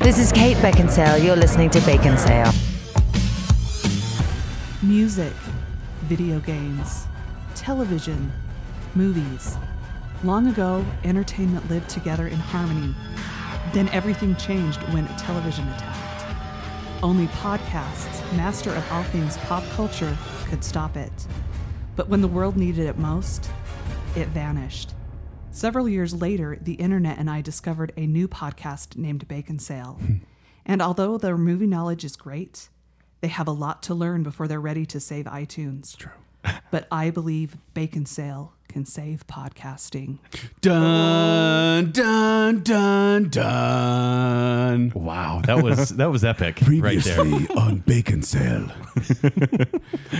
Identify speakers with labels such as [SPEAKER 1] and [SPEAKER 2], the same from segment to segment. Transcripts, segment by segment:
[SPEAKER 1] This is Kate Beckinsale. You're listening to Bacon Sale.
[SPEAKER 2] Music, video games, television, movies. Long ago, entertainment lived together in harmony. Then everything changed when television attacked. Only podcasts, master of all things pop culture, could stop it. But when the world needed it most, it vanished. Several years later, the internet and I discovered a new podcast named Bacon Sale. and although their movie knowledge is great, they have a lot to learn before they're ready to save iTunes. True. but I believe Bacon Sale can save podcasting.
[SPEAKER 3] Dun dun dun dun.
[SPEAKER 4] Wow, that was that was epic right there.
[SPEAKER 3] Previously on Bacon Cell.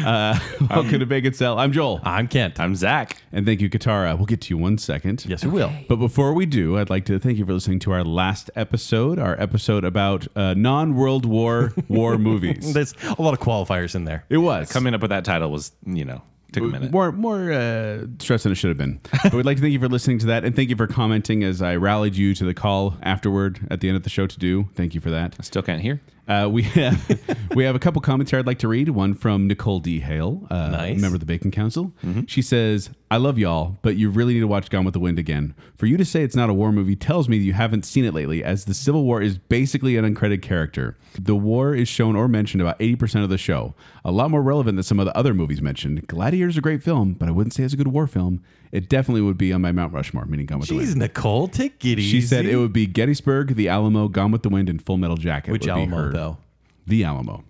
[SPEAKER 3] uh, welcome to Bacon Cell. I'm Joel,
[SPEAKER 4] I'm Kent.
[SPEAKER 5] I'm Zach.
[SPEAKER 3] Ah. and thank you, Katara. We'll get to you one second.
[SPEAKER 4] yes, we will.
[SPEAKER 3] But before we do, I'd like to thank you for listening to our last episode, our episode about uh, non-World War war movies.
[SPEAKER 4] There's a lot of qualifiers in there.
[SPEAKER 3] it was
[SPEAKER 5] Coming up with that title was, you know, took a minute.
[SPEAKER 3] More, more uh, stress than it should have been. But we'd like to thank you for listening to that, and thank you for commenting as I rallied you to the call afterward at the end of the show to do. Thank you for that.
[SPEAKER 5] Still can't hear.
[SPEAKER 3] Uh, we have we have a couple comments here I'd like to read. One from Nicole D. Hale, uh,
[SPEAKER 4] Nice. Mm-hmm.
[SPEAKER 3] member of the Bacon Council. She says, "I love y'all, but you really need to watch Gone with the Wind again. For you to say it's not a war movie tells me you haven't seen it lately, as the Civil War is basically an uncredited character. The war is shown or mentioned about eighty percent of the show. A lot more relevant than some of the other movies mentioned. Gladiator's a great film, but I wouldn't say it's a good war film. It definitely would be on my Mount Rushmore. Meaning Gone with the Wind."
[SPEAKER 4] Jeez, Nicole, take it easy.
[SPEAKER 3] She said it would be Gettysburg, The Alamo, Gone with the Wind, and Full Metal Jacket.
[SPEAKER 4] Which
[SPEAKER 3] would be
[SPEAKER 4] Alamo
[SPEAKER 3] her-
[SPEAKER 4] though?
[SPEAKER 3] The Alamo.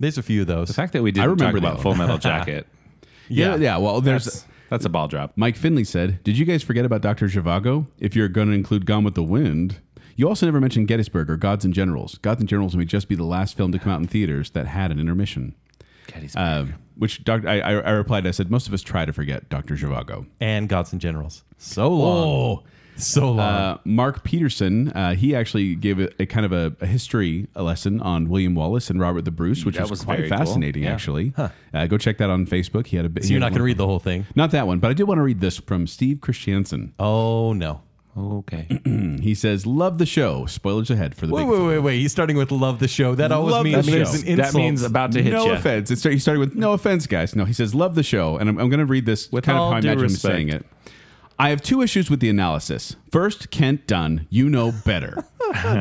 [SPEAKER 4] There's a few of those.
[SPEAKER 5] The fact that we didn't
[SPEAKER 3] remember
[SPEAKER 5] talk
[SPEAKER 3] that
[SPEAKER 5] about
[SPEAKER 3] one.
[SPEAKER 5] Full Metal Jacket,
[SPEAKER 3] Yeah, yeah. well, there's
[SPEAKER 5] that's, that's a ball drop.
[SPEAKER 3] Mike Finley said, "Did you guys forget about Doctor Zhivago? If you're going to include Gone with the Wind, you also never mentioned Gettysburg or Gods and Generals. Gods and Generals may just be the last film to come out in theaters that had an intermission."
[SPEAKER 5] Uh,
[SPEAKER 3] Um, which doc- I, I, I replied, I said, "Most of us try to forget Doctor Zhivago."
[SPEAKER 4] and Gods and Generals. So
[SPEAKER 5] Oh.
[SPEAKER 4] long. So long.
[SPEAKER 3] Uh, Mark Peterson, uh, he actually gave a, a kind of a, a history a lesson on William Wallace and Robert the Bruce, which
[SPEAKER 5] That
[SPEAKER 3] was,
[SPEAKER 5] was
[SPEAKER 3] quite
[SPEAKER 5] very cool.
[SPEAKER 3] fascinating.
[SPEAKER 5] Yeah.
[SPEAKER 3] Actually, uh, go check that on Facebook. He had a bit.
[SPEAKER 4] so you're not going to read the whole thing?
[SPEAKER 3] Not that one, but I did want to read this from Steve Christiansen.
[SPEAKER 4] Oh no.
[SPEAKER 5] Okay.
[SPEAKER 3] He says, "Love the show." Spoilers ahead for the
[SPEAKER 4] Wait,
[SPEAKER 3] big.
[SPEAKER 4] wait, wait, wait. He's starting with love the show. That always
[SPEAKER 3] Love the
[SPEAKER 4] means
[SPEAKER 3] show.
[SPEAKER 4] there's an insult.
[SPEAKER 5] That means about to hit
[SPEAKER 3] no
[SPEAKER 5] you.
[SPEAKER 3] offense. It start, he started with no offense, guys. No, he says, "Love the show," and I'm, I'm going to read this kind of
[SPEAKER 5] all
[SPEAKER 3] how I
[SPEAKER 5] due
[SPEAKER 3] imagine
[SPEAKER 5] respect.
[SPEAKER 3] him saying it. I have two issues with the analysis. First, Kent Dunn, you know better.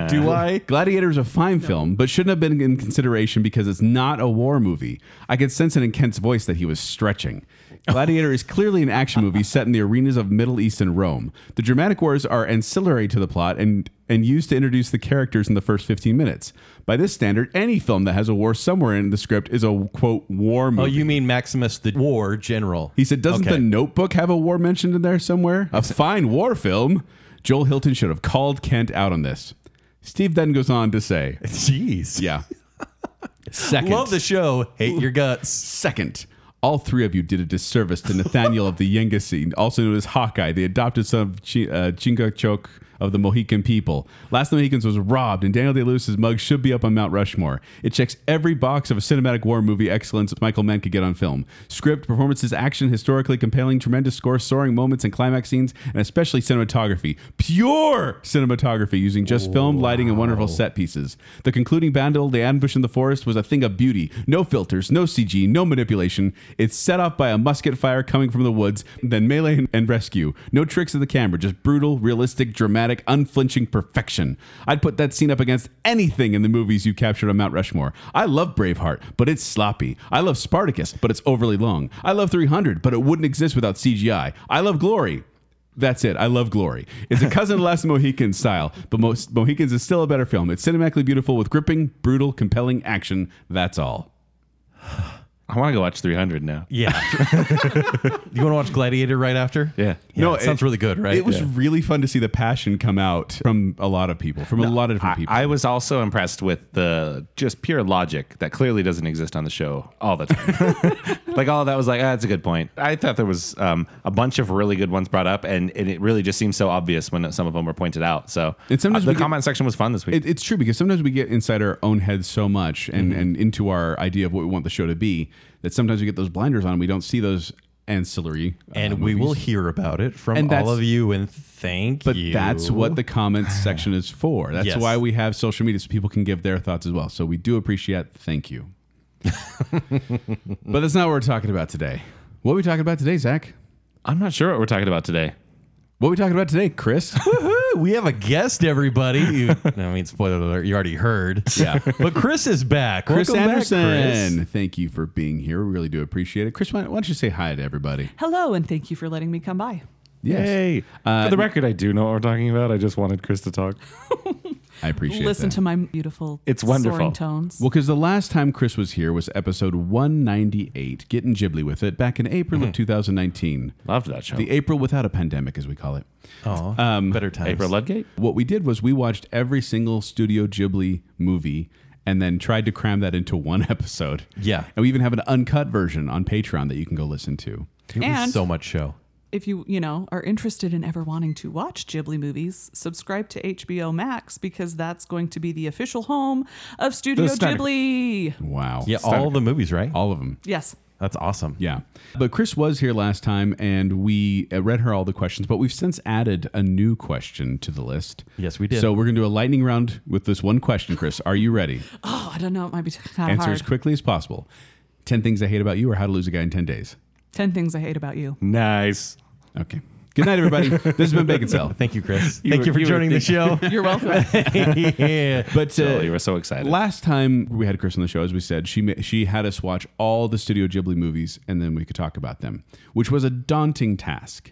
[SPEAKER 4] do I?
[SPEAKER 3] Gladiator is a fine film, but shouldn't have been in consideration because it's not a war movie. I could sense it in Kent's voice that he was stretching. Gladiator is clearly an action movie set in the arenas of Middle East and Rome. The dramatic wars are ancillary to the plot and and used to introduce the characters in the first 15 minutes. By this standard, any film that has a war somewhere in the script is a quote war
[SPEAKER 4] Oh,
[SPEAKER 3] movie.
[SPEAKER 4] you mean Maximus the War General?
[SPEAKER 3] He said, "Doesn't
[SPEAKER 4] Okay.
[SPEAKER 3] the Notebook have a war mentioned in there somewhere? A fine war film." Joel Hilton should have called Kent out on this. Steve then goes on to say,
[SPEAKER 4] Jeez.
[SPEAKER 3] "Yeah." Second,
[SPEAKER 4] Love the show. Hate your guts.
[SPEAKER 3] second, all three of you did a disservice to Nathaniel of the Yengeese, also known as Hawkeye, the adopted son of Chi- uh, Chingachgook of the Mohican people. Last of the Mohicans was robbed, and Daniel Day Lewis's mug should be up on Mount Rushmore. It checks every box of a cinematic war movie excellence Michael Mann could get on film: script, performances, action, historically compelling, tremendous score, soaring moments and climax scenes, and especially cinematography. Pure cinematography using just film, lighting, and wonderful set pieces. The concluding battle, the ambush in the forest, was a thing of beauty. No filters, no CG, no manipulation. It's set off by a musket fire coming from the woods, then melee and- and rescue. No tricks of the camera, just brutal, realistic, dramatic, unflinching perfection. I'd put that scene up against anything in the movies you captured on Mount Rushmore. I love Braveheart, but it's sloppy. I love Spartacus, but it's overly long. I love 300, but it wouldn't exist without CGI. I love Glory, that's it. I love Glory. It's a cousin of Last Mohican style, but most Mohicans is still a better film. It's cinematically beautiful with gripping, brutal, compelling action. That's all.
[SPEAKER 5] I want to go watch 300 now.
[SPEAKER 4] Yeah. you want to watch Gladiator right after?
[SPEAKER 5] Yeah.
[SPEAKER 4] Yeah, it sounds really good, right?
[SPEAKER 3] It was
[SPEAKER 4] Yeah.
[SPEAKER 3] really fun to see the passion come out from a lot of people, from a lot of different
[SPEAKER 5] I,
[SPEAKER 3] people.
[SPEAKER 5] I was also impressed with the just pure logic that clearly doesn't exist on the show all the time. like all that was like, ah, that's a good point. I thought there was um, a bunch of really good ones brought up, and, and it really just seems so obvious when some of them were pointed out. So
[SPEAKER 3] And sometimes
[SPEAKER 5] uh, the
[SPEAKER 3] we get-
[SPEAKER 5] comment section was fun this week.
[SPEAKER 3] It, it's true because sometimes we get inside our own heads so
[SPEAKER 4] Mm-hmm.
[SPEAKER 3] much and, and into our idea of what we want the show to be that sometimes we get those blinders on and we don't see those ancillary. uh,
[SPEAKER 4] and we will
[SPEAKER 3] movies.
[SPEAKER 4] hear about it
[SPEAKER 3] And
[SPEAKER 4] from
[SPEAKER 3] that's-
[SPEAKER 4] all of you. And thank
[SPEAKER 3] But
[SPEAKER 4] you.
[SPEAKER 3] that's what the comments section is for. That's
[SPEAKER 4] Yes.
[SPEAKER 3] why we have social media so people can give their thoughts as well. So we do appreciate thank you. but that's not what we're talking about today. What are we talking about today, Zach?
[SPEAKER 5] I'm not sure what we're talking about today.
[SPEAKER 3] What are we talking about today, Chris?
[SPEAKER 4] Woohoo, we have a guest, everybody. You- I mean, spoiler alert, you already heard. Yeah. But Chris is back.
[SPEAKER 3] Chris
[SPEAKER 4] Welcome back,
[SPEAKER 3] Anderson.
[SPEAKER 4] Chris.
[SPEAKER 3] Thank you for being here. We really do appreciate it. Chris, why why don't you say hi to everybody?
[SPEAKER 2] Hello, and thank you for letting me come by.
[SPEAKER 3] Yes.
[SPEAKER 5] Yay.
[SPEAKER 3] Uh,
[SPEAKER 5] For the record, I do know what we're talking about. I just wanted Chris to talk.
[SPEAKER 3] I appreciate
[SPEAKER 2] Listen
[SPEAKER 3] that.
[SPEAKER 2] to my beautiful,
[SPEAKER 5] It's wonderful.
[SPEAKER 2] soaring tones.
[SPEAKER 3] Well, because the last time Chris was here was episode 198, Getting Ghibli with It, back in April
[SPEAKER 4] Mm-hmm.
[SPEAKER 3] of 2019.
[SPEAKER 5] Loved that show.
[SPEAKER 3] The April without a pandemic, as we call it.
[SPEAKER 4] Oh, better times.
[SPEAKER 5] April Ludgate?
[SPEAKER 3] What we did was we watched every single Studio Ghibli movie and then tried to cram that into one episode.
[SPEAKER 4] Yeah.
[SPEAKER 3] And we even have an uncut version on Patreon that you can go listen to.
[SPEAKER 4] It was
[SPEAKER 2] And-
[SPEAKER 4] so much show.
[SPEAKER 2] if you you know are interested in ever wanting to watch Ghibli movies, subscribe to HBO Max because that's going to be the official home of Studio
[SPEAKER 5] The Snyder-
[SPEAKER 2] Ghibli.
[SPEAKER 3] Wow.
[SPEAKER 4] Yeah, all the movies, right?
[SPEAKER 3] All of them.
[SPEAKER 2] Yes.
[SPEAKER 4] That's awesome.
[SPEAKER 3] Yeah. But Chris was here last time and we uh, read her all the questions, but we've since added a new question to the list.
[SPEAKER 4] Yes, we did.
[SPEAKER 3] So we're going to do a lightning round with this one question, Chris. Are you ready?
[SPEAKER 2] Oh, I don't know. It might be kind of
[SPEAKER 3] Answer
[SPEAKER 2] hard.
[SPEAKER 3] as quickly as possible. 10 things I hate about you or how to lose a guy in 10 days.
[SPEAKER 2] Ten things I hate about you.
[SPEAKER 5] Nice.
[SPEAKER 3] Okay. Good night, everybody. this has been Bacon Cell.
[SPEAKER 4] Thank you, Chris. Thank you
[SPEAKER 5] were-
[SPEAKER 4] for
[SPEAKER 5] you were
[SPEAKER 4] joining the show.
[SPEAKER 2] You're welcome.
[SPEAKER 4] yeah.
[SPEAKER 3] But uh,
[SPEAKER 5] Silly, we're so excited.
[SPEAKER 3] Last time we had Chris on the show, as we said, she ma- she had us watch all the Studio Ghibli movies, and then we could talk about them, which was a daunting task.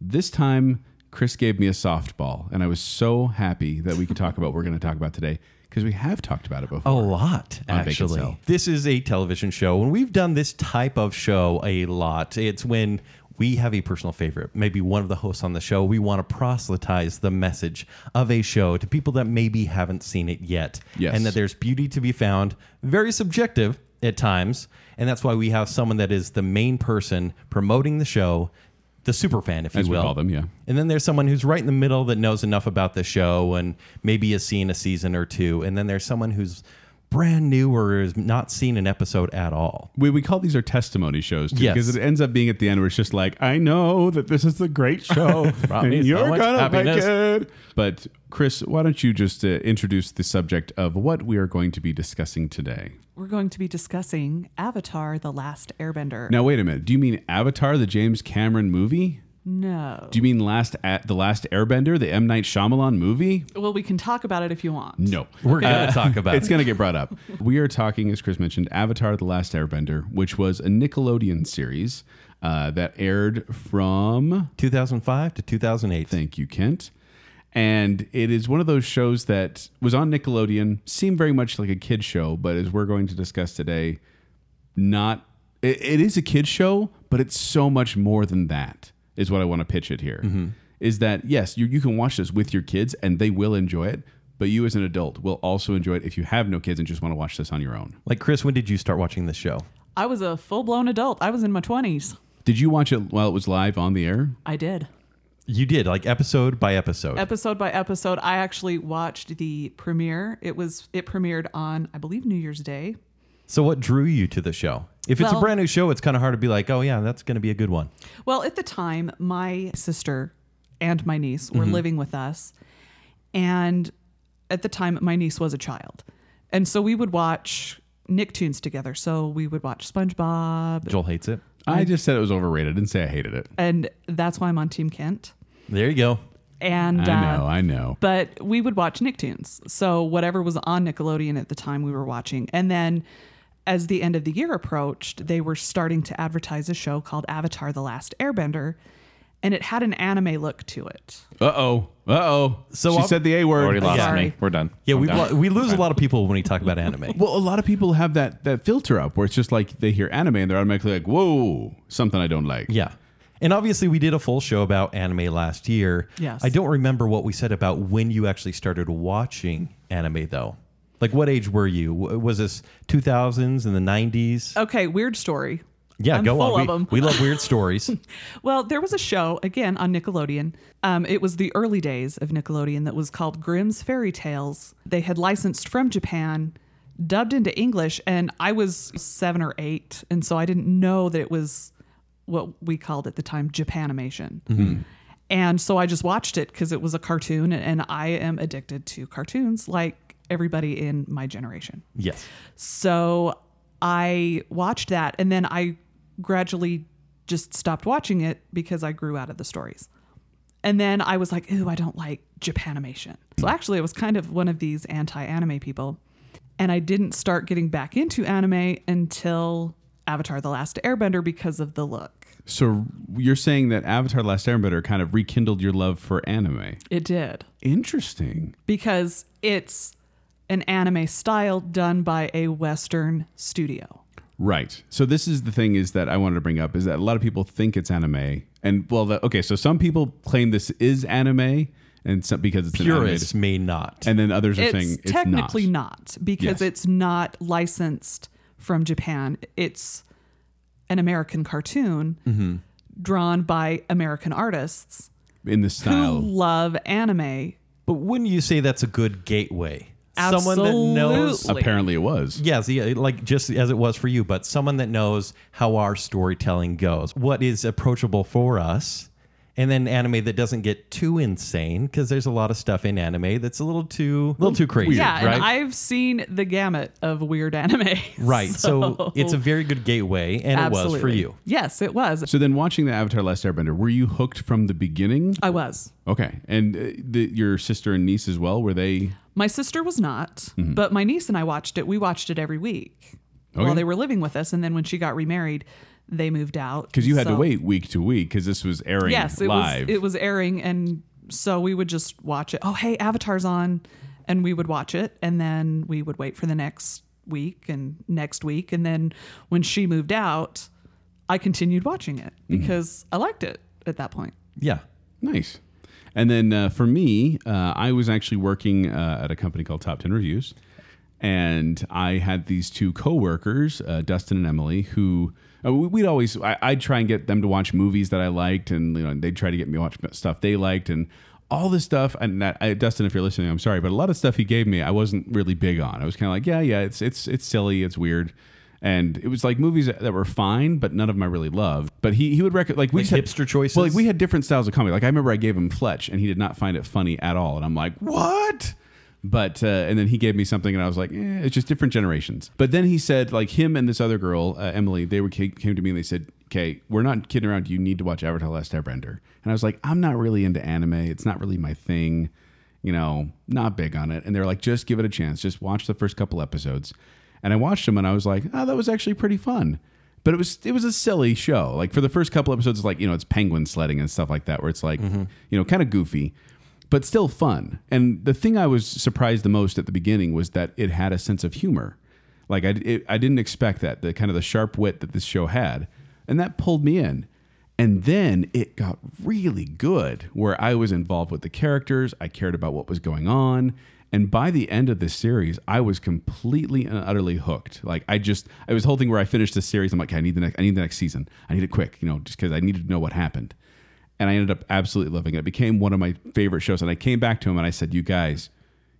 [SPEAKER 3] This time, Chris gave me a softball, and I was so happy that we could talk about what we're going to talk about today because we have talked about it before.
[SPEAKER 4] A lot,
[SPEAKER 3] On Bacon Cell.
[SPEAKER 4] actually. This is a television show, and we've done this type of show a lot. It's when we have a personal favorite, maybe one of the hosts on the show. We want to proselytize the message of a show to people that maybe haven't seen it yet,
[SPEAKER 3] Yes.
[SPEAKER 4] and that there's beauty to be found. Very subjective at times, and that's why we have someone that is the main person promoting the show. The super fan, if you
[SPEAKER 3] As we
[SPEAKER 4] will.
[SPEAKER 3] call them, yeah.
[SPEAKER 4] And then there's someone who's right in the middle that knows enough about the show and maybe has seen a season or two. And then there's someone who's brand new or has not seen an episode at all.
[SPEAKER 3] we, we call these our testimony shows too,
[SPEAKER 4] Yes.
[SPEAKER 3] because it ends up being at the end where it's just like, I know that this is the great show,
[SPEAKER 4] Brought me
[SPEAKER 3] and
[SPEAKER 4] so
[SPEAKER 3] you're
[SPEAKER 4] much
[SPEAKER 3] gonna
[SPEAKER 4] happiness.
[SPEAKER 3] like it. But Chris, why don't you just uh, introduce the subject of what we are going to be discussing today?
[SPEAKER 2] We're going to be discussing Avatar: The Last Airbender.
[SPEAKER 3] Now wait a minute. Do you mean Avatar, the James Cameron movie?
[SPEAKER 2] No.
[SPEAKER 3] Do you mean last at the last Airbender, the M Night Shyamalan movie?
[SPEAKER 2] well, we can talk about it if you want.
[SPEAKER 3] No.
[SPEAKER 4] We're going to talk about
[SPEAKER 3] Uh, It's
[SPEAKER 4] it.
[SPEAKER 3] going to get brought up. We are talking, as Chris mentioned, Avatar: The Last Airbender, which was a Nickelodeon series uh, that aired from
[SPEAKER 4] 2005 to 2008.
[SPEAKER 3] Thank you, Kent. And it is one of those shows that was on Nickelodeon, seemed very much like a kid show, but as we're going to discuss today, not it, it is a kid show, but it's so much more than that. Is what I want to pitch it here. Is that yes, you you can watch this with your kids and they will enjoy it, but you as an adult will also enjoy it if you have no kids and just want to watch this on your own.
[SPEAKER 4] Like, Chris, when did you start watching this show?
[SPEAKER 2] I was a full-blown adult. I was in my twenties.
[SPEAKER 3] Did you watch it while it was live on the air?
[SPEAKER 2] I did.
[SPEAKER 4] You did, like, episode by episode.
[SPEAKER 2] episode by episode i actually watched the premiere it was it premiered on i believe new year's day
[SPEAKER 4] so, what drew you to the show? If it's
[SPEAKER 2] Well-
[SPEAKER 4] a brand new show, it's kind of hard to be like, oh, yeah, that's going to be a good one.
[SPEAKER 2] well at the time my sister and my niece were
[SPEAKER 3] Mm-hmm.
[SPEAKER 2] living with us and at the time my niece was a child and so we would watch nicktoons together so we would watch spongebob
[SPEAKER 4] Joel hates it.
[SPEAKER 3] I just said it was overrated. I didn't say I hated it.
[SPEAKER 2] and that's why i'm on team kent
[SPEAKER 4] There you go.
[SPEAKER 2] and
[SPEAKER 3] I
[SPEAKER 2] uh,
[SPEAKER 3] know. I know.
[SPEAKER 2] but we would watch Nicktoons. So whatever was on Nickelodeon at the time we were watching. And then as the end of the year approached, they were starting to advertise a show called Avatar The Last Airbender. And it had an anime look to it.
[SPEAKER 3] Uh oh. Uh oh.
[SPEAKER 4] So
[SPEAKER 3] she
[SPEAKER 4] I'll-
[SPEAKER 3] said the A word.
[SPEAKER 5] Already lost
[SPEAKER 2] Sorry.
[SPEAKER 5] me. We're done.
[SPEAKER 4] Yeah,
[SPEAKER 5] I'm
[SPEAKER 4] we,
[SPEAKER 5] done.
[SPEAKER 4] lo- we lose a lot of people when we talk about anime.
[SPEAKER 3] Well, a lot of people have that that filter up where it's just like they hear anime and they're automatically like, "Whoa, something I don't like."
[SPEAKER 4] Yeah. And obviously, we did a full show about anime last year.
[SPEAKER 2] Yes.
[SPEAKER 4] I don't remember what we said about when you actually started watching anime, though. Like, what age were you? W- Was this 2000s and the 90s?
[SPEAKER 2] Okay, weird story.
[SPEAKER 4] yeah,
[SPEAKER 2] Uh, I'm
[SPEAKER 4] go
[SPEAKER 2] full
[SPEAKER 4] on.
[SPEAKER 2] of
[SPEAKER 4] we,
[SPEAKER 2] 'em.
[SPEAKER 4] we love weird stories.
[SPEAKER 2] Well, there was a show, again, on Nickelodeon. Um, it was the early days of Nickelodeon that was called Grimm's Fairy Tales. They had licensed from Japan, dubbed into English, and I was seven or eight. And so I didn't know that it was what we called at the time Japanimation. And so I just watched it because it was a cartoon, and I am addicted to cartoons like everybody in my generation.
[SPEAKER 4] Yes.
[SPEAKER 2] So I watched that and then I gradually just stopped watching it because I grew out of the stories. And then I was like, ooh, I don't like Japanimation. So actually, I was kind of one of these anti anime people. And I didn't start getting back into anime until Avatar The Last Airbender because of the look.
[SPEAKER 3] So you're saying that Avatar: The Last Airbender kind of rekindled your love for anime?
[SPEAKER 2] It did.
[SPEAKER 3] Interesting.
[SPEAKER 2] Because it's an anime style done by a Western studio.
[SPEAKER 3] Right. So this is the thing is that I wanted to bring up is that a lot of people think it's anime, and well, the, okay. So some people claim this is anime, and some because it's an
[SPEAKER 4] Purists
[SPEAKER 3] animated,
[SPEAKER 4] may not.
[SPEAKER 3] and then others are
[SPEAKER 2] it's
[SPEAKER 3] saying it's
[SPEAKER 2] technically
[SPEAKER 3] not.
[SPEAKER 2] not, because
[SPEAKER 3] Yes.
[SPEAKER 2] it's not licensed from Japan. It's an American cartoon drawn by American artists
[SPEAKER 3] in the
[SPEAKER 2] who
[SPEAKER 3] style.
[SPEAKER 2] love anime.
[SPEAKER 4] But wouldn't you say that's a good gateway? Someone that knows.
[SPEAKER 2] Absolutely.
[SPEAKER 3] Apparently, it was.
[SPEAKER 4] Yes, yeah, like just as it was for you, but someone that knows how our storytelling goes, what is approachable for us, and then anime that doesn't get too insane because there's a lot of stuff in anime that's a little too, a little too crazy,
[SPEAKER 2] yeah,
[SPEAKER 4] right?
[SPEAKER 2] and I've seen the gamut of weird anime.
[SPEAKER 4] right. So, it's a very good gateway, and it was for
[SPEAKER 2] Absolutely.
[SPEAKER 4] you.
[SPEAKER 2] Yes, it was.
[SPEAKER 3] So then, watching the Avatar: The Last Airbender, were you hooked from the beginning?
[SPEAKER 2] I was.
[SPEAKER 3] Okay, and uh, the, your sister and niece as well. Were they?
[SPEAKER 2] My sister was not, but my niece and I watched it. We watched it every week
[SPEAKER 3] Okay.
[SPEAKER 2] while they were living with us. And then when she got remarried, they moved out.
[SPEAKER 3] Because you had to
[SPEAKER 2] So-
[SPEAKER 3] wait week to week because this was airing
[SPEAKER 2] yes, it
[SPEAKER 3] live.
[SPEAKER 2] was it was airing, and so we would just watch it. Oh, hey, Avatar's on, and we would watch it, and then we would wait for the next week and next week, and then when she moved out, I continued watching it
[SPEAKER 3] Mm-hmm.
[SPEAKER 2] because I liked it at that point.
[SPEAKER 4] Yeah.
[SPEAKER 3] Nice. And then uh, for me, uh, I was actually working uh, at a company called Top 10 Reviews. And I had these two coworkers, uh, Dustin and Emily, who uh, we- we'd always, I, I'd try and get them to watch movies that I liked. And you know, they'd try to get me to watch stuff they liked. And all this stuff, and that, I, Dustin, if you're listening, I'm sorry, but a lot of stuff he gave me, I wasn't really big on. I was kind of like, yeah, yeah, it's it's it's silly, it's weird, and it was like movies that were fine, but none of them I really loved. But he he would recommend like we
[SPEAKER 4] Like
[SPEAKER 3] just had-
[SPEAKER 4] hipster choices?
[SPEAKER 3] Well, like we had different styles of comedy. Like I remember I gave him Fletch, and he did not find it funny at all. And I'm like, what? But uh, and then he gave me something, and I was like, eh, it's just different generations. But then he said, like him and this other girl, uh, Emily, they were came, came to me and they said, okay, we're not kidding around. You need to watch Avatar: The Last Airbender. And I was like, I'm not really into anime. It's not really my thing. You know, not big on it. And they're like, just give it a chance. Just watch the first couple episodes. And I watched them, and I was like, oh, that was actually pretty fun but it was it was a silly show. Like for the first couple episodes, it's like you know it's penguin sledding and stuff like that, where it's like you know kind of goofy, but still fun. And the thing I was surprised the most at the beginning was that it had a sense of humor. Like I it, I didn't expect that the kind of the sharp wit that this show had, and that pulled me in. And then it got really good where I was involved with the characters, I cared about what was going on. And by the end of this series, I was completely and utterly hooked. Like I just, I was holding where I finished the series. I'm like, I need the next, I need the next season. I need it quick, you know, just because I needed to know what happened. And I ended up absolutely loving it. It became one of my favorite shows. And I came back to him and I said, "You guys,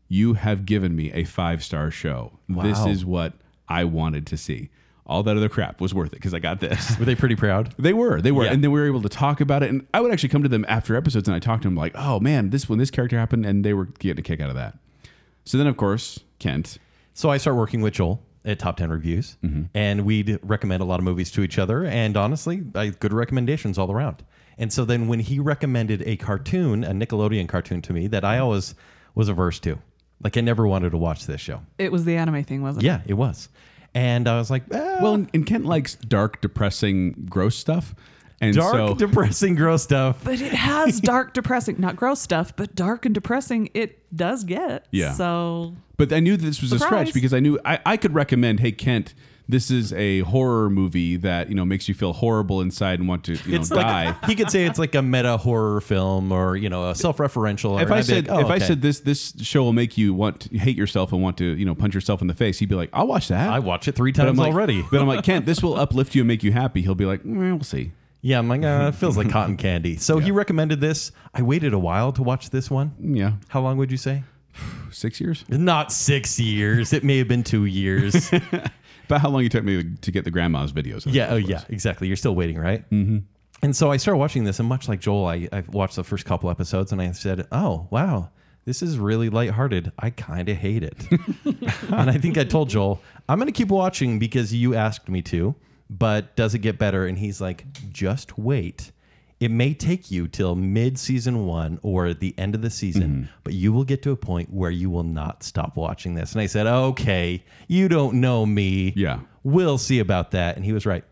[SPEAKER 3] you have given me a five star show. This
[SPEAKER 4] Wow.
[SPEAKER 3] is what I wanted to see. All that other crap was worth it because I got this."
[SPEAKER 4] Were they pretty proud?
[SPEAKER 3] They were, they were,
[SPEAKER 4] Yeah.
[SPEAKER 3] and then we were able to talk about it. And I would actually come to them after episodes, and I talked to them like, "Oh man, this when this character happened," and they were getting a kick out of that. So then, of course, Kent.
[SPEAKER 4] So I start working with Joel at Top 10 Reviews,
[SPEAKER 3] Mm-hmm.
[SPEAKER 4] and we'd recommend a lot of movies to each other. And honestly, I, good recommendations all around. And so then when he recommended a cartoon, a Nickelodeon cartoon to me that I always was averse to, like I never wanted to watch this show.
[SPEAKER 2] It was the anime thing, wasn't it?
[SPEAKER 4] Yeah, it was. And I was like, "Ah, well,
[SPEAKER 3] Well, and, and Kent likes dark, depressing, gross stuff, and
[SPEAKER 4] dark,
[SPEAKER 3] so
[SPEAKER 4] depressing, gross stuff.
[SPEAKER 2] But it has dark, depressing, not gross stuff, but dark and depressing it does get.
[SPEAKER 3] Yeah.
[SPEAKER 2] So
[SPEAKER 3] But I knew this was a
[SPEAKER 2] Surprise.
[SPEAKER 3] stretch because I knew I, I could recommend, hey Kent, this is a horror movie that you know makes you feel horrible inside and want to you
[SPEAKER 4] It's
[SPEAKER 3] know die.
[SPEAKER 4] like he could say it's like a meta horror film or you know a self-referential.
[SPEAKER 3] if I
[SPEAKER 4] or, and I'd be
[SPEAKER 3] said
[SPEAKER 4] like, "Oh,
[SPEAKER 3] if I
[SPEAKER 4] okay."
[SPEAKER 3] said this this show will make you want to hate yourself and want to you know punch yourself in the face, he'd be like, "I'll watch that."
[SPEAKER 4] I watch it three
[SPEAKER 3] But I'm
[SPEAKER 4] times
[SPEAKER 3] like,
[SPEAKER 4] already.
[SPEAKER 3] But I'm like, Kent, this will uplift you and make you happy. He'll be like, "Mm, we'll see.
[SPEAKER 4] Yeah, I'm like, uh, it feels like cotton candy. So he recommended this. I waited a while to watch this one.
[SPEAKER 3] Yeah,
[SPEAKER 4] How long would you say?
[SPEAKER 3] six years.
[SPEAKER 4] Not six years. It may have been two years.
[SPEAKER 3] About how long it took me to get the grandma's videos. I think
[SPEAKER 4] Yeah. Oh,
[SPEAKER 3] it was.
[SPEAKER 4] yeah. Exactly. You're still waiting, right? Mm-hmm. And so I started watching this, and much like Joel, I, I watched the first couple episodes, and I said, "Oh, wow, this is really lighthearted. I kind of hate it." and I think I told Joel, "I'm going to keep watching because you asked me to." But does it get better? And he's like, "Just wait." It may take you till mid season one or the end of the season, but you will get to a point where you will not stop watching this. And I said, Okay, you don't know me
[SPEAKER 3] Yeah.
[SPEAKER 4] we'll see about that. And he was right.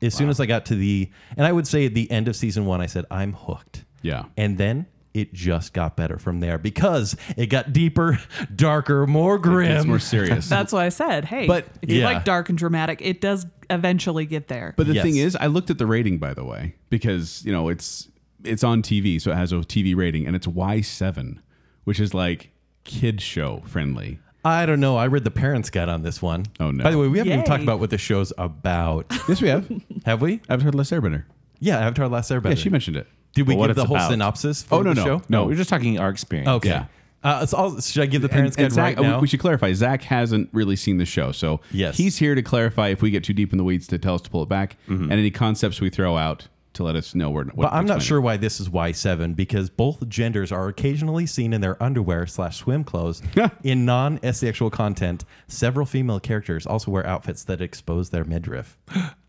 [SPEAKER 4] As soon as I got to the, and I would say at the end of season one, I said, I'm hooked.
[SPEAKER 3] Yeah.
[SPEAKER 4] And then it just got better from there because it got deeper, darker, more grim.
[SPEAKER 3] It's more serious.
[SPEAKER 2] That's why I said, hey,
[SPEAKER 3] But-
[SPEAKER 2] if you
[SPEAKER 4] Yeah.
[SPEAKER 2] like dark and dramatic, it does eventually get there.
[SPEAKER 3] But the
[SPEAKER 4] Yes.
[SPEAKER 3] thing is, I looked at the rating by the way because you know it's it's on TV, so it has a TV rating, and it's Y seven, which is like kid show friendly.
[SPEAKER 4] I don't know. I read the parents' guide on this one.
[SPEAKER 3] Oh, no.
[SPEAKER 4] By the way, we haven't even
[SPEAKER 2] Yay.
[SPEAKER 4] talked about what the show's about,
[SPEAKER 3] Yes, we have.
[SPEAKER 4] have we?
[SPEAKER 3] I've heard Last Airbender.
[SPEAKER 4] Yeah, Avatar: Last Airbender.
[SPEAKER 3] Yeah, she mentioned it.
[SPEAKER 4] Did we
[SPEAKER 5] Well, what
[SPEAKER 4] give the
[SPEAKER 5] it's
[SPEAKER 4] whole
[SPEAKER 5] about.
[SPEAKER 4] synopsis for
[SPEAKER 3] Oh no
[SPEAKER 4] the
[SPEAKER 3] no
[SPEAKER 4] show?
[SPEAKER 5] No, Oh.
[SPEAKER 3] no.
[SPEAKER 5] we're just talking our experience.
[SPEAKER 4] Okay.
[SPEAKER 3] Yeah.
[SPEAKER 4] Uh, so I'll- should I give the parents'
[SPEAKER 3] and
[SPEAKER 4] guide
[SPEAKER 3] Zach, uh, oh,
[SPEAKER 4] right now?
[SPEAKER 3] we should clarify. Zach hasn't really seen the show, so
[SPEAKER 4] Yes.
[SPEAKER 3] he's here to clarify if we get too deep in the weeds to tell us to pull it back,
[SPEAKER 4] Mm-hmm.
[SPEAKER 3] and any concepts we throw out to let us know we're.
[SPEAKER 4] But I'm not sure why this is Y7 because both genders are occasionally seen in their underwear slash swim clothes in non asexual content. Several female characters also wear outfits that expose their midriff.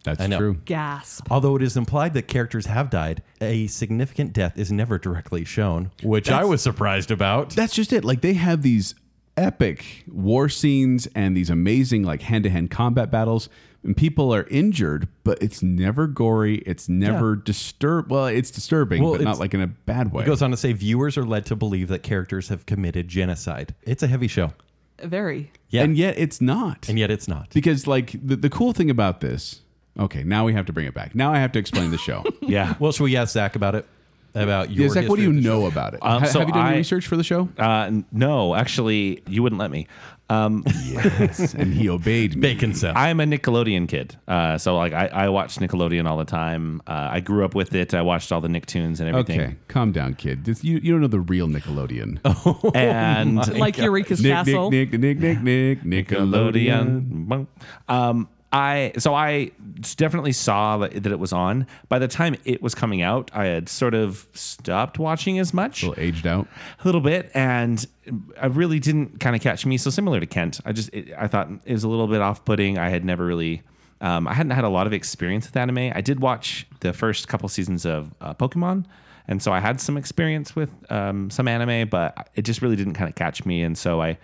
[SPEAKER 3] That's
[SPEAKER 4] I know.
[SPEAKER 3] true.
[SPEAKER 2] Gasp.
[SPEAKER 4] Although it is implied that characters have died, a significant death is never directly shown, which I was surprised about.
[SPEAKER 3] That's just it. Like they have these epic war scenes and these amazing like hand to hand combat battles, and people are injured, but it's never gory. It's never disturb. Well, it's disturbing,
[SPEAKER 4] Well,
[SPEAKER 3] but not
[SPEAKER 4] it's-
[SPEAKER 3] like in a bad way.
[SPEAKER 4] It goes on to say viewers are led to believe that characters have committed genocide. It's a heavy show,
[SPEAKER 2] Very.
[SPEAKER 4] yeah.
[SPEAKER 3] And yet it's not.
[SPEAKER 4] and yet it's not.
[SPEAKER 3] because like the, the cool thing about this. Okay, now we have to bring it back. Now I have to explain the show.
[SPEAKER 5] Yeah.
[SPEAKER 4] Well, should we ask Zach about it? About your
[SPEAKER 3] Yeah, Zach, what do
[SPEAKER 4] history
[SPEAKER 3] you
[SPEAKER 4] of the show?
[SPEAKER 3] know about it?
[SPEAKER 5] Um,
[SPEAKER 3] Ha-
[SPEAKER 5] so
[SPEAKER 3] have you done
[SPEAKER 5] I-
[SPEAKER 3] any research for the show?
[SPEAKER 5] Uh, n- no, actually, you wouldn't let me. Um,
[SPEAKER 3] Yes, and he obeyed me.
[SPEAKER 4] Bacon cell.
[SPEAKER 5] I'm a Nickelodeon kid, uh, so like I, I watched Nickelodeon all the time. Uh, I grew up with it. I watched all the Nicktoons and everything.
[SPEAKER 3] Okay, calm down, kid. This, you, you don't know the real Nickelodeon.
[SPEAKER 5] Oh. And
[SPEAKER 2] Like Eureka's
[SPEAKER 3] Nick,
[SPEAKER 2] Castle.
[SPEAKER 3] Nick, Nick, Nick, Nick, Nick, Nickelodeon.
[SPEAKER 5] Nickelodeon. Um, I so I definitely saw that that it was on. By the time it was coming out, I had sort of stopped watching as much.
[SPEAKER 3] Little aged out.
[SPEAKER 5] a little bit and i really didn't kind of catch me so similar to kent i just it, i thought it was a little bit off-putting i had never really um, i hadn't had a lot of experience with anime i did watch the first couple seasons of uh, pokemon and so i had some experience with um, some anime but it just really didn't kind of catch me and so i i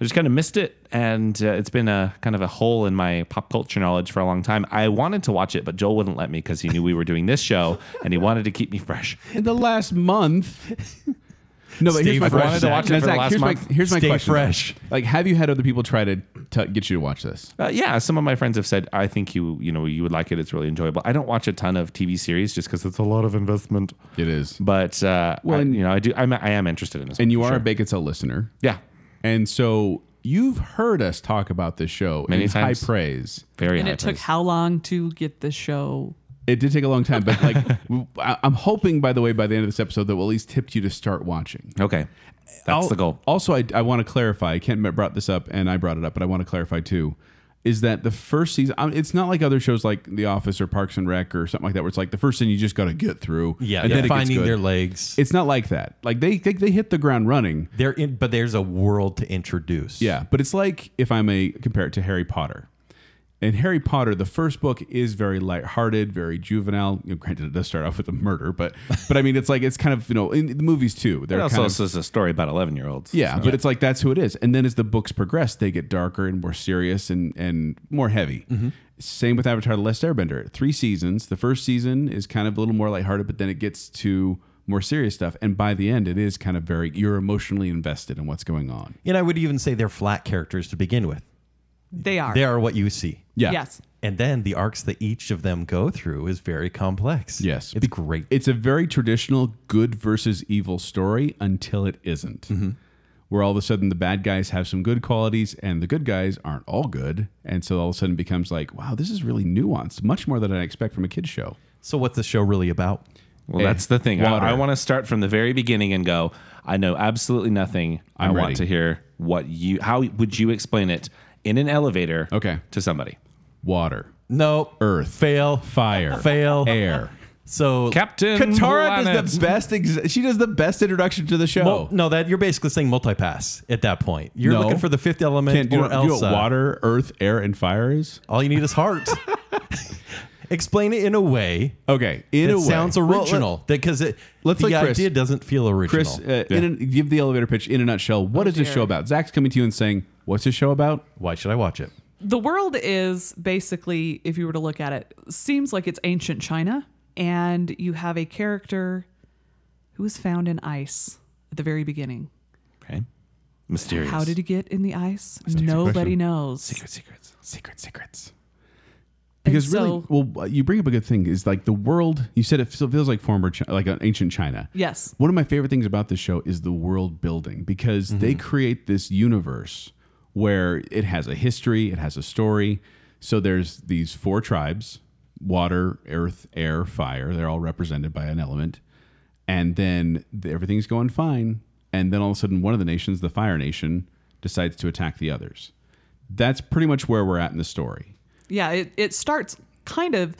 [SPEAKER 5] just kind of missed it and uh, it's been a kind of a hole in my pop culture knowledge for a long time i wanted to watch it but joel wouldn't let me because he knew we were doing this show and he wanted to keep me fresh
[SPEAKER 3] In the last month. No, but
[SPEAKER 4] Stay
[SPEAKER 3] here's my
[SPEAKER 4] fresh,
[SPEAKER 3] question.
[SPEAKER 4] Zach. Wanted
[SPEAKER 5] to watch it for the
[SPEAKER 3] Zach,
[SPEAKER 5] last
[SPEAKER 3] here's my,
[SPEAKER 5] month.
[SPEAKER 3] here's my
[SPEAKER 4] Stay
[SPEAKER 3] question.
[SPEAKER 4] fresh.
[SPEAKER 3] Like, have you had other people try to t- get you to watch this?
[SPEAKER 5] Uh, yeah, some of my friends have said I think you you know you would like it. It's really enjoyable. I don't watch a ton of TV series just because it's a lot of investment.
[SPEAKER 3] It is.
[SPEAKER 5] But uh,
[SPEAKER 3] Well,
[SPEAKER 5] I-
[SPEAKER 3] and-
[SPEAKER 5] you know I do I'm, I am interested in this.
[SPEAKER 3] And you
[SPEAKER 5] one
[SPEAKER 3] are
[SPEAKER 5] for
[SPEAKER 3] a Bacon Cell listener.
[SPEAKER 5] sure. yeah,
[SPEAKER 3] And so you've heard us talk about this show
[SPEAKER 5] Many
[SPEAKER 3] in
[SPEAKER 5] times.
[SPEAKER 3] high praise.
[SPEAKER 5] very.
[SPEAKER 2] And
[SPEAKER 5] high
[SPEAKER 2] it took
[SPEAKER 5] praise.
[SPEAKER 2] how long to get the show?
[SPEAKER 3] It did take a long time, but like I- I'm hoping, by the way, by the end of this episode, that will at least tip you to start watching.
[SPEAKER 5] okay. That's
[SPEAKER 3] Al-
[SPEAKER 5] the goal.
[SPEAKER 3] Also, I, I want to clarify. Kent Met brought this up, and I brought it up, but I want to clarify too. Is that the first season? um, It's not like other shows like The Office or Parks and Rec or something like that, where it's like the first thing you just got to get through.
[SPEAKER 4] Yeah,
[SPEAKER 3] and
[SPEAKER 4] they're
[SPEAKER 3] then it gets
[SPEAKER 4] finding
[SPEAKER 3] good.
[SPEAKER 4] their legs.
[SPEAKER 3] It's not like that. Like they, they they hit the ground running.
[SPEAKER 4] They're in, but there's a world to introduce.
[SPEAKER 3] Yeah, but it's like if I may compare it to Harry Potter. In Harry Potter, the first book is very lighthearted, very juvenile. You know, granted, it does start off with a murder, but but I mean, it's like it's kind of you know in the movies too. They're
[SPEAKER 5] It
[SPEAKER 3] kind
[SPEAKER 5] also
[SPEAKER 3] of,
[SPEAKER 5] this is a story about eleven year olds.
[SPEAKER 3] yeah, but it's like that's who it is. And then as the books progress, they get darker and more serious and and more heavy.
[SPEAKER 5] Mm-hmm.
[SPEAKER 3] Same with Avatar: The Last Airbender. Three seasons. The first season is kind of a little more lighthearted, but then it gets to more serious stuff. And by the end, it is kind of very you're emotionally invested in what's going on.
[SPEAKER 4] And I would even say they're flat characters to begin with.
[SPEAKER 2] They are.
[SPEAKER 4] They are what you see.
[SPEAKER 3] Yeah.
[SPEAKER 2] Yes.
[SPEAKER 4] And then the arcs that each of them go through is very complex.
[SPEAKER 3] Yes.
[SPEAKER 4] It's great.
[SPEAKER 3] It's a very traditional good versus evil story until it isn't.
[SPEAKER 4] Mm-hmm.
[SPEAKER 3] Where all of a sudden the bad guys have some good qualities and the good guys aren't all good. And so all of a sudden it becomes like, wow, this is really nuanced, much more than I expect from a kid's show.
[SPEAKER 4] so what's the show really about?
[SPEAKER 5] Well, that's the thing.
[SPEAKER 3] water.
[SPEAKER 5] I, I want to start from the very beginning and go. I know absolutely nothing. i
[SPEAKER 3] I'm
[SPEAKER 5] want
[SPEAKER 3] ready.
[SPEAKER 5] to hear what you. How would you explain it in an elevator?
[SPEAKER 3] Okay.
[SPEAKER 5] To somebody.
[SPEAKER 3] water,
[SPEAKER 4] No.
[SPEAKER 3] earth,
[SPEAKER 4] Fail.
[SPEAKER 3] fire,
[SPEAKER 4] Fail.
[SPEAKER 3] air.
[SPEAKER 4] So
[SPEAKER 5] Captain
[SPEAKER 3] Katara
[SPEAKER 5] Planet.
[SPEAKER 3] does the best. Ex- she does the best introduction to the show.
[SPEAKER 4] Mul- no, that you're basically saying multipass at that point. You're
[SPEAKER 3] No.
[SPEAKER 4] looking for the fifth element
[SPEAKER 3] Can't- do you
[SPEAKER 4] or
[SPEAKER 3] know- do you know what
[SPEAKER 4] Elsa.
[SPEAKER 3] water, earth, air, and fire is?
[SPEAKER 4] All you need is heart. Explain it in a way
[SPEAKER 3] Okay, in
[SPEAKER 4] that
[SPEAKER 3] a way,
[SPEAKER 4] sounds original because it
[SPEAKER 3] let's
[SPEAKER 4] the
[SPEAKER 3] let Chris-
[SPEAKER 4] idea doesn't feel original.
[SPEAKER 3] Chris, uh, in a, give the elevator pitch in a nutshell. What is this
[SPEAKER 2] Oh, dear.
[SPEAKER 3] show about? Zach's coming to you and saying, "What's this show about?"
[SPEAKER 4] Why should I watch it?
[SPEAKER 2] The world is basically, if you were to look at it, seems like it's ancient China, and you have a character who was found in ice at the very beginning.
[SPEAKER 5] Okay. Mysterious.
[SPEAKER 2] How did he get in the ice? Nobody
[SPEAKER 3] question.
[SPEAKER 2] knows.
[SPEAKER 3] secrets, secret secrets.
[SPEAKER 2] And
[SPEAKER 3] Because
[SPEAKER 2] so-
[SPEAKER 3] really, well, you bring up a good thing. Is like the world. You said it still feels like former, Chi- like an ancient China.
[SPEAKER 2] Yes.
[SPEAKER 3] One of my favorite things about this show is the world building because they create this universe where it has a history, it has a story. So there's these four tribes: water, earth, air, fire. They're all represented by an element, and then th- everything's going fine. And then all of a sudden, one of the nations, the Fire Nation, decides to attack the others. That's pretty much where we're at in the story.
[SPEAKER 2] Yeah, it, it starts kind of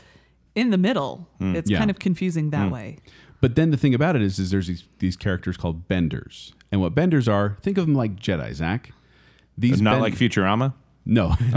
[SPEAKER 2] in the middle. it's
[SPEAKER 3] Hmm. yeah. Hmm.
[SPEAKER 2] kind of confusing that way.
[SPEAKER 3] But then the thing about it is, is there's these, these characters called benders, and what benders are? Think of them like Jedi, Zach. These
[SPEAKER 5] Not
[SPEAKER 3] ben-
[SPEAKER 5] like Futurama.
[SPEAKER 3] no,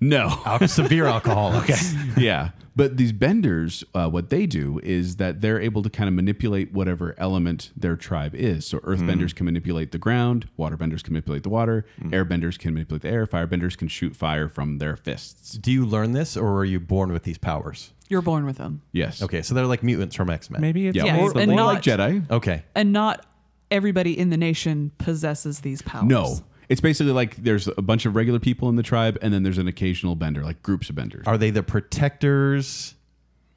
[SPEAKER 3] no,
[SPEAKER 4] Al- severe alcoholics. okay.
[SPEAKER 3] yeah. But these benders, uh, what they do is that they're able to kind of manipulate whatever element their tribe is. So
[SPEAKER 5] Hmm.
[SPEAKER 3] earthbenders can manipulate the ground, waterbenders can manipulate the water,
[SPEAKER 5] Hmm.
[SPEAKER 3] airbenders can manipulate the air, firebenders can shoot fire from their fists.
[SPEAKER 4] Do you learn this or are you born with these powers?
[SPEAKER 2] You're born with them.
[SPEAKER 3] Yes.
[SPEAKER 4] Okay, so they're like mutants from X Men.
[SPEAKER 6] Maybe it's
[SPEAKER 3] Yeah.
[SPEAKER 2] Yes,
[SPEAKER 3] Or,
[SPEAKER 2] and
[SPEAKER 3] or
[SPEAKER 2] not-
[SPEAKER 3] like Jedi.
[SPEAKER 4] Okay.
[SPEAKER 2] And not everybody in the nation possesses these powers.
[SPEAKER 3] No. It's basically like there's a bunch of regular people in the tribe, and then there's an occasional bender, like groups of benders.
[SPEAKER 4] Are they the protectors,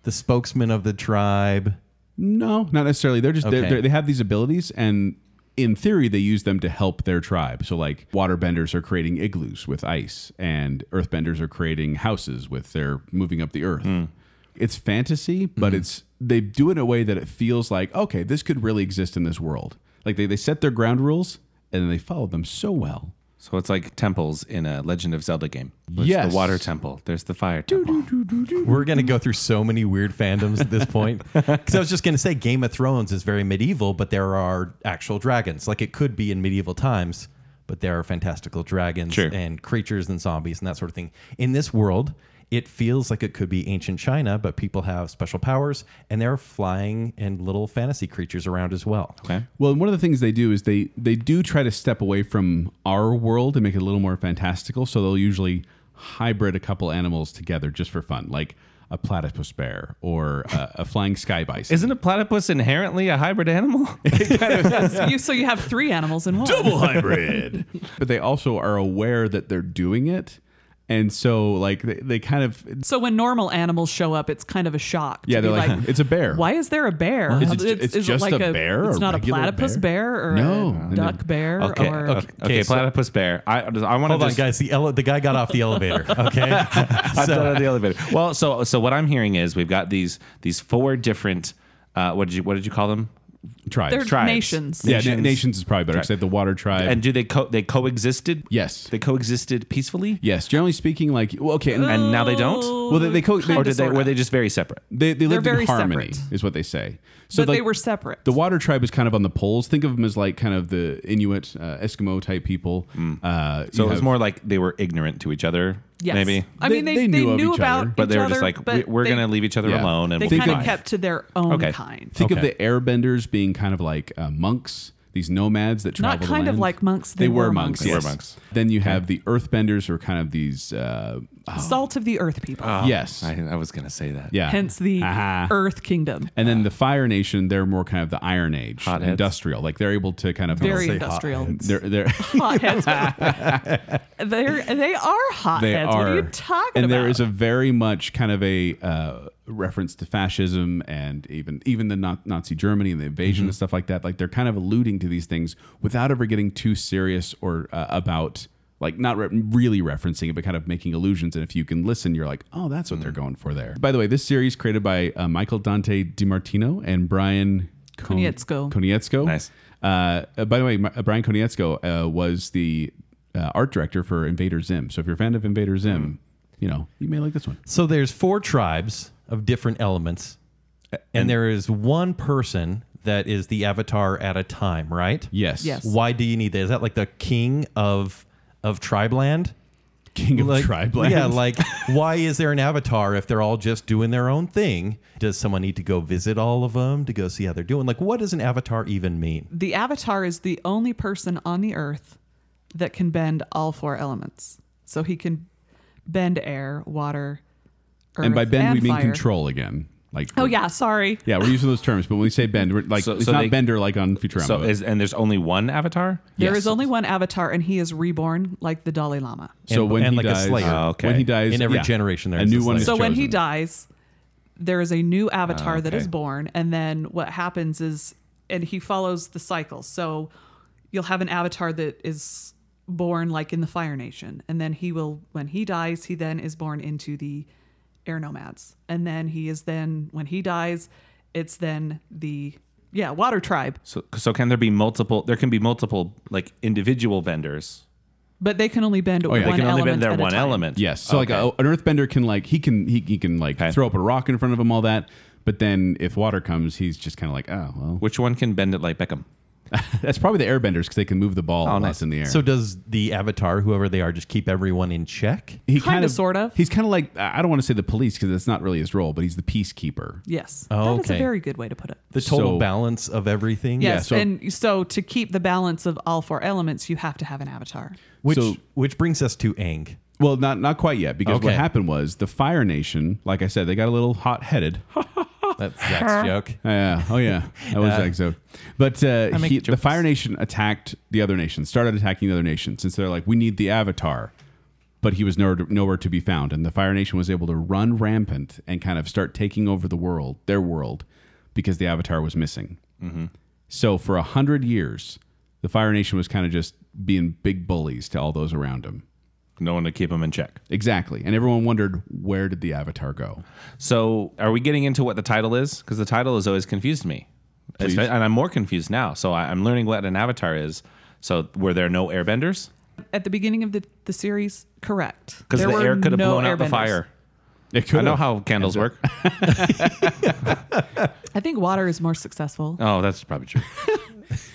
[SPEAKER 4] the spokesman of the tribe?
[SPEAKER 3] No, not necessarily. They're just they're-
[SPEAKER 4] Okay.
[SPEAKER 3] they're, they have these abilities, and in theory, they use them to help their tribe. So, like waterbenders are creating igloos with ice, and earthbenders are creating houses with their moving up the earth. It's fantasy, but it's they do it in a way that it feels like okay, this could really exist in this world. Like they they set their ground rules and they follow them so well.
[SPEAKER 5] So it's like temples in a Legend of Zelda game. There's
[SPEAKER 3] Yes.
[SPEAKER 5] The water temple. There's the fire temple.
[SPEAKER 4] We're gonna go through so many weird fandoms at this point. Because I was just gonna say Game of Thrones is very medieval, but there are actual dragons. Like it could be in medieval times, but there are fantastical dragons
[SPEAKER 5] Sure.
[SPEAKER 4] and creatures and zombies and that sort of thing. In this world, it feels like it could be ancient China, but people have special powers and there are flying and little fantasy creatures around as well.
[SPEAKER 5] Okay.
[SPEAKER 3] Well, and one of the things they do is they they do try to step away from our world and make it a little more fantastical. So they'll usually hybrid a couple animals together just for fun, like a platypus bear or a, a flying sky bison.
[SPEAKER 5] Isn't a platypus inherently a hybrid animal?
[SPEAKER 2] So you, so you have three animals in one.
[SPEAKER 3] hybrid. but they also are aware that they're doing it, and so like they, they kind of
[SPEAKER 2] So when normal animals show up, it's kind of a shock. to
[SPEAKER 3] Yeah,
[SPEAKER 2] be
[SPEAKER 3] they're like, "It's a bear."
[SPEAKER 2] Why is there a bear?
[SPEAKER 3] Is it ju- it's
[SPEAKER 2] is
[SPEAKER 3] just a bear,
[SPEAKER 2] It's
[SPEAKER 3] a
[SPEAKER 2] not a
[SPEAKER 3] regular
[SPEAKER 2] platypus bear,
[SPEAKER 3] bear?
[SPEAKER 2] or
[SPEAKER 3] No.
[SPEAKER 2] a duck bear
[SPEAKER 5] Okay.
[SPEAKER 2] or
[SPEAKER 5] okay.
[SPEAKER 4] Okay,
[SPEAKER 5] okay,
[SPEAKER 4] so-
[SPEAKER 5] platypus bear. I, I want to
[SPEAKER 4] Hold on,
[SPEAKER 5] just,
[SPEAKER 4] guys. The ele- the guy got off the elevator. Okay.
[SPEAKER 5] I've done it on the elevator. Well, so so what I'm hearing is we've got these these four different. Uh, what did you what did you call them?
[SPEAKER 3] tribes.
[SPEAKER 2] they're
[SPEAKER 5] tribes.
[SPEAKER 2] nations.
[SPEAKER 3] yeah,
[SPEAKER 5] nations.
[SPEAKER 3] nations. nations is probably better. 'cause they have the water tribe.
[SPEAKER 5] And do they co- they coexisted?
[SPEAKER 3] yes,
[SPEAKER 5] They coexisted peacefully.
[SPEAKER 3] yes. Generally speaking, like well, okay, and,
[SPEAKER 5] And now they don't.
[SPEAKER 2] Oh,
[SPEAKER 3] Well, they- they co-
[SPEAKER 2] kinda,
[SPEAKER 5] Or did they
[SPEAKER 2] sorta.
[SPEAKER 5] were they just very separate?
[SPEAKER 3] they they lived
[SPEAKER 2] very
[SPEAKER 3] in harmony,
[SPEAKER 2] separate.
[SPEAKER 3] is what they say. So
[SPEAKER 2] But they
[SPEAKER 3] like-
[SPEAKER 2] were separate.
[SPEAKER 3] The water tribe is kind of on the poles. Think of them as like kind of the Inuit, uh, Eskimo type people. Uh,
[SPEAKER 5] Hmm. So
[SPEAKER 3] you
[SPEAKER 5] it was
[SPEAKER 3] have-
[SPEAKER 5] more like they were ignorant to each other.
[SPEAKER 2] yes.
[SPEAKER 5] Maybe.
[SPEAKER 2] I
[SPEAKER 3] They-
[SPEAKER 2] mean, they,
[SPEAKER 3] they knew of each
[SPEAKER 2] about
[SPEAKER 3] other,
[SPEAKER 5] But
[SPEAKER 2] each
[SPEAKER 5] they were
[SPEAKER 2] other,
[SPEAKER 5] just like we-
[SPEAKER 2] but
[SPEAKER 5] we're
[SPEAKER 2] they-
[SPEAKER 5] going to leave each other
[SPEAKER 3] Yeah.
[SPEAKER 5] alone and
[SPEAKER 2] They
[SPEAKER 5] we'll be
[SPEAKER 3] kinda
[SPEAKER 2] kind
[SPEAKER 5] fine.
[SPEAKER 2] of kept to their own
[SPEAKER 5] Okay.
[SPEAKER 2] kind.
[SPEAKER 3] think
[SPEAKER 4] Okay.
[SPEAKER 3] of the airbenders being kind of like uh, monks, these nomads that travel.
[SPEAKER 2] Not
[SPEAKER 3] the
[SPEAKER 2] kind of
[SPEAKER 3] land.
[SPEAKER 2] like monks.
[SPEAKER 3] They, were monks.
[SPEAKER 5] They were
[SPEAKER 3] yes.
[SPEAKER 5] monks.
[SPEAKER 3] Then you have the earthbenders, who are kind of these. Uh,
[SPEAKER 2] Salt of the earth people.
[SPEAKER 5] Uh-huh.
[SPEAKER 3] yes.
[SPEAKER 5] Oh, I, I was going to say that.
[SPEAKER 3] yeah.
[SPEAKER 2] Hence the
[SPEAKER 3] Uh-huh.
[SPEAKER 2] Earth Kingdom.
[SPEAKER 3] And then the Fire Nation, they're more kind of the Iron Age,
[SPEAKER 5] Hotheads.
[SPEAKER 3] industrial. Like they're able to kind of
[SPEAKER 2] Very
[SPEAKER 4] say
[SPEAKER 2] industrial.
[SPEAKER 3] They're they're.
[SPEAKER 2] Hotheads. They're, they are
[SPEAKER 3] they
[SPEAKER 2] hotheads.
[SPEAKER 3] are.
[SPEAKER 2] What are you talking
[SPEAKER 3] and
[SPEAKER 2] about?
[SPEAKER 3] there is a very much kind of a uh, reference to fascism and even even the Na- Nazi Germany and the invasion and stuff like that. Like they're kind of alluding to these things without ever getting too serious or uh, about like not re- really referencing it, but kind of making allusions. And if you can listen, you're like, oh, that's what they're going for there. By the way, this series created by uh, Michael Dante DiMartino and Brian Kon-
[SPEAKER 2] Konietzko.
[SPEAKER 3] Konietzko.
[SPEAKER 5] Nice.
[SPEAKER 3] Uh, uh, by the way, my- uh, Brian
[SPEAKER 4] Hmm.
[SPEAKER 3] Konietzko uh, was the uh, art director for Invader Zim. So if you're a fan of Invader Zim, you know, you may like this one.
[SPEAKER 4] So there's four tribes of different elements, and, there is one person that is the avatar at a time, right?
[SPEAKER 3] Yes.
[SPEAKER 2] Yes.
[SPEAKER 4] Why do you need that? Is that like the king of of tribe land?
[SPEAKER 3] King of
[SPEAKER 4] like,
[SPEAKER 3] Tribe Land.
[SPEAKER 4] Yeah, like why is there an avatar if they're all just doing their own thing? Does someone need to go visit all of them to go see how they're doing? Like, what does an avatar even mean?
[SPEAKER 2] The Avatar is the only person on the earth that can bend all four elements. So he can bend air, water, earth,
[SPEAKER 3] and by bend we mean
[SPEAKER 2] fire.
[SPEAKER 3] control again. Like
[SPEAKER 2] Oh yeah, sorry.
[SPEAKER 3] yeah, we're using those terms, but when we say bend, we're like
[SPEAKER 5] So-
[SPEAKER 3] it's
[SPEAKER 5] so
[SPEAKER 3] not
[SPEAKER 5] they-
[SPEAKER 3] bender like on Futurama.
[SPEAKER 5] So
[SPEAKER 3] but-
[SPEAKER 5] is and there's only one avatar.
[SPEAKER 2] There is
[SPEAKER 3] Yes.
[SPEAKER 2] only one Avatar, and he is reborn like the Dalai Lama.
[SPEAKER 3] so
[SPEAKER 4] and-
[SPEAKER 3] when
[SPEAKER 4] and
[SPEAKER 3] he
[SPEAKER 4] like a
[SPEAKER 3] dies,
[SPEAKER 4] slayer.
[SPEAKER 5] Oh, okay.
[SPEAKER 3] when he dies,
[SPEAKER 4] In every
[SPEAKER 3] yeah,
[SPEAKER 4] generation there
[SPEAKER 3] a
[SPEAKER 4] is
[SPEAKER 3] new
[SPEAKER 4] a
[SPEAKER 3] one. Is
[SPEAKER 4] slayer.
[SPEAKER 2] so when he
[SPEAKER 3] chosen.
[SPEAKER 2] dies, there is a new avatar that is
[SPEAKER 5] Okay.
[SPEAKER 2] born, and then what happens is, and he follows the cycle. So you'll have an avatar that is born like in the Fire Nation, and then he will, when he dies, he then is born into the Air Nomads, and then he is then when he dies, it's then the yeah Water Tribe,
[SPEAKER 5] So so can there be multiple? There can be multiple like individual benders.
[SPEAKER 2] but they can only bend
[SPEAKER 3] yeah. They
[SPEAKER 2] one
[SPEAKER 5] Oh, They can only
[SPEAKER 2] element
[SPEAKER 5] bend their
[SPEAKER 2] at a
[SPEAKER 5] one
[SPEAKER 2] time.
[SPEAKER 5] element.
[SPEAKER 3] Yes. So
[SPEAKER 5] Okay.
[SPEAKER 3] like a, an earthbender can like he can he, he can like
[SPEAKER 5] Okay.
[SPEAKER 3] throw up a rock in front of him, all that. But then if water comes, he's just kind of like, oh well.
[SPEAKER 5] which one can bend it like Beckham?
[SPEAKER 3] That's probably the airbenders because they can move the ball
[SPEAKER 5] Oh,
[SPEAKER 3] less
[SPEAKER 5] nice.
[SPEAKER 3] in the air.
[SPEAKER 4] So does the avatar, whoever they are, just keep everyone in check?
[SPEAKER 3] he
[SPEAKER 2] Kinda, sort of.
[SPEAKER 3] He's kind of like I I don't want to say the police because that's not really his role, but he's the peacekeeper.
[SPEAKER 2] Yes,
[SPEAKER 4] Oh,
[SPEAKER 2] that is a
[SPEAKER 4] okay.
[SPEAKER 2] very good way to put it.
[SPEAKER 4] The total
[SPEAKER 3] So-
[SPEAKER 4] balance of everything.
[SPEAKER 2] Yes,
[SPEAKER 3] so-
[SPEAKER 2] and so to keep the balance of all four elements, you have to have an avatar.
[SPEAKER 4] Which
[SPEAKER 3] So-
[SPEAKER 4] which brings us to Aang.
[SPEAKER 3] Well, not not quite yet because what
[SPEAKER 4] Okay.
[SPEAKER 3] happened was the Fire Nation, like I said, they got a little hot headed.
[SPEAKER 4] That's Zach's joke.
[SPEAKER 3] Yeah. Oh, yeah. That was like so. But uh,
[SPEAKER 4] make
[SPEAKER 3] he, the
[SPEAKER 4] jokes.
[SPEAKER 3] Fire Nation attacked the other nation, started attacking the other nation, since they're like, we need the Avatar. But he was nowhere, nowhere to be found. And the Fire Nation was able to run rampant and kind of start taking over the world, their world, because the Avatar was missing. So for a hundred years, the Fire Nation was kind of just being big bullies to all those around him.
[SPEAKER 5] No one to keep them in check.
[SPEAKER 3] Exactly. And everyone wondered, where did the Avatar go?
[SPEAKER 5] So, are we getting into what the title is? Because the title has always confused me,
[SPEAKER 3] Please.
[SPEAKER 5] Espe- and I'm more confused now. So, I, I'm learning what an avatar is. So, were there no airbenders?
[SPEAKER 2] At the beginning of the, the series, correct.
[SPEAKER 5] Because
[SPEAKER 2] There
[SPEAKER 5] the
[SPEAKER 2] were
[SPEAKER 5] air could have
[SPEAKER 2] no
[SPEAKER 5] blown out the
[SPEAKER 2] airbenders.
[SPEAKER 5] fire.
[SPEAKER 3] It could
[SPEAKER 5] I know
[SPEAKER 3] have.
[SPEAKER 5] how candles work.
[SPEAKER 2] I think water is more successful.
[SPEAKER 5] oh, that's probably true.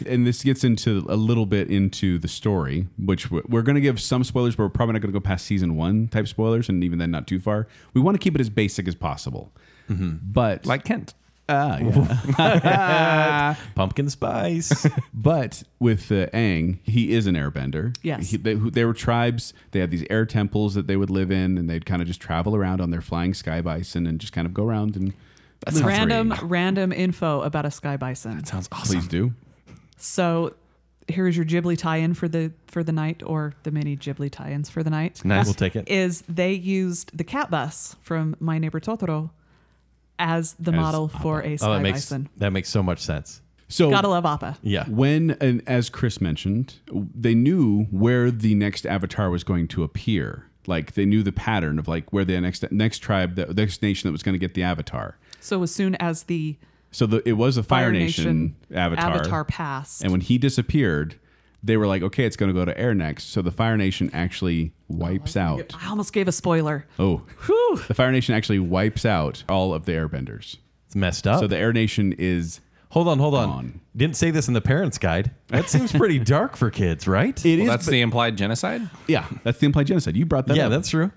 [SPEAKER 3] and this gets into a little bit into the story, which we're, we're going to give some spoilers, but we're probably not going to go past season one type spoilers, and even then, not too far. We want to keep it as basic as possible. But
[SPEAKER 5] Like Kent.
[SPEAKER 3] Mm-hmm. ah, yeah.
[SPEAKER 4] Pumpkin spice.
[SPEAKER 3] but with uh, Aang, he is an airbender.
[SPEAKER 2] Yes.
[SPEAKER 3] he, they, who- they were tribes. They had these air temples that they would live in, and they'd kind of just travel around on their flying sky bison and just kind of go around and. That's
[SPEAKER 2] random random info about a sky bison.
[SPEAKER 5] Sounds awesome.
[SPEAKER 3] Please do.
[SPEAKER 2] So here is your Ghibli tie-in for the for the night, or the mini Ghibli tie-ins for the night.
[SPEAKER 4] nice. We'll take it.
[SPEAKER 2] Is they used the cat bus from My Neighbor Totoro as the
[SPEAKER 3] As
[SPEAKER 2] model for a
[SPEAKER 4] Oh,
[SPEAKER 2] sky
[SPEAKER 4] that makes
[SPEAKER 2] bison.
[SPEAKER 4] that makes so much sense.
[SPEAKER 3] So
[SPEAKER 2] Gotta love Appa.
[SPEAKER 4] Yeah.
[SPEAKER 3] When, and as Chris mentioned, they knew where the next avatar was going to appear. Like they knew the pattern of like where the next next tribe, the next nation that was going to get the avatar.
[SPEAKER 2] So as soon as the
[SPEAKER 3] So the, it was the Fire, Nation, avatar.
[SPEAKER 2] Avatar passed.
[SPEAKER 3] And when he disappeared, they were like, okay, it's going to go to air next. So the Fire Nation actually wipes out.
[SPEAKER 2] I almost gave a spoiler.
[SPEAKER 3] Oh, the Fire Nation actually wipes out all of the Airbenders.
[SPEAKER 4] It's messed up.
[SPEAKER 3] So the Air Nation is
[SPEAKER 4] hold on, hold on.
[SPEAKER 3] on.
[SPEAKER 4] Didn't say this in the parents' guide. That seems pretty dark for kids, right?
[SPEAKER 3] It is.
[SPEAKER 5] Well, that's the implied genocide.
[SPEAKER 3] yeah, that's the implied genocide. You brought that.
[SPEAKER 4] yeah,
[SPEAKER 3] up.
[SPEAKER 4] that's true.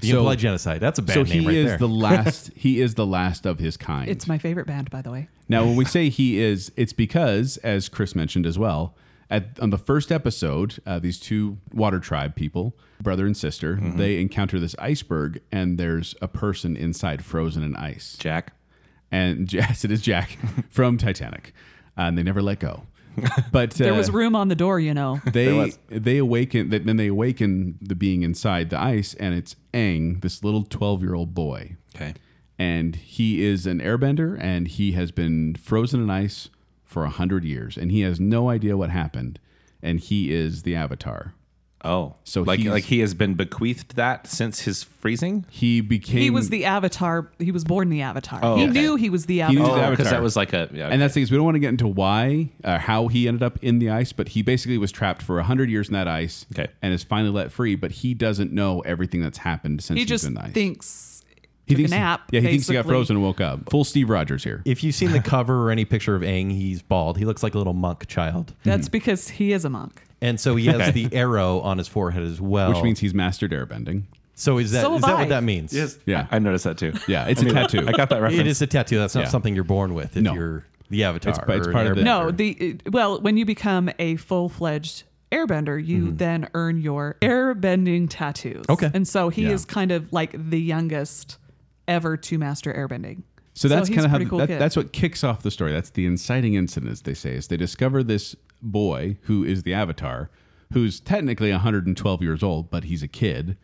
[SPEAKER 4] The
[SPEAKER 3] So-
[SPEAKER 4] implied genocide. That's a bad
[SPEAKER 3] so
[SPEAKER 4] name
[SPEAKER 3] he
[SPEAKER 4] right
[SPEAKER 3] is
[SPEAKER 4] there.
[SPEAKER 3] the last. he is the last of his kind.
[SPEAKER 2] It's my favorite band, by the way.
[SPEAKER 3] Now, when we say he is, it's because, as Chris mentioned as well, at, on the first episode, uh, these two water tribe people, brother and sister,
[SPEAKER 4] Mm-hmm.
[SPEAKER 3] they encounter this iceberg, and there's a person inside frozen in ice.
[SPEAKER 5] Jack.
[SPEAKER 3] And yes, it is Jack from Titanic, Uh, and they never let go. But
[SPEAKER 2] There
[SPEAKER 3] uh,
[SPEAKER 2] was room on the door, you know.
[SPEAKER 3] they they awaken that then they awaken the being inside the ice, and it's Aang, this little twelve year old boy
[SPEAKER 5] Okay.
[SPEAKER 3] and he is an airbender and he has been frozen in ice for a hundred years and he has no idea what happened and he is the avatar
[SPEAKER 5] Oh,
[SPEAKER 3] So
[SPEAKER 5] like
[SPEAKER 3] he's-
[SPEAKER 5] like he has been bequeathed that since his freezing.
[SPEAKER 3] He became
[SPEAKER 2] He was the avatar. He was born the avatar. he
[SPEAKER 5] okay.
[SPEAKER 2] knew he was the
[SPEAKER 3] Oh, knew
[SPEAKER 2] avatar.
[SPEAKER 3] the avatar.
[SPEAKER 5] because Oh, that was like a yeah.
[SPEAKER 3] And that's the thing is we don't want to get into why or how he ended up in the ice, but he basically was trapped for hundred years in that ice,
[SPEAKER 5] Okay.
[SPEAKER 3] and is finally let free. But he doesn't know everything that's happened since
[SPEAKER 2] he
[SPEAKER 3] he's
[SPEAKER 2] just
[SPEAKER 3] been in the ice.
[SPEAKER 2] thinks
[SPEAKER 3] he
[SPEAKER 2] took
[SPEAKER 3] thinks
[SPEAKER 2] a nap.
[SPEAKER 3] yeah, he thinks he got
[SPEAKER 2] basically.
[SPEAKER 3] frozen and woke up. Full Steve Rogers here.
[SPEAKER 4] If you've seen the cover or any picture of Aang, he's bald. He looks like a little monk child.
[SPEAKER 3] Mm-hmm.
[SPEAKER 2] That's because he is a monk.
[SPEAKER 4] And so he has the arrow on his forehead as well.
[SPEAKER 3] Which means he's mastered airbending.
[SPEAKER 4] so is that
[SPEAKER 2] So
[SPEAKER 4] is
[SPEAKER 2] have
[SPEAKER 4] that
[SPEAKER 2] I.
[SPEAKER 4] what that means?
[SPEAKER 3] Yeah.
[SPEAKER 5] I noticed that too.
[SPEAKER 3] Yeah, it's a tattoo.
[SPEAKER 5] I got that reference.
[SPEAKER 4] It is a tattoo. That's not
[SPEAKER 3] Yeah.
[SPEAKER 4] something you're born with if
[SPEAKER 3] No.
[SPEAKER 4] you're the avatar.
[SPEAKER 3] It's- it's
[SPEAKER 4] or an
[SPEAKER 3] part of the-
[SPEAKER 4] airbender.
[SPEAKER 2] No, the well, when you become a full fledged airbender, you
[SPEAKER 3] Mm-hmm.
[SPEAKER 2] then earn your airbending tattoos.
[SPEAKER 4] Okay.
[SPEAKER 2] and so he
[SPEAKER 3] Yeah.
[SPEAKER 2] is kind of like the youngest ever to master airbending.
[SPEAKER 3] So that's
[SPEAKER 2] he's
[SPEAKER 3] kind
[SPEAKER 2] a
[SPEAKER 3] of how
[SPEAKER 2] pretty cool
[SPEAKER 3] that-
[SPEAKER 2] kid.
[SPEAKER 3] that's what kicks off the story. That's the inciting incident, as they say, is they discover this boy who is the Avatar, who's technically 112 years old, but he's a kid,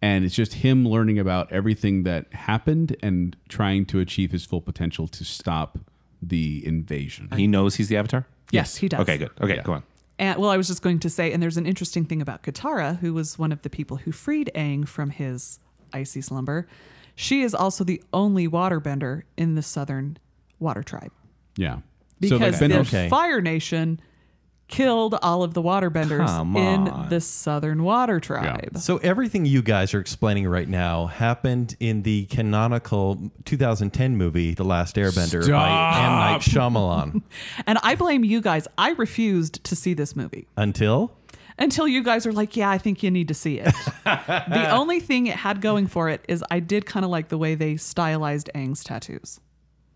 [SPEAKER 3] and it's just him learning about everything that happened and trying to achieve his full potential to stop the invasion.
[SPEAKER 5] He knows he's the Avatar.
[SPEAKER 2] Yes, he does.
[SPEAKER 5] Okay, good. Okay, go on.
[SPEAKER 2] And, well, I was just going to say, and there's an interesting thing about Katara, who was one of the people who freed Aang from his icy slumber. She is also the only waterbender in the Southern Water Tribe
[SPEAKER 3] Yeah. so
[SPEAKER 2] because
[SPEAKER 3] they've been
[SPEAKER 2] the
[SPEAKER 4] okay.
[SPEAKER 2] Fire Nation killed all of the waterbenders
[SPEAKER 5] Come
[SPEAKER 2] in
[SPEAKER 5] on.
[SPEAKER 2] the Southern Water Tribe.
[SPEAKER 4] So everything you guys are explaining right now happened in the canonical 2010 movie, The Last Airbender by M. Night Shyamalan.
[SPEAKER 2] And I blame you guys. I refused to see this movie
[SPEAKER 4] Until
[SPEAKER 2] until you guys are like, yeah, I think you need to see it. the only thing it had going for it is I did kind of like the way they stylized Aang's tattoos.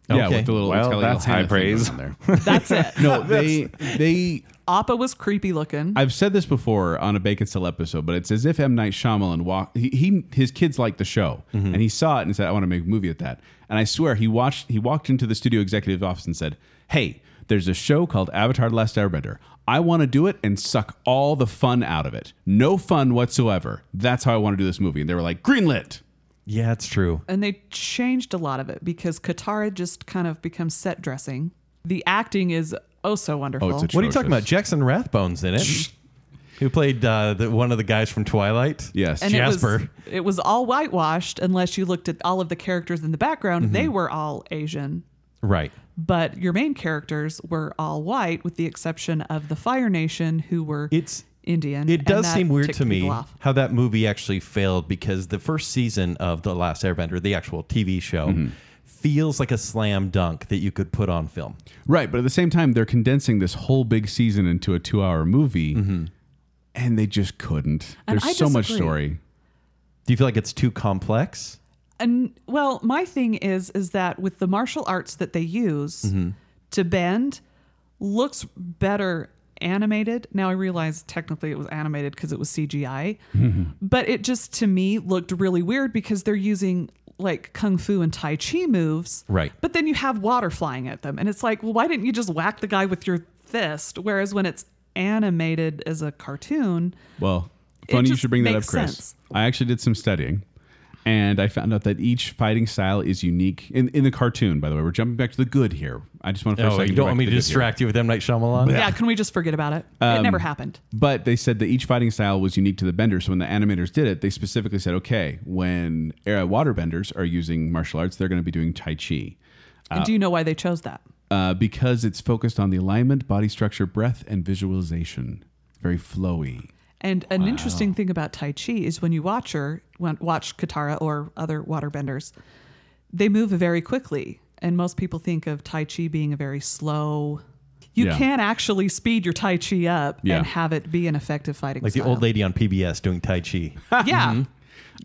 [SPEAKER 3] yeah,
[SPEAKER 4] Okay.
[SPEAKER 3] with the little it's
[SPEAKER 5] Well,
[SPEAKER 3] got a
[SPEAKER 5] that's
[SPEAKER 3] little
[SPEAKER 5] high
[SPEAKER 3] henna thing
[SPEAKER 5] praise.
[SPEAKER 3] going on
[SPEAKER 2] That's it.
[SPEAKER 3] there. No, they they
[SPEAKER 2] Appa was creepy looking.
[SPEAKER 3] I've said this before on a Bacon Cell episode, but it's as if M Night Shyamalan walked. He, he his kids liked the show, and he saw it and said, "I want to make a movie at that." And I swear, he watched. He walked into the studio executive office and said, "Hey, there's a show called Avatar: The Last Airbender. I want to do it and suck all the fun out of it. No fun whatsoever. That's how I want to do this movie." And they were like, "Greenlit."
[SPEAKER 4] yeah, it's true.
[SPEAKER 2] and they changed a lot of it because Katara just kind of becomes set dressing. The acting is oh so wonderful.
[SPEAKER 3] it's a tr-
[SPEAKER 4] What are you talking about?
[SPEAKER 3] Atrocious.
[SPEAKER 4] Jackson Rathbone's in it, who played uh, the, one of the guys from Twilight.
[SPEAKER 3] Yes.
[SPEAKER 2] and It was,
[SPEAKER 4] Jasper.
[SPEAKER 2] it was all whitewashed unless you looked at all of the characters in the background. They
[SPEAKER 4] Mm-hmm.
[SPEAKER 2] were all Asian,
[SPEAKER 4] Right.
[SPEAKER 2] but your main characters were all white with the exception of the Fire Nation who were
[SPEAKER 4] It's
[SPEAKER 2] Indian.
[SPEAKER 4] It
[SPEAKER 2] and
[SPEAKER 4] does
[SPEAKER 2] that
[SPEAKER 4] seem weird
[SPEAKER 2] ticked
[SPEAKER 4] to
[SPEAKER 2] people
[SPEAKER 4] me
[SPEAKER 2] off.
[SPEAKER 4] how that movie actually failed because the first season of The Last Airbender, the actual TV show, feels like a slam dunk that you could put on film.
[SPEAKER 3] Right, but at the same time, they're condensing this whole big season into a two-hour movie, and they just couldn't.
[SPEAKER 2] And
[SPEAKER 3] there's
[SPEAKER 2] I
[SPEAKER 3] so much
[SPEAKER 2] disagree.
[SPEAKER 3] story.
[SPEAKER 4] Do you feel like it's too complex?
[SPEAKER 2] And well, my thing is is that with the martial arts that they use to bend looks better animated. Now I realize technically it was animated because it was CGI, but it just to me looked really weird because they're using like kung fu and tai chi moves.
[SPEAKER 4] Right.
[SPEAKER 2] But then you have water flying at them and it's like, "Well, why didn't you just whack the guy with your fist?" Whereas when it's animated as a cartoon,
[SPEAKER 3] Well,
[SPEAKER 2] It
[SPEAKER 3] funny you
[SPEAKER 2] just
[SPEAKER 3] should bring that up,
[SPEAKER 2] makes
[SPEAKER 3] Chris.
[SPEAKER 2] sense.
[SPEAKER 3] I actually did some studying and I found out that each fighting style is unique in, in the cartoon, by the way. We're jumping back to the good here. I just want to for a
[SPEAKER 4] Oh,
[SPEAKER 3] second
[SPEAKER 4] you
[SPEAKER 3] go
[SPEAKER 4] don't
[SPEAKER 3] back
[SPEAKER 4] want me
[SPEAKER 3] the good
[SPEAKER 4] to
[SPEAKER 3] here.
[SPEAKER 4] distract you with M. Night Shyamalan?
[SPEAKER 2] yeah, can we just forget about it? it never happened.
[SPEAKER 3] But they said that each fighting style was unique to the bender. So when the animators did it, they specifically said, okay, when era waterbenders are using martial arts, they're going to be doing Tai Chi
[SPEAKER 2] and do you know why they chose that?
[SPEAKER 3] uh, because it's focused on the alignment, body structure, breath, and visualization. Very flowy.
[SPEAKER 2] And an interesting thing about Tai Chi is when you watch her, when- watch Katara or other waterbenders, they move very quickly. And most people think of Tai Chi being a very slow. You
[SPEAKER 3] Yeah.
[SPEAKER 2] can actually speed your Tai Chi up
[SPEAKER 3] Yeah.
[SPEAKER 2] and have it be an effective fighting
[SPEAKER 4] Like the old lady on PBS doing Tai Chi.
[SPEAKER 2] lady. Yeah.
[SPEAKER 3] Mm-hmm.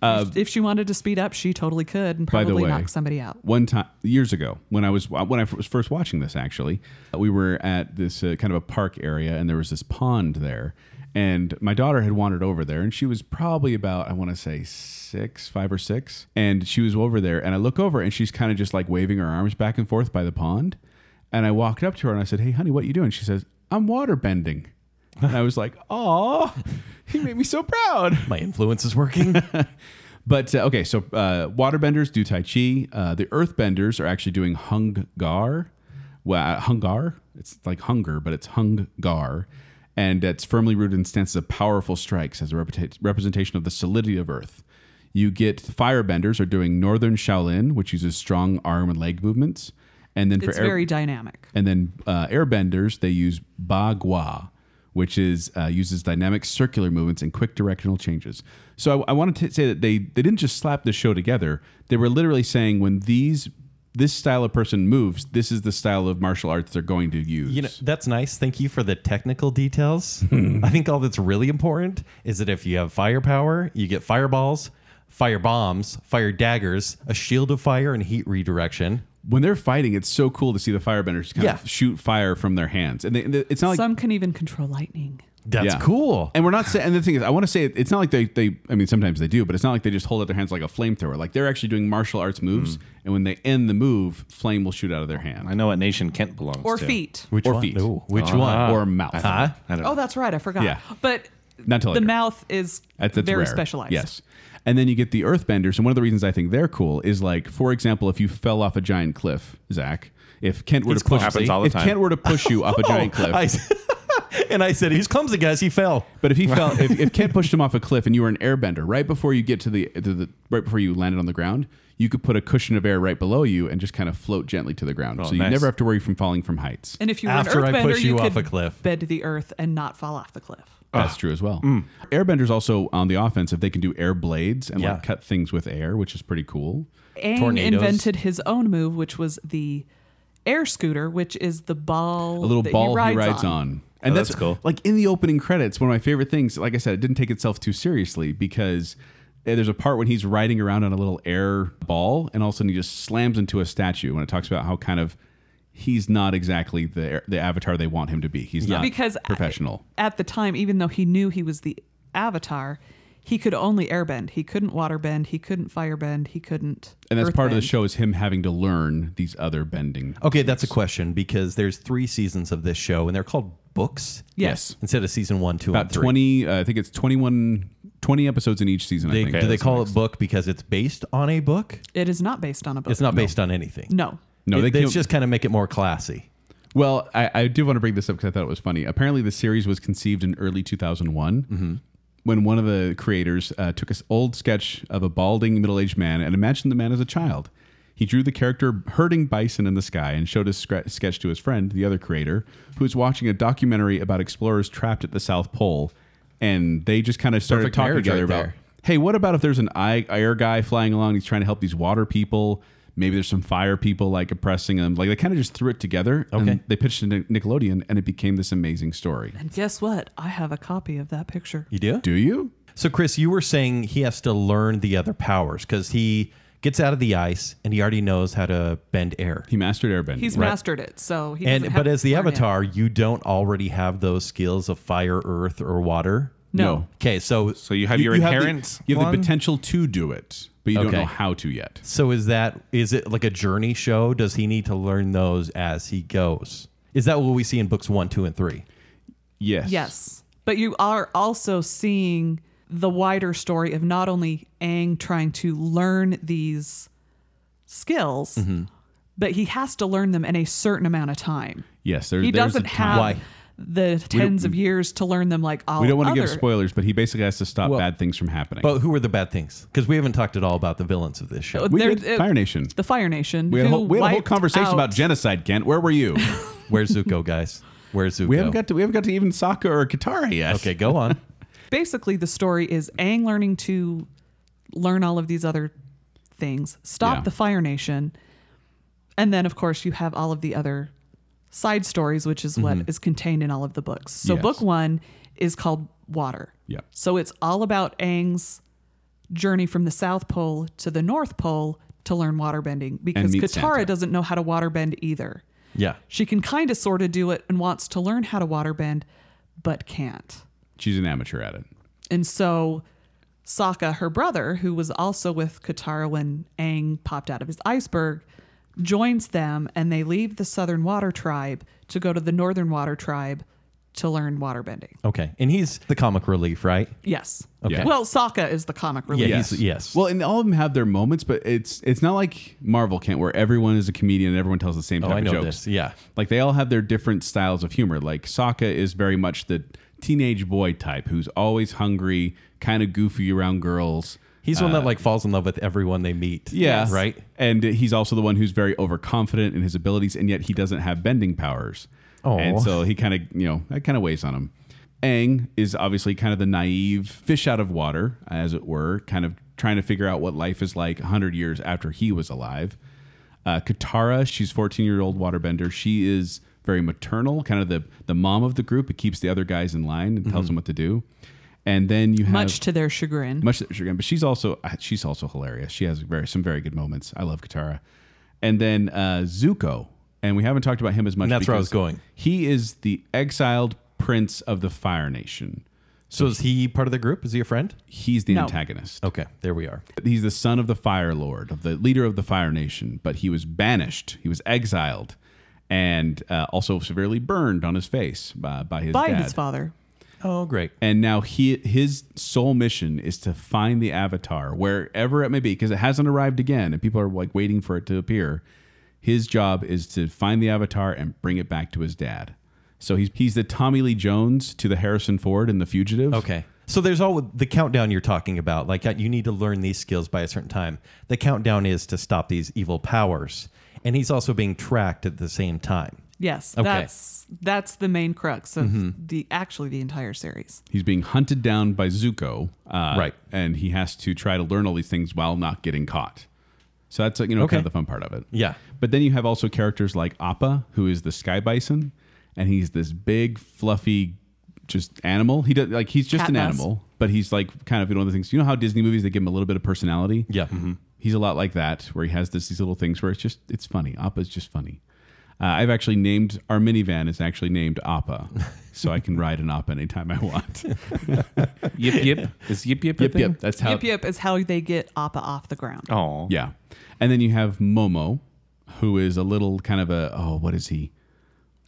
[SPEAKER 2] If- if she wanted to speed up, she totally could and
[SPEAKER 3] Uh, By the
[SPEAKER 2] probably
[SPEAKER 3] way,
[SPEAKER 2] knock somebody out.
[SPEAKER 3] one time years ago when I was uh, when I was first watching this actually uh, we were at this uh, kind of a park area and there was this pond there and my daughter had wandered over there and she was probably about I want to say 6 5 or 6 and she was over there and I look over and she's kind of just like waving her arms back and forth by the pond and I walked up to her and I said hey honey what you doing she says I'm water bending and I was like oh he made me so proud
[SPEAKER 4] My influence is working.
[SPEAKER 3] but uh, okay, so uh, waterbenders do Tai Chi. Uh, the earthbenders are actually doing uh, Hung Gar. Well, Hungar. It's like hunger, but it's Hung Gar. and that's firmly rooted in stances of powerful strikes as a repeta- representation of the solidity of Earth. You get firebenders are doing northern Shaolin, which uses strong arm and leg movements, and then
[SPEAKER 2] It's
[SPEAKER 3] for air-
[SPEAKER 2] very dynamic.
[SPEAKER 3] and then uh, airbenders, they use bagua, which is uh, uses dynamic circular movements and quick directional changes. So I, I wanted to say that they they didn't just slap the show together. They were literally saying when these this style of person moves, this is the style of martial arts they're going to use.
[SPEAKER 4] You know, that's nice. Thank you for the technical details.
[SPEAKER 3] Hmm.
[SPEAKER 4] I think all that's really important is that if you have firepower, you get fireballs, fire bombs, fire daggers, a shield of fire, and heat redirection.
[SPEAKER 3] when they're fighting, it's so cool to see the firebenders kind
[SPEAKER 4] Yeah.
[SPEAKER 3] of shoot fire from their hands, and they, they- it's not like
[SPEAKER 2] Some can even control lightning.
[SPEAKER 4] That's
[SPEAKER 3] Yeah.
[SPEAKER 4] cool.
[SPEAKER 3] And we're not saying. And the thing is, I want to say it- it's not like they they. I mean, sometimes they do, but it's not like they just hold out their hands like a flamethrower. Like they're actually doing martial arts
[SPEAKER 4] Mm.
[SPEAKER 3] moves, and when they end the move, flame will shoot out of their hand
[SPEAKER 5] I know what nation Kent belongs
[SPEAKER 2] Or
[SPEAKER 5] to.
[SPEAKER 2] feet.
[SPEAKER 4] which
[SPEAKER 3] or
[SPEAKER 4] one?
[SPEAKER 3] feet. Uh-huh.
[SPEAKER 4] Ooh, which
[SPEAKER 5] Ah.
[SPEAKER 4] one? Uh-huh.
[SPEAKER 3] or mouth.
[SPEAKER 4] Huh?
[SPEAKER 5] I don't
[SPEAKER 2] Oh,
[SPEAKER 5] know.
[SPEAKER 2] that's right. I forgot.
[SPEAKER 3] Yeah.
[SPEAKER 2] But
[SPEAKER 3] Not till
[SPEAKER 2] the
[SPEAKER 3] later.
[SPEAKER 2] mouth is
[SPEAKER 3] That's, that's
[SPEAKER 2] very
[SPEAKER 3] rare.
[SPEAKER 2] specialized.
[SPEAKER 3] Yes. And then you get the earthbenders. And one of the reasons I think they're cool is like, for example, if you fell off a giant cliff, Zach, if Kent were
[SPEAKER 4] He's
[SPEAKER 3] to push
[SPEAKER 5] clumsy. Happens all the
[SPEAKER 3] if
[SPEAKER 5] time.
[SPEAKER 3] Kent were to push you off a giant
[SPEAKER 4] Oh,
[SPEAKER 3] cliff,
[SPEAKER 4] I s- and I said, he's clumsy, guys. He fell.
[SPEAKER 3] But if he fell, if, if Kent pushed him off a cliff and you were an airbender, right before you get to the, to the right before you landed on the ground, you could put a cushion of air right below you and just kind of float gently to the ground. so you
[SPEAKER 5] nice.
[SPEAKER 3] never have to worry from falling from heights.
[SPEAKER 2] And if you were
[SPEAKER 4] After I
[SPEAKER 2] an earthbender,
[SPEAKER 4] push you off
[SPEAKER 2] could
[SPEAKER 4] a cliff.
[SPEAKER 2] bed to the earth and not fall off the cliff.
[SPEAKER 3] That's true as well. Airbenders also on the offensive, they can do air blades and
[SPEAKER 4] Yeah.
[SPEAKER 3] like cut things with air, which is pretty cool.
[SPEAKER 2] Aang
[SPEAKER 4] Tornadoes.
[SPEAKER 2] invented his own move, which was the air scooter, which is the ball,
[SPEAKER 3] a little
[SPEAKER 2] that
[SPEAKER 3] ball
[SPEAKER 2] he rides,
[SPEAKER 3] on. And
[SPEAKER 5] Oh,
[SPEAKER 3] that's,
[SPEAKER 5] that's cool.
[SPEAKER 3] Like in the opening credits, one of my favorite things, like I said, it didn't take itself too seriously because eh, there's a part when he's riding around on a little air ball and all of a sudden he just slams into a statue when it talks about how kind of he's not exactly the the avatar they want him to be. He's not
[SPEAKER 2] because uh, I-
[SPEAKER 3] professional.
[SPEAKER 2] At the time, even though he knew he was the Avatar, he could only airbend. He couldn't waterbend. He couldn't firebend. He couldn't.
[SPEAKER 3] and that's part of the
[SPEAKER 2] earthbend.
[SPEAKER 3] show is him having to learn these other bending.
[SPEAKER 2] Oh,
[SPEAKER 4] Okay, that's a question because there's three seasons of this show, and they're called books
[SPEAKER 2] Yes.
[SPEAKER 4] instead of season one, two,
[SPEAKER 3] About
[SPEAKER 4] and three.
[SPEAKER 3] 20, uh, I think it's 21, 20 episodes in each season, I
[SPEAKER 4] They,
[SPEAKER 3] think.
[SPEAKER 4] do they call it book because it's based on a book?
[SPEAKER 2] It is not based on a book.
[SPEAKER 4] It's not based on anything.
[SPEAKER 2] No.
[SPEAKER 3] No, they
[SPEAKER 4] they,
[SPEAKER 3] can't-
[SPEAKER 4] just kind of make it more classy.
[SPEAKER 3] Well, I, I do want to bring this up because I thought it was funny. Apparently, the series was conceived in early 2001 when one of the creators uh, took an old sketch of a balding middle aged man and imagined the man as a child. He drew the character herding bison in the sky and showed his scre- sketch to his friend, the other creator, who was watching a documentary about explorers trapped at the South Pole. And they just kind of started
[SPEAKER 4] Perfect
[SPEAKER 3] talking
[SPEAKER 4] marriage
[SPEAKER 3] together
[SPEAKER 4] right
[SPEAKER 3] about
[SPEAKER 4] there.
[SPEAKER 3] hey, what about if there's an I- air guy flying along? He's trying to help these water people. Maybe there's some fire people like oppressing them. Like they kind of just threw it together. and
[SPEAKER 4] Okay.
[SPEAKER 3] they pitched it to Nickelodeon, and it became this amazing story.
[SPEAKER 2] And guess what? I have a copy of that picture.
[SPEAKER 4] You do?
[SPEAKER 3] Do you?
[SPEAKER 4] So, Chris, you were saying he has to learn the other powers because he gets out of the ice and he already knows how to bend air.
[SPEAKER 3] He mastered airbending.
[SPEAKER 2] He's
[SPEAKER 3] right?
[SPEAKER 2] mastered it, so he doesn't
[SPEAKER 4] And
[SPEAKER 2] have
[SPEAKER 4] but
[SPEAKER 2] to
[SPEAKER 4] as the
[SPEAKER 2] learn it.
[SPEAKER 4] avatar, you don't already have those skills of fire, earth, or water.
[SPEAKER 2] no,
[SPEAKER 4] Okay, so
[SPEAKER 5] so you have your inherent.
[SPEAKER 3] the, you have the
[SPEAKER 5] one?
[SPEAKER 3] potential to do it, but you don't
[SPEAKER 4] Okay.
[SPEAKER 3] know how to yet.
[SPEAKER 4] So is that is it like a journey show? Does he need to learn those as he goes? Is that what we see in books one, two, and three?
[SPEAKER 3] Yes.
[SPEAKER 2] Yes. But you are also seeing the wider story of not only Aang trying to learn these skills,
[SPEAKER 3] Mm-hmm.
[SPEAKER 2] but he has to learn them in a certain amount of time.
[SPEAKER 3] Yes. There,
[SPEAKER 2] He
[SPEAKER 3] there's
[SPEAKER 2] doesn't
[SPEAKER 3] a time.
[SPEAKER 2] have
[SPEAKER 4] Why?
[SPEAKER 2] the tens of years to learn them like all
[SPEAKER 3] We don't want to give
[SPEAKER 2] other-
[SPEAKER 3] spoilers, but he basically has to stop
[SPEAKER 4] Well-
[SPEAKER 3] bad things from happening.
[SPEAKER 4] But who are the bad things? Because we haven't talked at all about the villains of this show.
[SPEAKER 3] we
[SPEAKER 2] There-
[SPEAKER 3] did
[SPEAKER 2] it-
[SPEAKER 3] Fire Nation.
[SPEAKER 2] The Fire Nation.
[SPEAKER 3] We had, a
[SPEAKER 2] who
[SPEAKER 3] whole, we had a whole
[SPEAKER 2] wiped
[SPEAKER 3] conversation
[SPEAKER 2] out-
[SPEAKER 3] about genocide, Kent. Where were you?
[SPEAKER 4] Where's Zuko, guys? Where's Zuko?
[SPEAKER 3] We haven't got to we haven't got to even Sokka or Katara yet.
[SPEAKER 4] Okay, go on.
[SPEAKER 2] basically the story is Aang learning to learn all of these other things, stop
[SPEAKER 3] Yeah.
[SPEAKER 2] the Fire Nation, and then of course you have all of the other side stories, which is what is contained in all of the books. So
[SPEAKER 3] Mm-hmm. Yes.
[SPEAKER 2] book one is called Water.
[SPEAKER 3] Yeah.
[SPEAKER 2] So it's all about Aang's journey from the South Pole to the North Pole to learn waterbending because
[SPEAKER 3] meet
[SPEAKER 2] Katara
[SPEAKER 3] Santa.
[SPEAKER 2] doesn't know how to waterbend either.
[SPEAKER 4] Yeah.
[SPEAKER 2] She can kind of sort of do it and wants to learn how to waterbend, but can't.
[SPEAKER 3] She's an amateur at it.
[SPEAKER 2] And so Sokka, her brother, who was also with Katara when Aang popped out of his iceberg, joins them and they leave the Southern Water Tribe to go to the Northern Water Tribe to learn waterbending.
[SPEAKER 4] Okay. And he's the comic relief, right?
[SPEAKER 2] Yes.
[SPEAKER 4] Okay.
[SPEAKER 2] Well, Sokka is the comic relief.
[SPEAKER 4] Yeah, he's- yes.
[SPEAKER 3] Well, and all of them have their moments, but it's it's not like Marvel can't where everyone is a comedian and everyone tells the same
[SPEAKER 4] Oh,
[SPEAKER 3] type
[SPEAKER 4] I
[SPEAKER 3] of
[SPEAKER 4] know
[SPEAKER 3] jokes.
[SPEAKER 4] this. Yeah.
[SPEAKER 3] Like they all have their different styles of humor. Like Sokka is very much the teenage boy type who's always hungry, kind of goofy around girls.
[SPEAKER 4] He's the one that like falls in love with everyone they meet.
[SPEAKER 3] Yeah.
[SPEAKER 4] Right?
[SPEAKER 3] And he's also the one who's very overconfident in his abilities, and yet he doesn't have bending powers.
[SPEAKER 4] Aw.
[SPEAKER 3] And so he kind of, you know, that kind of weighs on him. Aang is obviously kind of the naive fish out of water, as it were, kind of trying to figure out what life is like 100 years after he was alive. Uh, Katara, she's 14 year old waterbender. She is very maternal, kind of the, the mom of the group. It keeps the other guys in line and tells them what to do. And then you have
[SPEAKER 2] Much to their chagrin.
[SPEAKER 3] much that chagrin. But she's also uh, she's also hilarious. She has very some very good moments. I love Katara, and then uh, Zuko, and we haven't talked about him as much.
[SPEAKER 4] And that's where I
[SPEAKER 3] because
[SPEAKER 4] was going.
[SPEAKER 3] He is the exiled prince of the Fire Nation.
[SPEAKER 4] So is he part of the group? Is he a friend?
[SPEAKER 3] He's the
[SPEAKER 2] No.
[SPEAKER 3] antagonist.
[SPEAKER 4] Okay. There we are.
[SPEAKER 3] He's the son of the Fire Lord, of the leader of the Fire Nation, but he was banished. He was exiled, and uh, also severely burned on his face by, by his
[SPEAKER 2] by
[SPEAKER 3] dad.
[SPEAKER 2] his father.
[SPEAKER 4] Oh, great.
[SPEAKER 3] and now he his sole mission is to find the avatar wherever it may be because it hasn't arrived again and people are like waiting for it to appear his job is to find the avatar and bring it back to his dad so he's he's the tommy lee jones to the harrison ford in the fugitive
[SPEAKER 4] Okay. So there's all the countdown you're talking about. Like uh, you need to learn these skills by a certain time. The countdown is to stop these evil powers. And he's also being tracked at the same time.
[SPEAKER 2] Yes,
[SPEAKER 4] Okay.
[SPEAKER 2] that's that's the main crux of
[SPEAKER 3] Mm-hmm.
[SPEAKER 2] the actually the entire series.
[SPEAKER 3] he's being hunted down by zuko uh,
[SPEAKER 4] Right.
[SPEAKER 3] and he has to try to learn all these things while not getting caught so that's like you know
[SPEAKER 4] Okay.
[SPEAKER 3] kind of the fun part of it
[SPEAKER 4] Yeah.
[SPEAKER 3] But then you have also characters like Appa, who is the sky bison, and he's this big, fluffy, just animal. He does like he's just an
[SPEAKER 2] Katniss.
[SPEAKER 3] animal, but he's like kind of one of the things. You know how Disney movies they give him a little bit of personality.
[SPEAKER 4] Yeah.
[SPEAKER 3] He's a lot like that, where he has this these little things where it's just it's funny. Appa's just funny. Uh, I've actually named our minivan is actually named Appa, so I can ride an Appa anytime I want.
[SPEAKER 5] Yip yip. Is yip yip? a
[SPEAKER 3] yep,
[SPEAKER 5] thing?
[SPEAKER 3] yep. That's how.
[SPEAKER 2] yip yip is how they get Appa off the ground.
[SPEAKER 5] Oh.
[SPEAKER 3] Yeah. And then you have Momo, who is a little kind of a oh, what is he?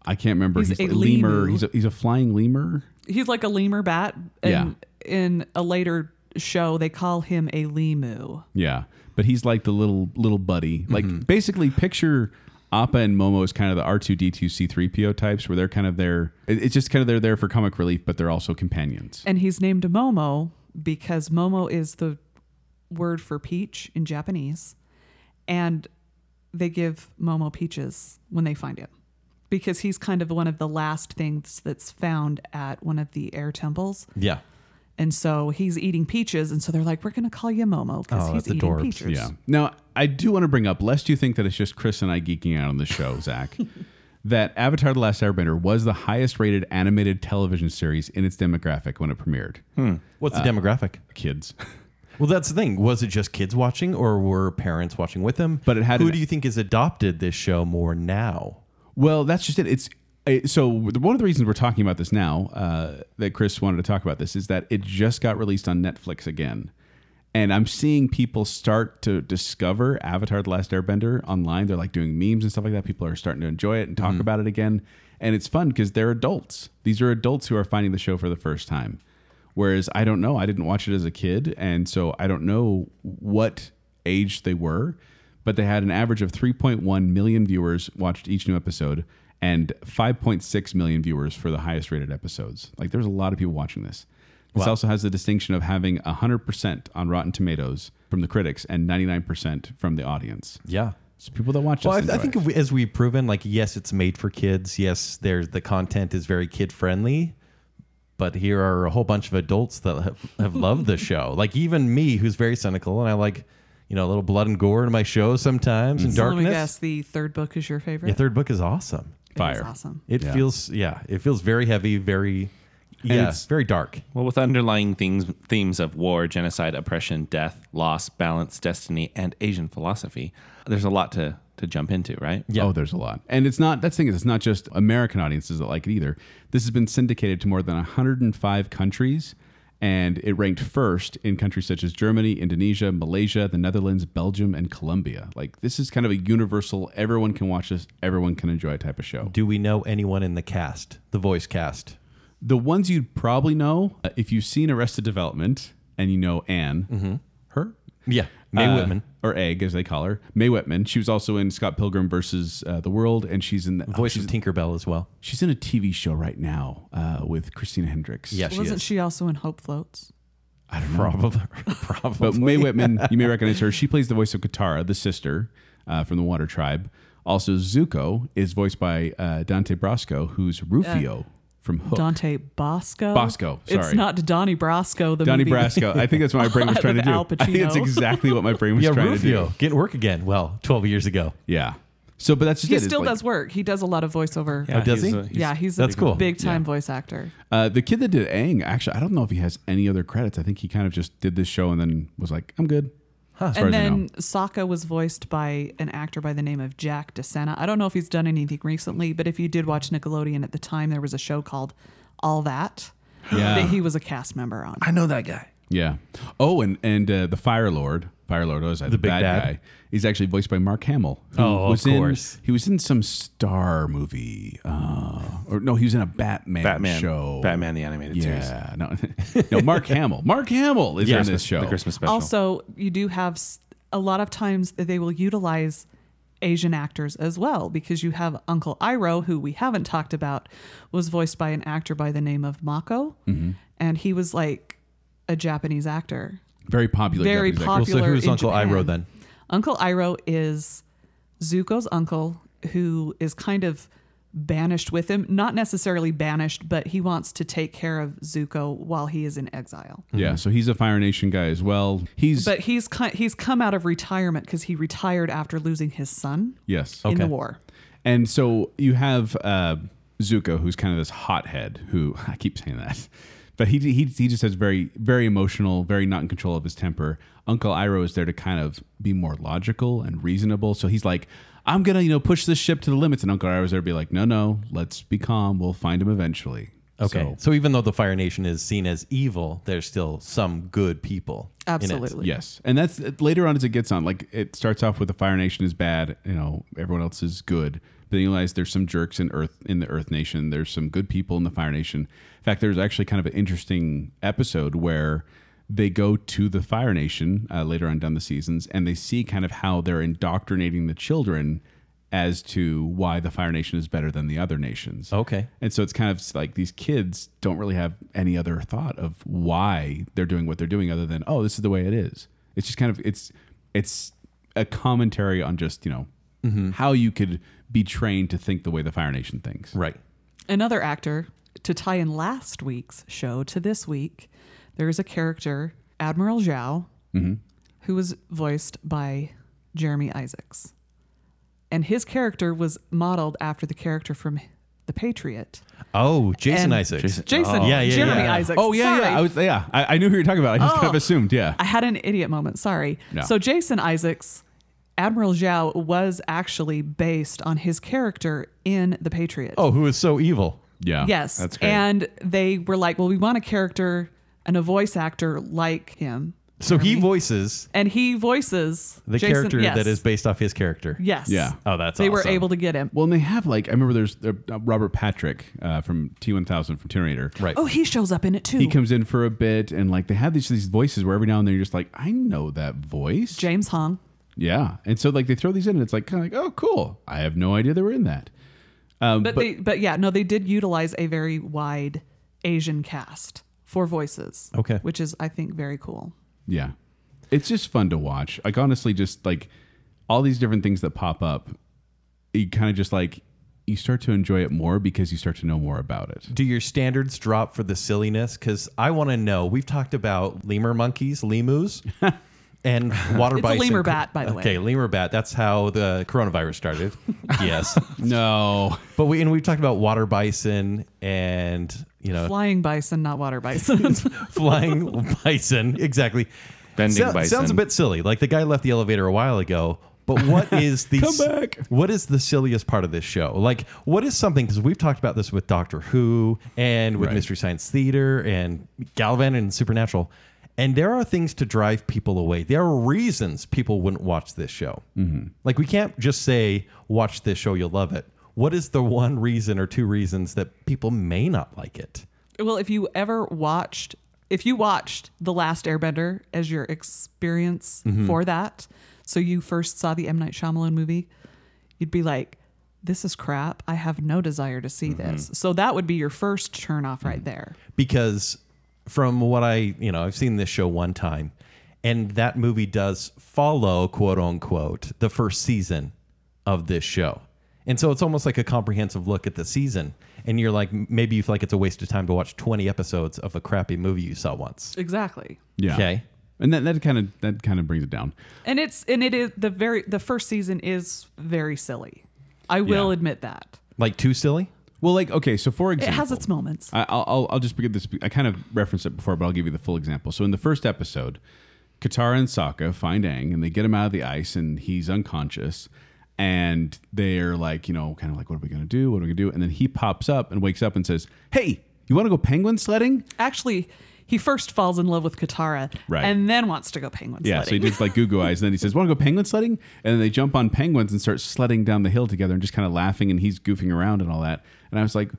[SPEAKER 3] I can't remember.
[SPEAKER 2] He's a
[SPEAKER 3] a lemur.
[SPEAKER 2] lemu.
[SPEAKER 3] He's a, he's a flying lemur.
[SPEAKER 2] He's like a lemur bat, and in a later show they call him a lemu.
[SPEAKER 3] Yeah. But he's like the little little buddy. Like basically picture Appa and Momo as kind of the R2D2 C3PO types where they're kind of there it- it's just kind of they're there for comic relief, but they're also companions.
[SPEAKER 2] And he's named Momo because Momo is the word for peach in Japanese. And they give Momo peaches when they find him because he's kind of one of the last things that's found at one of the air temples.
[SPEAKER 4] Yeah.
[SPEAKER 2] And so he's eating peaches. And so they're like, we're going to call you Momo because
[SPEAKER 4] Oh,
[SPEAKER 2] he's
[SPEAKER 4] that's
[SPEAKER 2] eating
[SPEAKER 4] adorbs.
[SPEAKER 2] peaches.
[SPEAKER 3] Yeah. Now, I do want to bring up, lest you think that it's just Chris and I geeking out on the show, Zach, that Avatar The Last Airbender was the highest rated animated television series in its demographic when it premiered.
[SPEAKER 4] What's the demographic?
[SPEAKER 3] Kids.
[SPEAKER 4] Well, that's the thing. Was it just kids watching, or were parents watching with them?
[SPEAKER 3] But it had
[SPEAKER 4] Who
[SPEAKER 3] an-
[SPEAKER 4] do you think has adopted this show more now?
[SPEAKER 3] Well, that's just it. It's it, so the- one of the reasons we're talking about this now uh, that Chris wanted to talk about this is that it just got released on Netflix again, and I'm seeing people start to discover Avatar: The Last Airbender online. They're like doing memes and stuff like that. People are starting to enjoy it and talk about it again, and it's fun because they're adults. These are adults who are finding the show for the first time. Whereas I don't know, I didn't watch it as a kid, and so I don't know what age they were, but they had an average of 3.1 million viewers watched each new episode and 5.6 million viewers for the highest rated episodes. Like there's a lot of people watching this. This also has the distinction of having 100% on Rotten Tomatoes from the critics and 99% from the audience.
[SPEAKER 4] Yeah.
[SPEAKER 3] So people that watch
[SPEAKER 4] Well, I,
[SPEAKER 3] this
[SPEAKER 4] I
[SPEAKER 3] enjoy
[SPEAKER 4] think
[SPEAKER 3] it.
[SPEAKER 4] if we, as we've proven, like yes, it's made for kids. Yes, there's the content is very kid friendly, but here are a whole bunch of adults that have, have loved the show. Like even me, who's very cynical, and I like you know a little blood and gore in my show sometimes and
[SPEAKER 2] So let me
[SPEAKER 4] darkness.
[SPEAKER 2] guess the third book is your favorite?
[SPEAKER 4] Your third book is awesome.
[SPEAKER 2] It was
[SPEAKER 3] Fire.
[SPEAKER 2] awesome.
[SPEAKER 4] It
[SPEAKER 3] Yeah.
[SPEAKER 4] feels yeah, it feels very heavy, very yeah,
[SPEAKER 3] it's-
[SPEAKER 4] very dark.
[SPEAKER 5] Well, with underlying themes themes of war, genocide, oppression, death, loss, balance, destiny, and Asian philosophy, there's a lot to to jump into, right?
[SPEAKER 4] Yeah.
[SPEAKER 3] Oh, there's a lot. And it's not, that's the thing is, it's not just American audiences that like it either. This has been syndicated to more than 105 countries, and it ranked first in countries such as Germany, Indonesia, Malaysia, the Netherlands, Belgium, and Colombia. Like, this is kind of a universal, everyone can watch this, everyone can enjoy type of show.
[SPEAKER 4] Do we know anyone in the cast, the voice cast?
[SPEAKER 3] The ones you'd probably know uh, if you've seen Arrested Development and you know Anne, her
[SPEAKER 4] Yeah, May
[SPEAKER 3] uh,
[SPEAKER 4] Mm-hmm. Whitman,
[SPEAKER 3] or Egg as they call her, May Whitman. She was also in Scott Pilgrim versus uh, the World, and she's in the, oh,
[SPEAKER 4] voice
[SPEAKER 3] she's,
[SPEAKER 4] of Tinkerbell as well.
[SPEAKER 3] she's in a TV show right now uh, with Christina Hendricks.
[SPEAKER 4] Yeah, she
[SPEAKER 2] Wasn't
[SPEAKER 4] is.
[SPEAKER 2] she also in Hope Floats?
[SPEAKER 3] I don't know.
[SPEAKER 4] Probably, probably.
[SPEAKER 3] But May Whitman, you may recognize her. She plays the voice of Katara, the sister uh, from the Water Tribe. Also, Zuko is voiced by uh, Dante Brasco, who's
[SPEAKER 2] Uh,
[SPEAKER 3] Rufio from Hook.
[SPEAKER 2] Dante Bosco.
[SPEAKER 3] Bosco,
[SPEAKER 2] It's
[SPEAKER 3] sorry.
[SPEAKER 2] not Donnie Brasco. The
[SPEAKER 3] Donnie
[SPEAKER 2] movie.
[SPEAKER 3] Brasco. I think that's what my brain was trying to
[SPEAKER 2] With
[SPEAKER 3] do.
[SPEAKER 2] Al
[SPEAKER 3] I think that's
[SPEAKER 2] Pacino.
[SPEAKER 3] exactly what my brain was
[SPEAKER 4] yeah,
[SPEAKER 3] trying
[SPEAKER 4] Rufio
[SPEAKER 3] to
[SPEAKER 4] getting work again. Well, twelve years ago.
[SPEAKER 3] do. Yeah. So, but that's just
[SPEAKER 2] He
[SPEAKER 3] it. It's
[SPEAKER 2] still
[SPEAKER 3] like-
[SPEAKER 2] does work. He does a lot of voiceover.
[SPEAKER 4] Oh, does
[SPEAKER 5] he's,
[SPEAKER 4] he?
[SPEAKER 5] uh, he's-
[SPEAKER 2] yeah, he's
[SPEAKER 4] that's
[SPEAKER 2] a
[SPEAKER 4] cool.
[SPEAKER 2] big time voice actor.
[SPEAKER 3] Uh, the kid that did Aang, actually, I don't know if he has any other credits. I think he kind of just did this show and then was like, I'm good. As far
[SPEAKER 2] and
[SPEAKER 3] as I
[SPEAKER 2] then
[SPEAKER 3] know.
[SPEAKER 2] Sokka was voiced by an actor by the name of Jack DeSena. I don't know if he's done anything recently, but if you did watch Nickelodeon at the time, there was a show called All That
[SPEAKER 3] Yeah.
[SPEAKER 2] that he was a cast member on.
[SPEAKER 5] I know that guy.
[SPEAKER 3] Yeah. Oh, and and uh, the Fire Lord, Fire Lord, was the,
[SPEAKER 4] big
[SPEAKER 3] bad,
[SPEAKER 4] bad.
[SPEAKER 3] guy. He's actually voiced by Mark Hamill. who
[SPEAKER 4] Oh, of
[SPEAKER 3] in-
[SPEAKER 4] course.
[SPEAKER 3] he was in some Star movie, uh, or no, he was in a Batman,
[SPEAKER 5] Batman
[SPEAKER 3] show.
[SPEAKER 5] Batman the animated series.
[SPEAKER 3] Yeah. No, no, Mark Hamill. Mark Hamill is in this show.
[SPEAKER 5] the Christmas special.
[SPEAKER 2] Also, you do have s- a lot of times that they will utilize Asian actors as well because you have Uncle Iroh, who we haven't talked about, was voiced by an actor by the name of Mako,
[SPEAKER 3] Mm-hmm.
[SPEAKER 2] and he was like a Japanese actor.
[SPEAKER 3] Very popular.
[SPEAKER 2] very
[SPEAKER 3] Japanese actor.
[SPEAKER 4] Well, so
[SPEAKER 2] popular.
[SPEAKER 4] who's
[SPEAKER 2] in
[SPEAKER 4] Uncle
[SPEAKER 2] Japan.
[SPEAKER 4] Iroh then?
[SPEAKER 2] Uncle Iroh is Zuko's uncle, who is kind of banished with him. Not necessarily banished, but he wants to take care of Zuko while he is in exile.
[SPEAKER 3] Yeah. So he's a Fire Nation guy as well. He's
[SPEAKER 2] But he's ki- he's come out of retirement because he retired after losing his son
[SPEAKER 3] yes.
[SPEAKER 2] in the
[SPEAKER 4] Okay.
[SPEAKER 2] war.
[SPEAKER 3] And so you have uh, Zuko, who's kind of this hothead who I keep saying that, but he, he, he just has very, very emotional, very not in control of his temper. Uncle Iroh is there to kind of be more logical and reasonable. So he's like, I'm going to, you know, push this ship to the limits. And Uncle Iroh's there to be like, no, no, let's be calm. We'll find him eventually.
[SPEAKER 4] Okay, so,
[SPEAKER 3] So,
[SPEAKER 4] even though the Fire Nation is seen as evil, there's still some good people. in it.
[SPEAKER 2] Absolutely.
[SPEAKER 3] yes. And that's later on as it gets on, like it starts off with the Fire Nation is bad. You know, everyone else is good. But then you realize there's some jerks in Earth in the Earth Nation. There's some good people in the Fire Nation. In fact, there's actually kind of an interesting episode where they go to the Fire Nation uh, later on down the seasons, and they see kind of how they're indoctrinating the children as to why the Fire Nation is better than the other nations.
[SPEAKER 4] Okay.
[SPEAKER 3] And so it's kind of like these kids don't really have any other thought of why they're doing what they're doing other than, oh, this is the way it is. It's just kind of it's it's a commentary on just, you know,
[SPEAKER 4] Mm-hmm.
[SPEAKER 3] how you could be trained to think the way the Fire Nation thinks.
[SPEAKER 4] Right.
[SPEAKER 2] Another actor to tie in last week's show to this week, there is a character Admiral Zhao, who was voiced by Jeremy Isaacs, and his character was modeled after the character from The Patriot.
[SPEAKER 4] Oh, Jason
[SPEAKER 2] And-
[SPEAKER 4] Isaacs.
[SPEAKER 2] Jason,
[SPEAKER 4] Yeah, yeah,
[SPEAKER 2] Jeremy
[SPEAKER 4] yeah.
[SPEAKER 2] Isaacs.
[SPEAKER 3] Oh yeah,
[SPEAKER 2] Sorry. Oh.
[SPEAKER 3] yeah. I was yeah. I, I knew who you were talking about. I just kind of assumed, yeah.
[SPEAKER 2] I had an idiot moment. Sorry.
[SPEAKER 3] No.
[SPEAKER 2] So Jason Isaacs, Admiral Zhao was actually based on his character in The Patriot.
[SPEAKER 4] Oh, who is so evil?
[SPEAKER 3] yeah.
[SPEAKER 2] yes.
[SPEAKER 5] that's great.
[SPEAKER 2] And they were like, well, we want a character and a voice actor like him.
[SPEAKER 4] So he voices
[SPEAKER 2] And he voices
[SPEAKER 4] the
[SPEAKER 2] Jason-
[SPEAKER 4] character
[SPEAKER 2] yes.
[SPEAKER 4] that is based off his character.
[SPEAKER 2] Yes.
[SPEAKER 3] Yeah.
[SPEAKER 4] Oh, that's
[SPEAKER 2] They were
[SPEAKER 4] awesome.
[SPEAKER 2] able to get him.
[SPEAKER 3] Well, and they have like I remember there's uh, Robert Patrick uh, from T1000 from Terminator.
[SPEAKER 4] Right.
[SPEAKER 2] Oh, he shows up in it too.
[SPEAKER 3] He comes in for a bit, and like they have these these voices where every now and then you're just like, I know that voice.
[SPEAKER 2] James Hong.
[SPEAKER 3] Yeah, and so like they throw these in, and it's like kind of like, oh, cool. I have no idea they were in that. Um,
[SPEAKER 2] But,
[SPEAKER 3] but
[SPEAKER 2] they but yeah, no, they did utilize a very wide Asian cast for voices.
[SPEAKER 4] Okay.
[SPEAKER 2] Which is I think very cool.
[SPEAKER 3] yeah, it's just fun to watch. Like honestly, just like all these different things that pop up, you kind of just like you start to enjoy it more because you start to know more about it.
[SPEAKER 4] Do your standards drop for the silliness? Because I want to know. We've talked about lemur monkeys, lemus, and water
[SPEAKER 2] It's a
[SPEAKER 4] bison.
[SPEAKER 2] lemur bat, by the way.
[SPEAKER 4] Okay, lemur bat. That's how the coronavirus started. yes,
[SPEAKER 3] No,
[SPEAKER 4] but we and we've talked about water bison and you know
[SPEAKER 2] Flying bison, not water bison.
[SPEAKER 4] flying bison. Exactly.
[SPEAKER 5] Bending
[SPEAKER 4] Sou-
[SPEAKER 5] bison.
[SPEAKER 4] Sounds a bit silly. Like the guy left the elevator a while ago. But what is the
[SPEAKER 3] Come back.
[SPEAKER 4] what is the silliest part of this show? Like what is something because we've talked about this with Doctor Who and with
[SPEAKER 3] Right.
[SPEAKER 4] Mystery Science Theater and Galvan and Supernatural. And there are things to drive people away. There are reasons people wouldn't watch this show.
[SPEAKER 3] Mm-hmm.
[SPEAKER 4] Like we can't just say watch this show, you'll love it. What is the one reason or two reasons that people may not like it?
[SPEAKER 2] Well, if you ever watched, if you watched The Last Airbender as your experience
[SPEAKER 3] Mm-hmm.
[SPEAKER 2] for that, so you first saw the M. Night Shyamalan movie, you'd be like, this is crap. I have no desire to see
[SPEAKER 3] Mm-hmm.
[SPEAKER 2] this. So that would be your first turn off right there.
[SPEAKER 4] because from what I, you know, I've seen this show one time and that movie does follow quote unquote the first season of this show. And so it's almost like a comprehensive look at the season and you're like m- maybe you feel like it's a waste of time to watch 20 episodes of a crappy movie you saw once.
[SPEAKER 2] Exactly.
[SPEAKER 3] Yeah.
[SPEAKER 4] Okay.
[SPEAKER 3] And that, that kind of that kind of brings it down.
[SPEAKER 2] And it's and it is the very the first season is very silly. I will
[SPEAKER 3] Yeah.
[SPEAKER 2] admit that.
[SPEAKER 4] Like too silly?
[SPEAKER 3] Well, like okay, so for
[SPEAKER 2] It
[SPEAKER 3] example,
[SPEAKER 2] has its moments.
[SPEAKER 3] I, I'll, I'll I'll just begin this. I kind of referenced it before, but I'll give you the full example. So in the first episode, Katara and Sokka find Aang, and they get him out of the ice, and he's unconscious. And they're like, you know, kind of like, what are we gonna do? What are we gonna do? And then he pops up and wakes up and says, "Hey, you want to go penguin sledding?"
[SPEAKER 2] Actually, he first falls in love with Katara
[SPEAKER 3] Right.
[SPEAKER 2] and then wants to go penguin
[SPEAKER 3] Yeah, so he
[SPEAKER 2] sledding.
[SPEAKER 3] did like Goo Goo Eyes, and then he says, "Want to go penguin sledding?" And then they jump on penguins and start sledding down the hill together, and just kind of laughing, and he's goofing around and all that. And I was like,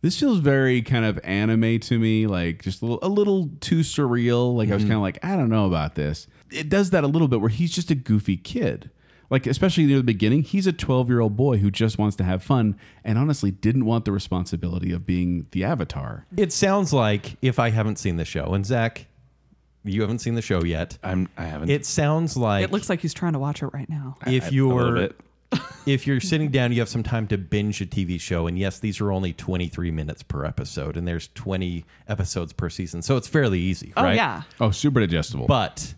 [SPEAKER 3] "This feels very kind of anime to me, like just a little, a little too surreal." Like I
[SPEAKER 2] Mm-hmm.
[SPEAKER 3] was kind of like, "I don't know about this." It does that a little bit, where he's just a goofy kid. Like especially near the beginning, he's a twelve-year-old boy who just wants to have fun, and honestly didn't want the responsibility of being the avatar.
[SPEAKER 4] It sounds like if I haven't seen the show and Zach you haven't seen the show yet.
[SPEAKER 5] I'm I haven't.
[SPEAKER 4] It sounds like
[SPEAKER 2] It looks like he's trying to watch it right now.
[SPEAKER 4] if
[SPEAKER 5] I-
[SPEAKER 4] you
[SPEAKER 5] a little
[SPEAKER 4] were
[SPEAKER 5] bit.
[SPEAKER 4] if you're sitting down you have some time to binge a tv show and yes these are only 23 minutes per episode and there's 20 episodes per season so it's fairly easy
[SPEAKER 2] Oh
[SPEAKER 4] right
[SPEAKER 2] yeah.
[SPEAKER 3] Oh, super digestible.
[SPEAKER 4] but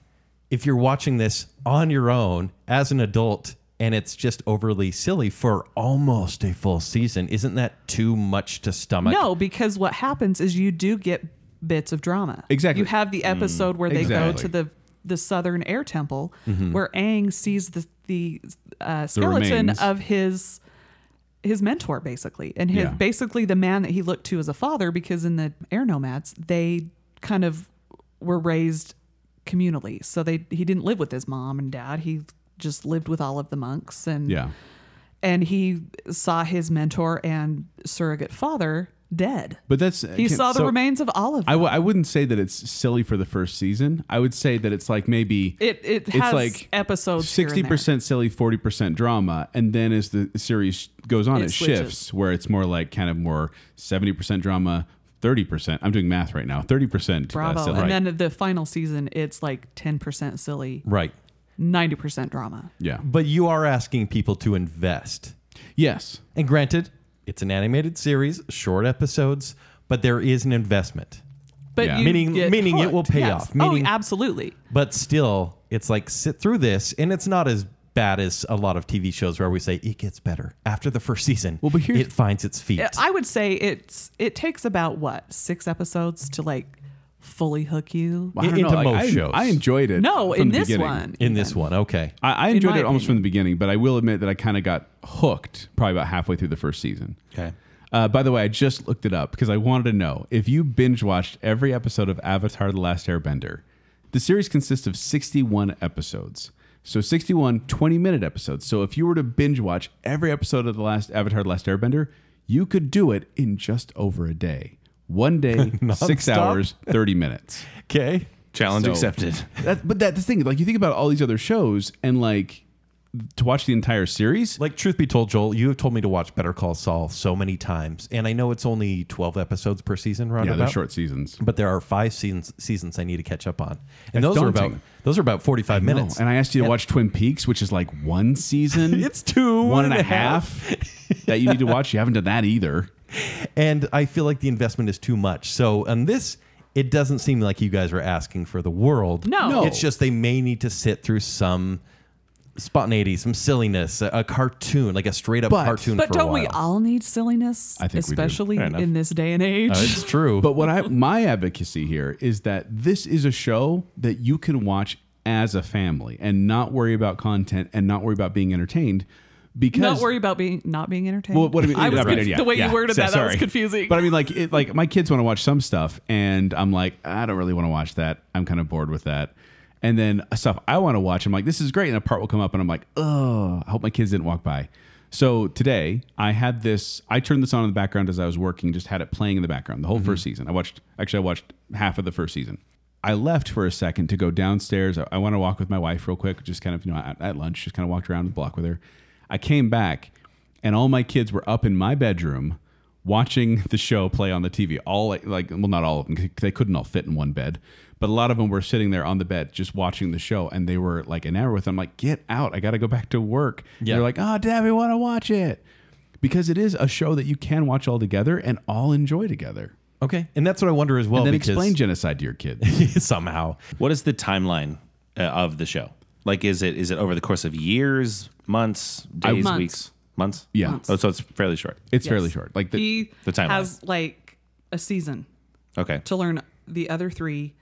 [SPEAKER 4] if you're watching this on your own as an adult and it's just overly silly for almost a full season isn't that too much to stomach
[SPEAKER 2] No, because what happens is you do get bits of drama.
[SPEAKER 3] Exactly.
[SPEAKER 2] You have the episode where they go
[SPEAKER 3] exactly. Mm-hmm.
[SPEAKER 2] to the the southern air temple where Aang sees the the uh, skeleton
[SPEAKER 3] remains.
[SPEAKER 2] of his his mentor basically and his
[SPEAKER 3] Yeah.
[SPEAKER 2] basically the man that he looked to as a father because in the air nomads they kind of were raised communally so they he didn't live with his mom and dad he just lived with all of the monks and
[SPEAKER 3] yeah.
[SPEAKER 2] and he saw his mentor and surrogate father dead.
[SPEAKER 3] But that's
[SPEAKER 2] he
[SPEAKER 3] can-
[SPEAKER 2] saw the
[SPEAKER 3] so-
[SPEAKER 2] remains of all of
[SPEAKER 3] I
[SPEAKER 2] them.
[SPEAKER 3] w- I wouldn't say that it's silly for the first season. I would say that it's like maybe
[SPEAKER 2] it it
[SPEAKER 3] it's
[SPEAKER 2] has
[SPEAKER 3] like
[SPEAKER 2] episodes.
[SPEAKER 3] sixty percent silly, forty percent drama, and then as the series goes on,
[SPEAKER 2] It
[SPEAKER 3] it,
[SPEAKER 2] switches.
[SPEAKER 3] shifts where it's more like kind of more seventy percent drama, thirty percent. I'm doing math right now. Thirty percent uh,
[SPEAKER 2] Bravo.
[SPEAKER 3] silly.
[SPEAKER 2] and then the final season, it's like ten percent silly,
[SPEAKER 4] right
[SPEAKER 2] ninety percent drama.
[SPEAKER 3] yeah.
[SPEAKER 4] but you are asking people to invest
[SPEAKER 3] Yes.
[SPEAKER 4] and granted it's an animated series short episodes but there is an investment
[SPEAKER 2] But
[SPEAKER 3] Yeah.
[SPEAKER 2] you
[SPEAKER 4] Meaning-
[SPEAKER 2] get
[SPEAKER 4] meaning it will
[SPEAKER 2] hooked,
[SPEAKER 4] pay
[SPEAKER 2] yes.
[SPEAKER 4] off, meaning-
[SPEAKER 2] oh, absolutely.
[SPEAKER 4] But still, it's like sit through this, and it's not as bad as a lot of TV shows where we say it gets better after the first season. Well,
[SPEAKER 3] but here's-
[SPEAKER 4] it finds its feet.
[SPEAKER 2] I would say it's it takes about what six episodes to like fully hook you.
[SPEAKER 3] Well, I
[SPEAKER 4] In-
[SPEAKER 3] don't know.
[SPEAKER 4] into
[SPEAKER 3] Like, I,
[SPEAKER 4] most shows.
[SPEAKER 3] I enjoyed it.
[SPEAKER 2] no,
[SPEAKER 3] from
[SPEAKER 2] in
[SPEAKER 3] the
[SPEAKER 2] this
[SPEAKER 3] beginning.
[SPEAKER 2] one,
[SPEAKER 4] in this one, okay.
[SPEAKER 3] I, I enjoyed
[SPEAKER 2] my
[SPEAKER 3] it almost from the beginning, but I will admit that I kind of got hooked probably about halfway through the first season.
[SPEAKER 5] Okay.
[SPEAKER 3] Uh, by the way, I just looked it up because I wanted to know if you binge watched every episode of Avatar The Last Airbender. The series consists of 61 episodes. So 61 20 minute episodes. So if you were to binge watch every episode of The Last Avatar The Last Airbender, you could do it in just over a day. One day, six
[SPEAKER 4] Non-stop?
[SPEAKER 3] hours, 30 minutes.
[SPEAKER 4] Okay.
[SPEAKER 5] Challenge
[SPEAKER 3] So-
[SPEAKER 5] accepted.
[SPEAKER 3] That, but that's the thing. Like, you think about all these other shows and, like, to watch the entire series,
[SPEAKER 4] Like, truth be told, Joel, you have told me to watch Better Call Saul so many times, and I know it's only 12 episodes per season, right?
[SPEAKER 3] yeah, they're short seasons.
[SPEAKER 4] But there are five seasons seasons I need to catch up on, and
[SPEAKER 3] That's
[SPEAKER 4] those are
[SPEAKER 3] daunting.
[SPEAKER 4] about those are about 45
[SPEAKER 3] No,
[SPEAKER 4] minutes.
[SPEAKER 3] And I asked you to watch Twin Peaks, which is like one season.
[SPEAKER 4] It's two
[SPEAKER 3] one
[SPEAKER 4] and
[SPEAKER 3] and
[SPEAKER 4] a
[SPEAKER 3] a half that you need to watch. You haven't done that either.
[SPEAKER 4] and I feel like the investment is too much. So on this, it doesn't seem like you guys are asking for the world.
[SPEAKER 2] No. No.
[SPEAKER 4] it's just they may need to sit through some spontaneity, some silliness, a, a cartoon, like a straight up
[SPEAKER 3] But-
[SPEAKER 4] cartoon.
[SPEAKER 2] But
[SPEAKER 4] for a
[SPEAKER 2] don't
[SPEAKER 4] while.
[SPEAKER 2] we all need silliness?
[SPEAKER 3] I think we do.
[SPEAKER 2] especially
[SPEAKER 5] Fair enough.
[SPEAKER 2] in this day and age.
[SPEAKER 4] Uh, it's true.
[SPEAKER 3] But what I my advocacy here is that this is a show that you can watch as a family and not worry about content and not worry about being entertained because
[SPEAKER 2] Not worry about being not being entertained.
[SPEAKER 3] Well, what I mean,
[SPEAKER 2] I was
[SPEAKER 3] not being-
[SPEAKER 2] conf-
[SPEAKER 3] yeah,
[SPEAKER 2] the way
[SPEAKER 3] yeah,
[SPEAKER 2] you worded
[SPEAKER 3] so-
[SPEAKER 2] that. That was
[SPEAKER 3] sorry.
[SPEAKER 2] confusing.
[SPEAKER 3] But I mean, like, it, like my kids want to watch some stuff, and I'm like, I don't really want to watch that. I'm kind of bored with that. And then stuff I want to watch, I'm like, this is great. And a part will come up, and I'm like, oh, I hope my kids didn't walk by. So today I had this. I turned this on in the background as I was working. Just had it playing in the background the whole first
[SPEAKER 2] Mm-hmm.
[SPEAKER 3] season. I watched. Actually, I watched half of the first season. I left for a second to go downstairs. I, I went to walk with my wife real quick. Just kind of you know at, at lunch. Just kind of walked around the block with her. I came back, and all my kids were up in my bedroom watching the show play on the TV. All like, like well, not all of them. 'cause They couldn't all fit in one bed, but a lot of them were sitting there on the bed just watching the show, and they were like an hour with. them. I'm like, get out! I got to go back to work. And
[SPEAKER 4] Yeah.
[SPEAKER 3] They're like, oh, Dad, we want to watch it because it is a show that you can watch all together and all enjoy together.
[SPEAKER 4] Okay, and that's what I wonder as well.
[SPEAKER 3] And then
[SPEAKER 4] because
[SPEAKER 3] explain genocide to your kids.
[SPEAKER 4] somehow.
[SPEAKER 5] What is the timeline uh, of the show? Like, is it is it over the course of years, months, days,
[SPEAKER 2] Months.
[SPEAKER 5] weeks, months?
[SPEAKER 3] Yeah.
[SPEAKER 2] Months.
[SPEAKER 5] Oh, so it's fairly short.
[SPEAKER 3] It's fairly short. Like the,
[SPEAKER 2] he
[SPEAKER 5] The timeline.
[SPEAKER 2] has like a season
[SPEAKER 5] Okay.
[SPEAKER 2] to learn the other three,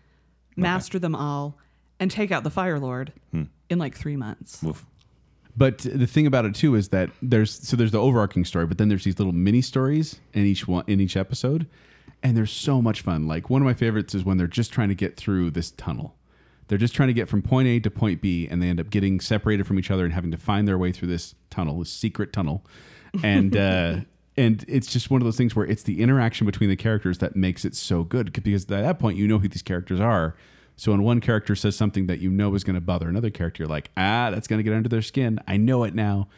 [SPEAKER 2] master them all, and take out the Fire Lord
[SPEAKER 3] Hmm.
[SPEAKER 2] in like three months.
[SPEAKER 5] Oof.
[SPEAKER 3] But the thing about it too is that there's so there's the overarching story, but then there's these little mini stories in each one in each episode, and they're so much fun. Like one of my favorites is when they're just trying to get through this tunnel. They're just trying to get from point A to point B, and they end up getting separated from each other and having to find their way through this tunnel, this secret tunnel, and. uh And it's just one of those things where it's the interaction between the characters that makes it so good c- because at that point you know who these characters are. So when one character says something that you know is going to bother another character, you're like, ah, that's going to get under their skin. I know it now.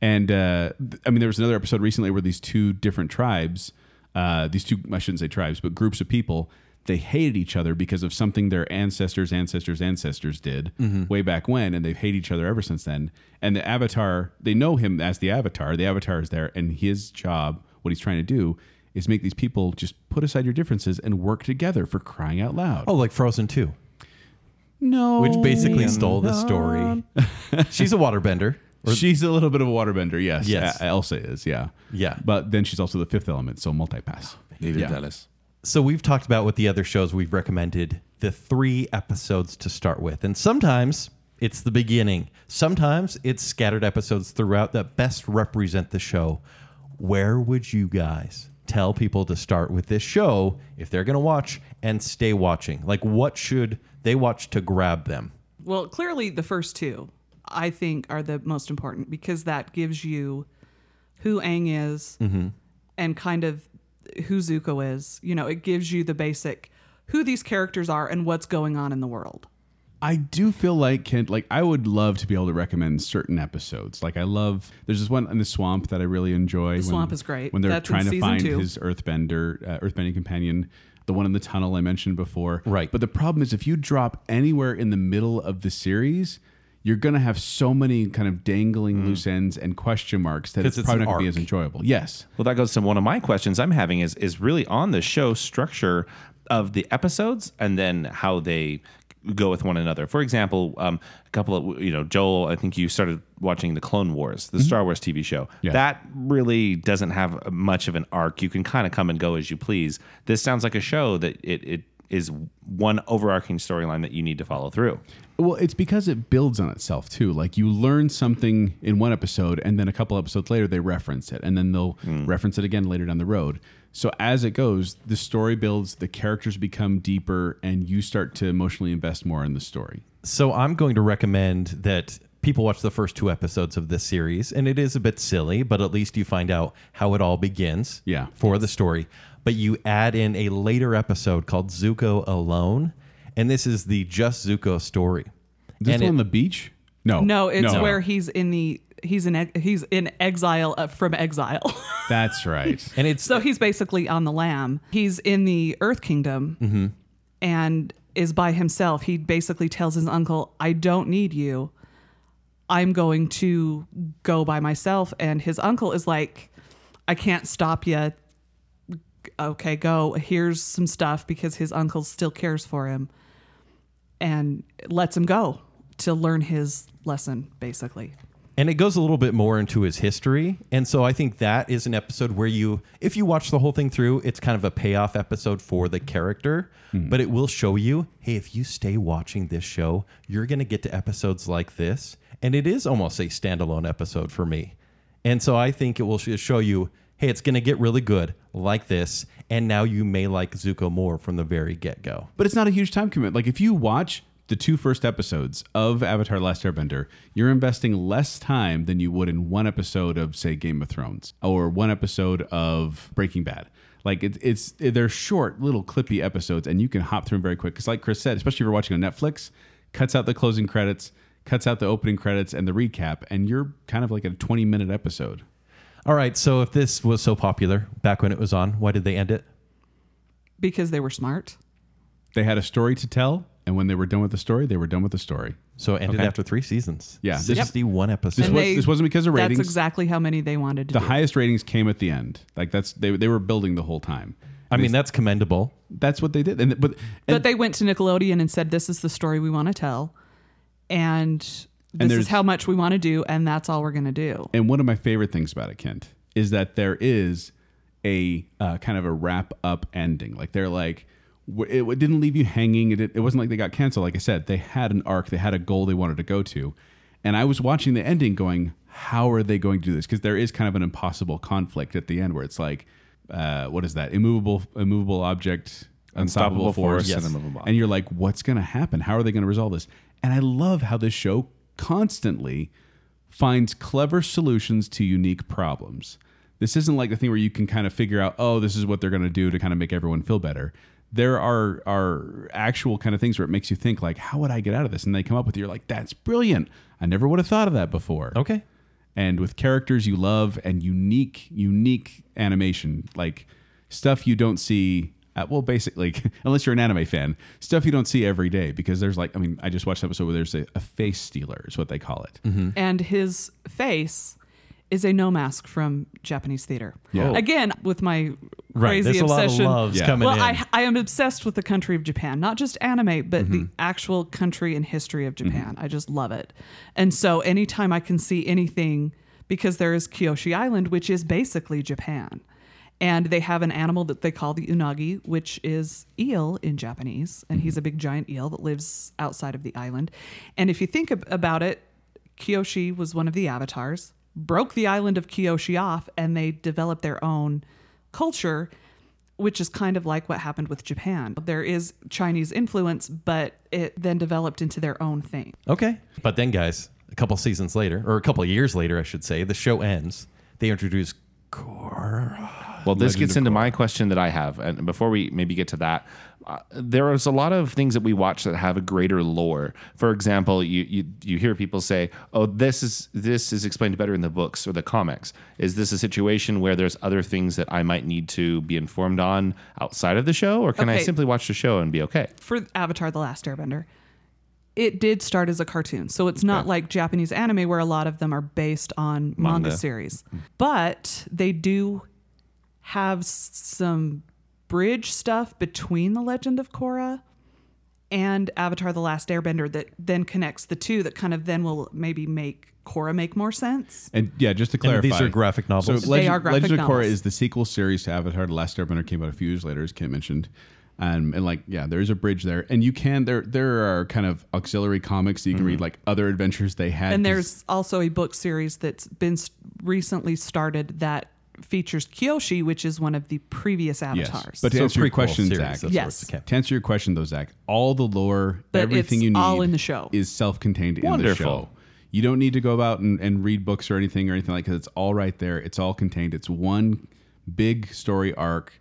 [SPEAKER 3] And uh, th- I mean, there was another episode recently where these two different tribes, uh, these two, I shouldn't say tribes, but groups of people, they hated each other because of something their ancestors, ancestors, ancestors did way back when. And they've hated each other ever since then. And the avatar, they know him as the avatar. The avatar is there. And his job, what he's trying to do, is make these people just put aside your differences and work together for crying out loud.
[SPEAKER 4] Oh, like Frozen Two,
[SPEAKER 3] no.
[SPEAKER 4] which basically stole the story. She's a waterbender. Or,
[SPEAKER 3] she's a little bit of a waterbender, yes.
[SPEAKER 4] Yes.
[SPEAKER 3] Uh, Elsa is, yeah.
[SPEAKER 4] Yeah.
[SPEAKER 3] But then she's also the fifth element, so multipass.
[SPEAKER 5] David
[SPEAKER 3] Yeah.
[SPEAKER 5] Dallas.
[SPEAKER 4] so we've talked about with the other shows we've recommended the three episodes to start with, and sometimes it's the beginning. Sometimes it's scattered episodes throughout that best represent the show. Where would you guys tell people to start with this show if they're going to watch and stay watching? Like, what should they watch to grab them?
[SPEAKER 2] Well, clearly the first two, I think, are the most important because that gives you who Aang is
[SPEAKER 3] Mm-hmm.
[SPEAKER 2] and kind of who Zuko is. You know, it gives you the basic who these characters are and what's going on in the world.
[SPEAKER 3] I do feel like Kent, like I would love to be able to recommend certain episodes. Like I love there's this one in the swamp that I really enjoy. The
[SPEAKER 2] swamp is great.
[SPEAKER 3] When they're
[SPEAKER 2] That's in
[SPEAKER 3] trying to
[SPEAKER 2] season
[SPEAKER 3] find
[SPEAKER 2] two.
[SPEAKER 3] his earthbender, uh, earthbending companion. The one in the tunnel I mentioned before.
[SPEAKER 4] Right.
[SPEAKER 3] But the problem is if you drop anywhere in the middle of the series, you're gonna have so many kind of dangling loose ends and question marks that it's,
[SPEAKER 4] 'Cause Mm. it's
[SPEAKER 3] probably
[SPEAKER 4] an
[SPEAKER 3] not gonna be
[SPEAKER 4] arc.
[SPEAKER 3] as enjoyable. Yes.
[SPEAKER 5] Well, that goes to one of my questions I'm having is is really on the show structure of the episodes and then how they go with one another. For example, um, a couple of you know Joel, I think you started watching the Clone Wars, the Star Wars TV show.
[SPEAKER 3] Yeah.
[SPEAKER 5] That really doesn't have much of an arc. You can kind of come and go as you please. This sounds like a show that it it is one overarching storyline that you need to follow through.
[SPEAKER 3] Well, it's because it builds on itself too. Like you learn something in one episode, and then a couple episodes later they reference it, and then they'll reference it again later down the road. So as it goes, the story builds, the characters become deeper, and you start to emotionally invest more in the story.
[SPEAKER 4] So I'm going to recommend that people watch the first two episodes of this series, and it is a bit silly, but at least you find out how it all begins.
[SPEAKER 3] Yeah.
[SPEAKER 4] For the story, but you add in a later episode called Zuko Alone, and this is the just Zuko story.
[SPEAKER 3] Is this
[SPEAKER 4] And
[SPEAKER 3] one
[SPEAKER 4] it-
[SPEAKER 3] on the beach? No,
[SPEAKER 2] No, it's where he's in the he's in ex- he's in exile uh, from exile.
[SPEAKER 3] That's right.
[SPEAKER 4] And it's
[SPEAKER 2] so he's basically on the lamb. He's in the Earth Kingdom and is by himself. He basically tells his uncle, "I don't need you. I'm going to go by myself." And his uncle is like, "I can't stop you. Okay, go. Here's some stuff because his uncle still cares for him." And lets him go to learn his lesson basically.
[SPEAKER 4] and it goes a little bit more into his history and so i think that is an episode where you if you watch the whole thing through it's kind of a payoff episode for the character but it will show you hey if you stay watching this show you're going to get to episodes like this and it is almost a standalone episode for me and so i think it will sh- show you hey it's going to get really good like this and now you may like zuko more from the very get-go
[SPEAKER 3] but it's not a huge time commitment. Like if you watch the two first episodes of Avatar Last Airbender, you're investing less time than you would in one episode of, say, Game of Thrones or one episode of Breaking Bad. Like it, it's they're short, little clippy episodes, and you can hop through them very quick. Because, like Chris said, especially if you're watching on Netflix, cuts out the closing credits, cuts out the opening credits and the recap, and you're kind of like a 20 minute episode.
[SPEAKER 4] All right. So if this was so popular back when it was on, why did they end it?
[SPEAKER 2] because they were smart.
[SPEAKER 3] They had a story to tell, and when they were done with the story, they were done with the story.
[SPEAKER 4] So it ended
[SPEAKER 3] Okay.
[SPEAKER 4] after three seasons.
[SPEAKER 3] Yeah, this-
[SPEAKER 4] Sixty-one
[SPEAKER 3] This,
[SPEAKER 4] episodes.
[SPEAKER 2] And
[SPEAKER 3] was,
[SPEAKER 2] they-
[SPEAKER 3] this wasn't because of ratings.
[SPEAKER 2] That's exactly how many they wanted to
[SPEAKER 3] the
[SPEAKER 2] do.
[SPEAKER 3] highest ratings came at the end. Like that's they they were building the whole time.
[SPEAKER 4] I mean, that's commendable.
[SPEAKER 3] That's what they did. And but and,
[SPEAKER 2] but they went to Nickelodeon and said, "This is the story we want to tell, and this
[SPEAKER 3] there's-
[SPEAKER 2] is how much we want to do, and that's all we're going to do."
[SPEAKER 3] and one of my favorite things about it, Kent, is that there is a uh, kind of a wrap up ending. Like they're like. w- It it didn't leave you hanging. It, it wasn't like they got canceled. Like I said, they had an arc. They had a goal they wanted to go to, and I was watching the ending, going, "How are they going to do this?" Because there is kind of an impossible conflict at the end, where it's like, uh, "What is that? Immovable, immovable object, unstoppable,
[SPEAKER 5] Unstoppable
[SPEAKER 3] force,
[SPEAKER 5] force, Yes. and immovable
[SPEAKER 3] and you're like, what's going to happen? How are they going to resolve this? And I love how this show constantly finds clever solutions to unique problems. This isn't like the thing where you can kind of figure out, oh, this is what they're going to do to kind of make everyone feel better. There are are actual kind of things where it makes you think like, how would I get out of this? And they come up with it, you're like, that's brilliant. I never would have thought of that before
[SPEAKER 4] Okay.
[SPEAKER 3] and with characters you love and unique unique animation like stuff you don't see at, well basically unless you're an anime fan stuff you don't see every day because there's like i mean i just watched an episode where there's a, a face stealer is what they call it
[SPEAKER 2] And his face is a no mask from Japanese theater.
[SPEAKER 3] Yeah. Oh.
[SPEAKER 2] Again, with my
[SPEAKER 4] Right.
[SPEAKER 2] crazy
[SPEAKER 4] There's a lot of
[SPEAKER 2] obsession.
[SPEAKER 4] loves
[SPEAKER 3] Yeah.
[SPEAKER 4] coming
[SPEAKER 2] well,
[SPEAKER 4] in.
[SPEAKER 2] I, I am obsessed with the country of Japan, not just anime, but the
[SPEAKER 4] Mm-hmm.
[SPEAKER 2] actual country and history of Japan. I just love it. And so anytime I can see anything, because there is Kyoshi Island, which is basically Japan. And they have an animal that they call the unagi, which is eel in Japanese. And
[SPEAKER 4] Mm-hmm.
[SPEAKER 2] he's a big giant eel that lives outside of the island. And if you think ab- about it, Kyoshi was one of the avatars, broke the island of Kyoshi off, and they developed their own culture, which is kind of like what happened with Japan. There is Chinese influence, but it then developed into their own thing.
[SPEAKER 4] Okay. But then, guys, a couple seasons later, or a couple years later, I should say, the show ends. They introduce
[SPEAKER 5] Well, this gets into my question that I have, and before we maybe get to that, uh, there is a lot of things that we watch that have a greater lore. For example, you you you hear people say, "Oh, this is this is explained better in the books or the comics." Is this a situation where there's other things that I might need to be informed on outside of the show, or can I
[SPEAKER 2] Okay.
[SPEAKER 5] simply watch the show and be okay?
[SPEAKER 2] For Avatar The Last Airbender, it did start as a cartoon. So it's not like Japanese anime where a lot of them are based on manga,
[SPEAKER 5] Manga.
[SPEAKER 2] series. But they do have s- some bridge stuff between The Legend of Korra and Avatar The Last Airbender that then connects the two that kind of then will maybe make Korra make more sense.
[SPEAKER 3] and yeah just to
[SPEAKER 4] And
[SPEAKER 3] clarify
[SPEAKER 4] these are graphic novels?
[SPEAKER 3] so
[SPEAKER 4] They
[SPEAKER 3] legend,
[SPEAKER 2] are graphic
[SPEAKER 3] legend of korra
[SPEAKER 2] novels.
[SPEAKER 3] is the sequel series to avatar the last airbender came out a few years later as kent mentioned um, and like yeah there is a bridge there and you can there there are kind of auxiliary comics that you can
[SPEAKER 4] Mm-hmm.
[SPEAKER 3] read like other adventures they had
[SPEAKER 2] And
[SPEAKER 3] 'cause-
[SPEAKER 2] there's also a book series that's been s- recently started that features Kyoshi, which is one of the previous avatars.
[SPEAKER 3] But to
[SPEAKER 4] So
[SPEAKER 3] answer your
[SPEAKER 4] prequel
[SPEAKER 3] question,
[SPEAKER 4] series
[SPEAKER 3] Zach.
[SPEAKER 4] of sorts.
[SPEAKER 2] Yes.
[SPEAKER 4] Okay.
[SPEAKER 3] To answer your question though, Zach, all the lore,
[SPEAKER 2] But
[SPEAKER 3] everything
[SPEAKER 2] it's
[SPEAKER 3] you need,
[SPEAKER 2] all in the show.
[SPEAKER 3] is self-contained in the
[SPEAKER 5] Wonderful.
[SPEAKER 3] show. You don't need to go out and, and read books or anything or anything like because it's all right there. It's all contained. It's one big story arc.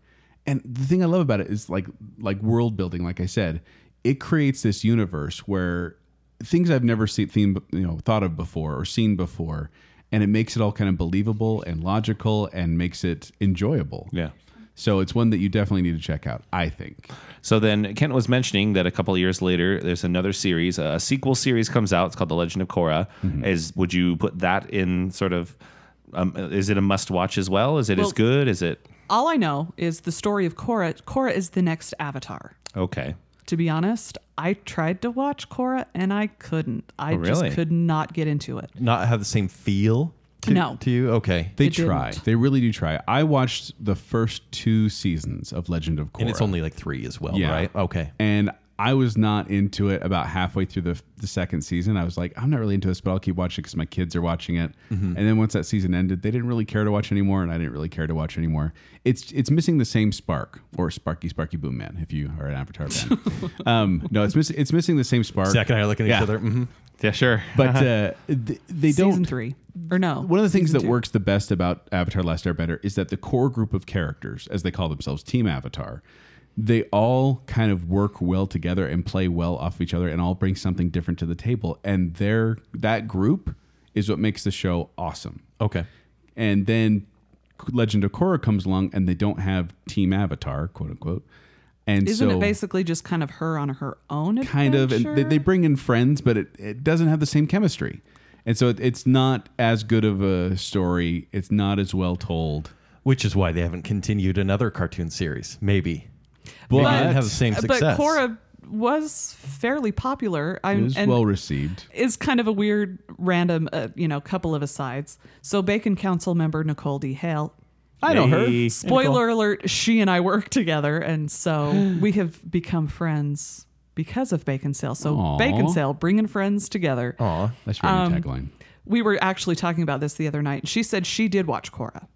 [SPEAKER 3] And the thing I love about it is like like world building. Like I said, it creates this universe where things I've never seen, theme, you know, thought of before or seen before, and it makes it all kind of believable and logical and makes it enjoyable.
[SPEAKER 5] Yeah.
[SPEAKER 3] So it's one that you definitely need to check out, I think.
[SPEAKER 5] So then Kent was mentioning that a couple of years later, there's another series, a sequel series comes out. It's called The Legend of Korra. Is would you put that in sort of? Um, is it a must-watch as well? Is it as
[SPEAKER 2] Well-
[SPEAKER 5] good? Is it
[SPEAKER 2] All I know is the story of Korra. Korra is the next avatar.
[SPEAKER 5] okay?
[SPEAKER 2] To be honest, I tried to watch Korra and I couldn't. I
[SPEAKER 3] Oh,
[SPEAKER 5] really?
[SPEAKER 2] just could not get into it.
[SPEAKER 4] not have the same feel to,
[SPEAKER 2] No.
[SPEAKER 4] to you. Okay.
[SPEAKER 3] They
[SPEAKER 2] It didn't.
[SPEAKER 3] try. They really do try. I watched the first two seasons of Legend of Korra.
[SPEAKER 4] and it's only like three as well,
[SPEAKER 3] Yeah.
[SPEAKER 4] right? Okay.
[SPEAKER 3] And I was not into it about halfway through the, the second season. I was like, I'm not really into this, but I'll keep watching because my kids are watching it. And then once that season ended, they didn't really care to watch anymore, and I didn't really care to watch anymore. It's it's missing the same spark or Sparky Sparky Boom Man if you are an Avatar fan. um, no, it's missing it's missing the same spark.
[SPEAKER 4] Zach and I are looking at
[SPEAKER 3] Yeah.
[SPEAKER 4] each other. Mm-hmm.
[SPEAKER 5] Yeah, sure.
[SPEAKER 3] But uh, th- they
[SPEAKER 2] season
[SPEAKER 3] don't
[SPEAKER 2] three or no?
[SPEAKER 3] one of the things
[SPEAKER 2] season
[SPEAKER 3] that
[SPEAKER 2] two.
[SPEAKER 3] works the best about Avatar Last Airbender is that the core group of characters, as they call themselves, Team Avatar, they all kind of work well together and play well off of each other and all bring something different to the table. And their that group is what makes the show awesome.
[SPEAKER 4] Okay.
[SPEAKER 3] And then Legend of Korra comes along and they don't have Team Avatar, quote unquote. And
[SPEAKER 2] Isn't
[SPEAKER 3] so
[SPEAKER 2] it basically just kind of her on her own? Adventure?
[SPEAKER 3] kind of and they, they bring in friends but it, it doesn't have the same chemistry and so it, it's not as good of a story it's not as well told
[SPEAKER 4] Which is why they haven't continued another cartoon series. Maybe. Maybe they
[SPEAKER 3] But-
[SPEAKER 4] didn't have the same
[SPEAKER 2] But
[SPEAKER 4] success.
[SPEAKER 2] Cora was fairly popular. I
[SPEAKER 3] it was
[SPEAKER 2] and
[SPEAKER 3] well received
[SPEAKER 2] is kind of a weird, random, uh, you know, couple of asides. So Bacon Council member Nicole D. Hale.
[SPEAKER 3] i know her
[SPEAKER 4] Hey.
[SPEAKER 2] Spoiler alert: She and I work together, and so we have become friends because of Bacon Sale. So
[SPEAKER 3] Aw.
[SPEAKER 2] Bacon Sale bringing friends together.
[SPEAKER 4] Aw.
[SPEAKER 3] that's your new
[SPEAKER 2] um,
[SPEAKER 3] tagline
[SPEAKER 2] we were actually talking about this the other night. She said she did watch Cora,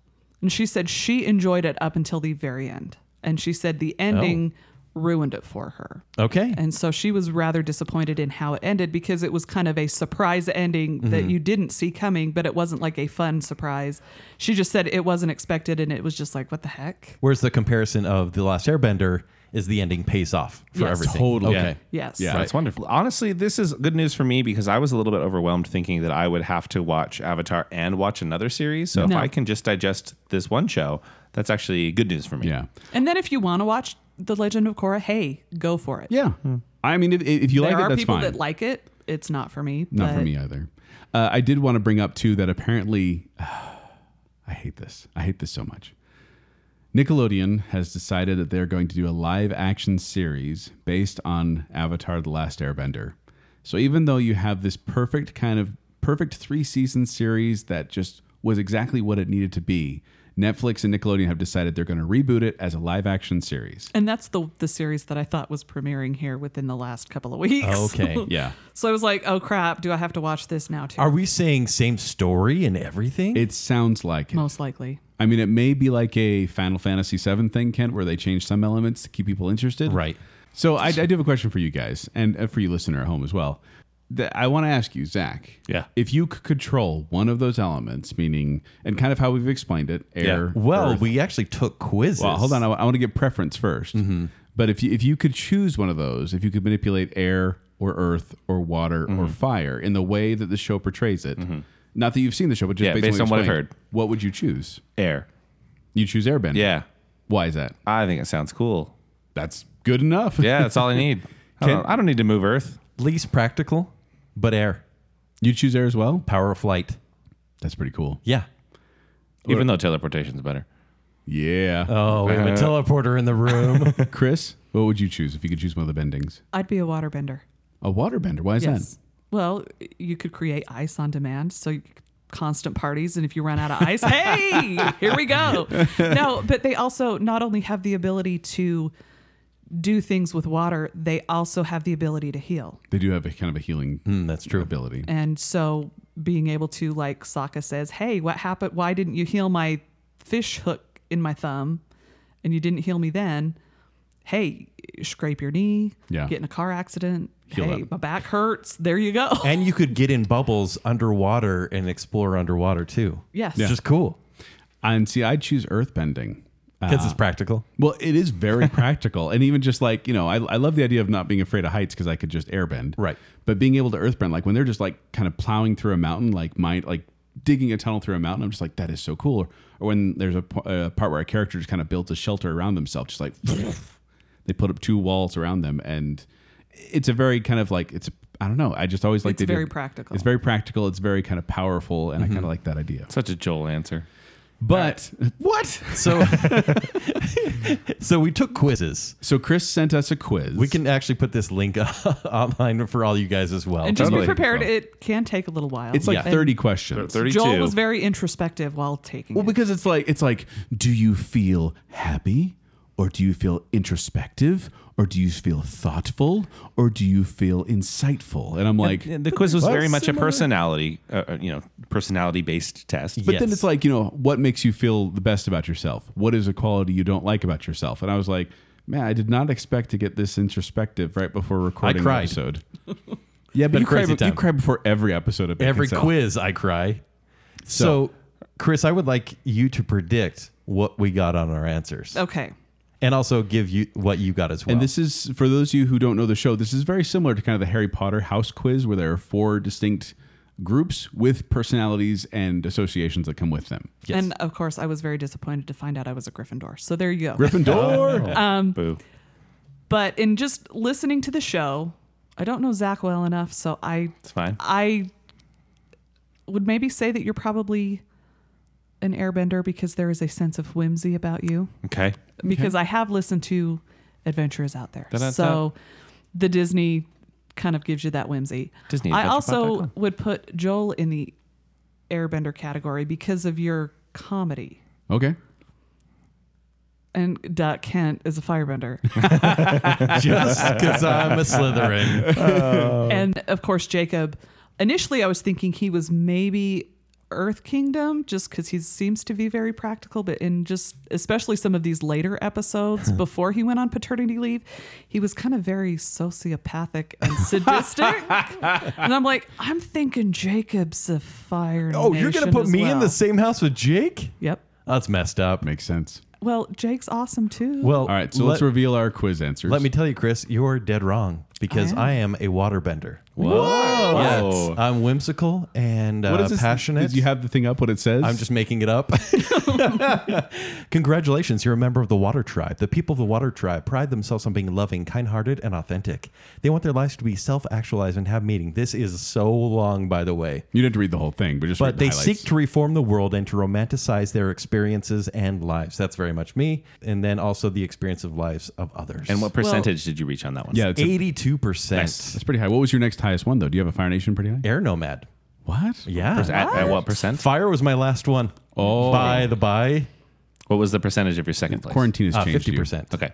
[SPEAKER 2] and she said she enjoyed it up until the very end, and she said
[SPEAKER 4] Oh.
[SPEAKER 2] the ending ruined it for her.
[SPEAKER 4] Okay.
[SPEAKER 2] And so she was rather disappointed in how it ended because it was kind of a surprise ending that
[SPEAKER 3] Mm-hmm.
[SPEAKER 2] you didn't see coming, but it wasn't like a fun surprise. She just said it wasn't expected and it was just like, what the heck?
[SPEAKER 4] Whereas the comparison of The Last Airbender is the ending pays off for
[SPEAKER 2] Yes.
[SPEAKER 4] everything.
[SPEAKER 3] Totally.
[SPEAKER 4] Okay.
[SPEAKER 2] Yes.
[SPEAKER 3] Yeah.
[SPEAKER 5] That's wonderful. Honestly, this is good news for me because I was a little bit overwhelmed thinking that I would have to watch Avatar and watch another series. So
[SPEAKER 2] No.
[SPEAKER 5] if I can just digest this one show, that's actually good news for me.
[SPEAKER 3] yeah
[SPEAKER 2] And then if you want to watch The Legend of Korra, hey, go for it.
[SPEAKER 3] yeah i mean if, if you
[SPEAKER 2] There
[SPEAKER 3] like
[SPEAKER 2] are
[SPEAKER 3] it that's
[SPEAKER 2] people
[SPEAKER 3] fine
[SPEAKER 2] that like it. It's not for me.
[SPEAKER 3] not for
[SPEAKER 2] but-
[SPEAKER 3] me either uh, i did want to bring up too that apparently i hate this i hate this so much Nickelodeon has decided that they're going to do a live action series based on Avatar The Last Airbender. So even though you have this perfect kind of perfect three season series that just was exactly what it needed to be, Netflix and Nickelodeon have decided they're going to reboot it as a live action series.
[SPEAKER 2] And that's the the series that I thought was premiering here within the last couple of weeks.
[SPEAKER 4] Okay.
[SPEAKER 3] Oh, Yeah.
[SPEAKER 2] so I was like, oh crap, do I have to watch this now too?
[SPEAKER 4] Are we saying same story and everything?
[SPEAKER 3] It sounds like it.
[SPEAKER 2] Most likely.
[SPEAKER 3] I mean, it may be like a Final Fantasy VII thing, Kent, where they change some elements to keep people interested.
[SPEAKER 4] Right.
[SPEAKER 3] So I, I do have a question for you guys and uh, for you listener at home as well. That I want to ask you, Zach.
[SPEAKER 5] Yeah.
[SPEAKER 3] If you could control one of those elements, meaning and kind of how we've explained it, air.
[SPEAKER 4] well,
[SPEAKER 3] earth-
[SPEAKER 4] we actually took quizzes.
[SPEAKER 3] well, hold on. I, want to get preference 1st
[SPEAKER 5] Mm-hmm.
[SPEAKER 3] But if you, if you could choose one of those, if you could manipulate air or earth or water
[SPEAKER 5] Mm-hmm.
[SPEAKER 3] or fire in the way that the show portrays it, not that you've seen the show, but just
[SPEAKER 5] Yeah,
[SPEAKER 3] based, on,
[SPEAKER 5] based on what I've
[SPEAKER 3] explained,
[SPEAKER 5] heard.
[SPEAKER 3] what would you choose?
[SPEAKER 5] Air.
[SPEAKER 3] You choose airbender.
[SPEAKER 5] Yeah.
[SPEAKER 3] Why is that?
[SPEAKER 5] I think it sounds cool.
[SPEAKER 3] That's good enough.
[SPEAKER 5] Yeah, that's all I need. I
[SPEAKER 3] Can-
[SPEAKER 5] don't, I don't need to move Earth.
[SPEAKER 4] Least practical, but air.
[SPEAKER 3] You choose air as well?
[SPEAKER 4] Power of flight.
[SPEAKER 3] That's pretty cool.
[SPEAKER 4] Yeah.
[SPEAKER 5] Even though teleportation's better.
[SPEAKER 3] Yeah.
[SPEAKER 4] Oh, we have a
[SPEAKER 3] Uh,
[SPEAKER 4] teleporter in the room.
[SPEAKER 3] Chris, what would you choose if you could choose one of the bendings?
[SPEAKER 2] I'd be a waterbender.
[SPEAKER 3] A waterbender. Why is
[SPEAKER 2] Yes. Well, you could create ice on demand, so you could- constant parties, and if you run out of ice, hey, here we go. No, but they also not only have the ability to do things with water, they also have the ability to heal.
[SPEAKER 3] that? They do have a kind of a healing
[SPEAKER 4] that's true.
[SPEAKER 3] ability.
[SPEAKER 2] And so being able to, like Sokka says, hey, what happened? Why didn't you heal my fish hook in my thumb? And you didn't heal me then. Hey, scrape your knee,
[SPEAKER 3] Yeah.
[SPEAKER 2] get in a car accident.
[SPEAKER 3] Heal
[SPEAKER 2] hey,
[SPEAKER 3] up.
[SPEAKER 2] my back hurts. There you go.
[SPEAKER 4] and you could get in bubbles underwater and explore underwater too.
[SPEAKER 2] Yes.
[SPEAKER 4] It's just cool
[SPEAKER 3] And see, I choose earthbending.
[SPEAKER 4] because it's practical.
[SPEAKER 3] Well, it is very practical. And even just like, you know, I, I love the idea of not being afraid of heights because I could just airbend.
[SPEAKER 4] Right.
[SPEAKER 3] But being able to earthbend, like when they're just like kind of plowing through a mountain, like my, like digging a tunnel through a mountain, I'm just like, that is so cool. Or, or when there's a, p- a part where a character just kind of builds a shelter around themselves, just like they put up two walls around them. And it's a very kind of like, it's, I don't know. I just always like
[SPEAKER 2] It's very practical.
[SPEAKER 3] It's very practical. It's very kind of powerful. And I
[SPEAKER 4] Mm-hmm.
[SPEAKER 3] kind of like that idea.
[SPEAKER 5] Such a Joel answer.
[SPEAKER 3] But what?
[SPEAKER 4] So, so we took quizzes.
[SPEAKER 3] So Chris sent us a quiz.
[SPEAKER 4] We can actually put this link online for all you guys as well.
[SPEAKER 2] And just
[SPEAKER 5] Totally.
[SPEAKER 2] be prepared. It can take a little while.
[SPEAKER 3] It's like
[SPEAKER 2] And
[SPEAKER 3] 30 questions.
[SPEAKER 2] Joel was very introspective while taking
[SPEAKER 3] Well,
[SPEAKER 2] it.
[SPEAKER 3] because it's like it's like, do you feel happy, or do you feel introspective, or do you feel thoughtful, or do you feel insightful? And I'm like,
[SPEAKER 5] the quiz was
[SPEAKER 3] Well,
[SPEAKER 5] very much a
[SPEAKER 3] similar.
[SPEAKER 5] personality, uh, uh, you know, personality based test.
[SPEAKER 3] But then
[SPEAKER 4] Yes.
[SPEAKER 3] it's like, you know, what makes you feel the best about yourself? What is a quality you don't like about yourself? And I was like, man, I did not expect to get this introspective right before recording the
[SPEAKER 4] cried.
[SPEAKER 3] episode. yeah, but you cry,
[SPEAKER 4] crazy
[SPEAKER 3] you
[SPEAKER 4] time.
[SPEAKER 3] cry before every episode of
[SPEAKER 4] Every
[SPEAKER 3] Beckinsale.
[SPEAKER 4] quiz, I cry. So, Chris, I would like you to predict what we got on our answers,
[SPEAKER 2] Okay.
[SPEAKER 4] and also give you what you got as well.
[SPEAKER 3] And this is for those of you who don't know the show. This is very similar to kind of the Harry Potter house quiz, where there are four distinct groups with personalities and associations that come with them.
[SPEAKER 4] Yes.
[SPEAKER 2] And of course, I was very disappointed to find out I was a Gryffindor. So there you go.
[SPEAKER 4] Oh.
[SPEAKER 3] Gryffindor. Uh,
[SPEAKER 5] Boo.
[SPEAKER 2] but in just listening to the show, I don't know Zach well enough, so I
[SPEAKER 5] It's fine.
[SPEAKER 2] I would maybe say that you're probably an airbender because there is a sense of whimsy about you.
[SPEAKER 5] Okay.
[SPEAKER 2] Because I have listened to Adventures Out There.
[SPEAKER 5] Da-da-da.
[SPEAKER 2] So the Disney kind of gives you that whimsy.
[SPEAKER 5] Disney
[SPEAKER 2] I
[SPEAKER 5] Adventure
[SPEAKER 2] also
[SPEAKER 5] Park.com.
[SPEAKER 2] would put Joel in the airbender category because of your comedy.
[SPEAKER 3] Okay.
[SPEAKER 2] And Duck Kent is a firebender.
[SPEAKER 4] just because I'm a Slytherin. Uh-huh.
[SPEAKER 2] And of course, Jacob. Initially, I was thinking he was maybe Earth Kingdom, just because he seems to be very practical. But in just, especially some of these later episodes before he went on paternity leave, he was kind of very sociopathic and sadistic. and I'm like, I'm thinking Jacob's a fire.
[SPEAKER 4] Oh, you're gonna
[SPEAKER 2] Nation
[SPEAKER 4] put
[SPEAKER 2] as
[SPEAKER 4] me in
[SPEAKER 2] well.
[SPEAKER 4] the same house with Jake?
[SPEAKER 2] Yep.
[SPEAKER 4] That's messed up.
[SPEAKER 3] Makes sense.
[SPEAKER 2] Well, Jake's awesome too.
[SPEAKER 4] Well,
[SPEAKER 3] All right. So
[SPEAKER 4] let,
[SPEAKER 3] let's reveal our quiz answers.
[SPEAKER 4] let me tell you, Chris, you're dead wrong because
[SPEAKER 2] I
[SPEAKER 4] I am a waterbender.
[SPEAKER 5] Whoa.
[SPEAKER 4] Yes, I'm whimsical and uh,
[SPEAKER 3] What is this?
[SPEAKER 4] passionate.
[SPEAKER 3] Did you have the thing up? What it says?
[SPEAKER 4] I'm just making it up. Congratulations, you're a member of the Water Tribe. The people of the Water Tribe pride themselves on being loving, kind hearted, and authentic. They want their lives to be self actualized and have meaning. This is so long, by the way.
[SPEAKER 3] You didn't have to read the whole thing, but just. read
[SPEAKER 4] But
[SPEAKER 3] the
[SPEAKER 4] they
[SPEAKER 3] highlights.
[SPEAKER 4] seek to reform the world and to romanticize their experiences and lives. That's very much me. And then also the experience of lives of others.
[SPEAKER 5] And what percentage did you reach on that one?
[SPEAKER 3] Yeah, it's a-
[SPEAKER 4] 82%.
[SPEAKER 3] that's pretty high. What was your next highest one though? Do you have a Fire Nation pretty high?
[SPEAKER 4] Air Nomad.
[SPEAKER 3] What?
[SPEAKER 4] Yeah.
[SPEAKER 5] At, at what percent?
[SPEAKER 4] Fire was my last one.
[SPEAKER 3] Oh.
[SPEAKER 4] By the by,
[SPEAKER 5] What was the percentage of your second place?
[SPEAKER 3] Quarantine has
[SPEAKER 4] uh,
[SPEAKER 3] changed. you.
[SPEAKER 4] 50%.
[SPEAKER 5] Okay.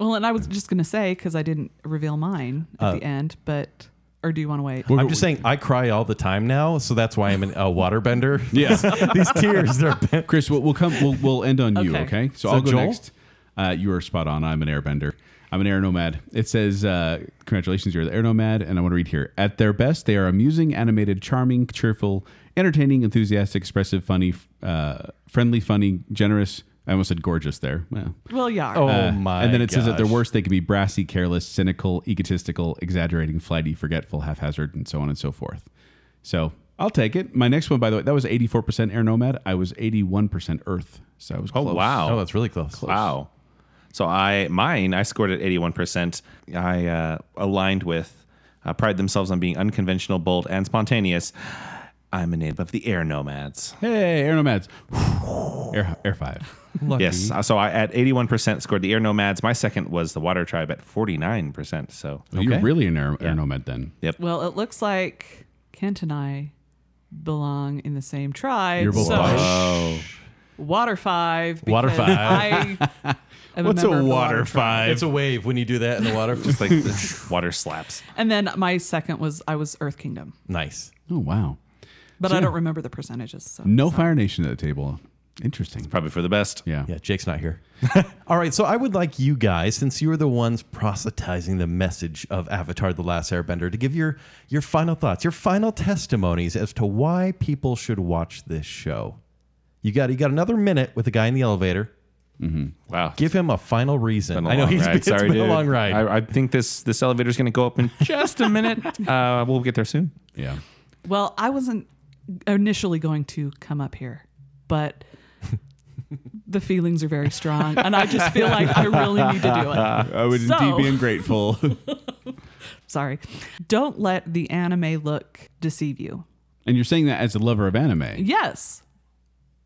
[SPEAKER 2] well, and I was just gonna say because I didn't reveal mine at
[SPEAKER 4] Uh,
[SPEAKER 2] the end, but or do you want to wait?
[SPEAKER 4] I'm just saying I cry all the time now, so that's why I'm an, a waterbender.
[SPEAKER 3] Yes.
[SPEAKER 4] These tears, they're
[SPEAKER 3] Chris, we'll, we'll come. We'll, we'll end on you.
[SPEAKER 2] Okay.
[SPEAKER 3] Okay. So,
[SPEAKER 4] So,
[SPEAKER 3] I'll go
[SPEAKER 4] Joel?
[SPEAKER 3] next. Uh, you are spot on. I'm an airbender. I'm an air nomad. It says, uh, "Congratulations, you're the air nomad." And I want to read here. At their best, they are amusing, animated, charming, cheerful, entertaining, enthusiastic, expressive, funny, f- uh, friendly, funny, generous. I almost said gorgeous there. Well,
[SPEAKER 2] Well, yeah.
[SPEAKER 4] Oh
[SPEAKER 3] uh,
[SPEAKER 4] my!
[SPEAKER 3] And then it says at their
[SPEAKER 4] gosh.
[SPEAKER 3] worst, they can be brassy, careless, cynical, egotistical, exaggerating, flighty, forgetful, haphazard, and so on and so forth. So I'll take it. My next one, by the way, that was 84% Air Nomad. I was 81% Earth. So I was
[SPEAKER 5] Oh
[SPEAKER 3] close.
[SPEAKER 5] wow.
[SPEAKER 4] Oh, that's really close.
[SPEAKER 5] Wow. So I mine I scored at 81%. I uh, aligned with uh, pride themselves on being unconventional, bold, and spontaneous. I'm a native of the air nomads.
[SPEAKER 3] Hey, Air Nomads. Air, Air 5.
[SPEAKER 4] Lucky.
[SPEAKER 5] Yes. uh, So I at 81% scored the air nomads. My second was the water tribe at 49%. So
[SPEAKER 3] Well, You're really an Air, Air Nomad then.
[SPEAKER 2] Well, it looks like Kent and I belong in the same tribe.
[SPEAKER 3] You're both
[SPEAKER 2] so
[SPEAKER 3] Irish.
[SPEAKER 5] Oh,
[SPEAKER 2] water five. because
[SPEAKER 4] Water five.
[SPEAKER 2] I am a member of the water tribe.
[SPEAKER 4] It's a wave when you do that in the water.
[SPEAKER 5] it's like the water slaps.
[SPEAKER 2] And then my second was I was Earth Kingdom,
[SPEAKER 4] nice.
[SPEAKER 3] Oh, wow.
[SPEAKER 2] but I don't remember the percentages. So.
[SPEAKER 3] No Fire Nation at the table. Interesting.
[SPEAKER 5] Probably for the best.
[SPEAKER 3] Yeah.
[SPEAKER 4] Yeah, Jake's not here. All right, so I would like you guys, since you were the ones proselytizing the message of Avatar: The Last Airbender, to give your your final thoughts, your final testimonies as to why people should watch this show. You got you got another minute with the guy in the elevator.
[SPEAKER 5] Wow.
[SPEAKER 4] Give him a final reason.
[SPEAKER 5] I
[SPEAKER 4] I know he's been, it's
[SPEAKER 5] Sorry,
[SPEAKER 4] been
[SPEAKER 5] dude.
[SPEAKER 4] a long ride.
[SPEAKER 5] I, I think this this elevator's going to go up in just a minute. Uh, we'll get there soon.
[SPEAKER 3] Yeah.
[SPEAKER 2] Well, I wasn't initially going to come up here, but the feelings are very strong, and I just feel like I really need to do it.
[SPEAKER 3] I would
[SPEAKER 2] So- indeed be
[SPEAKER 3] ungrateful.
[SPEAKER 2] Sorry. Don't let the anime look deceive you.
[SPEAKER 3] and you're saying that as a lover of anime.
[SPEAKER 2] Yes.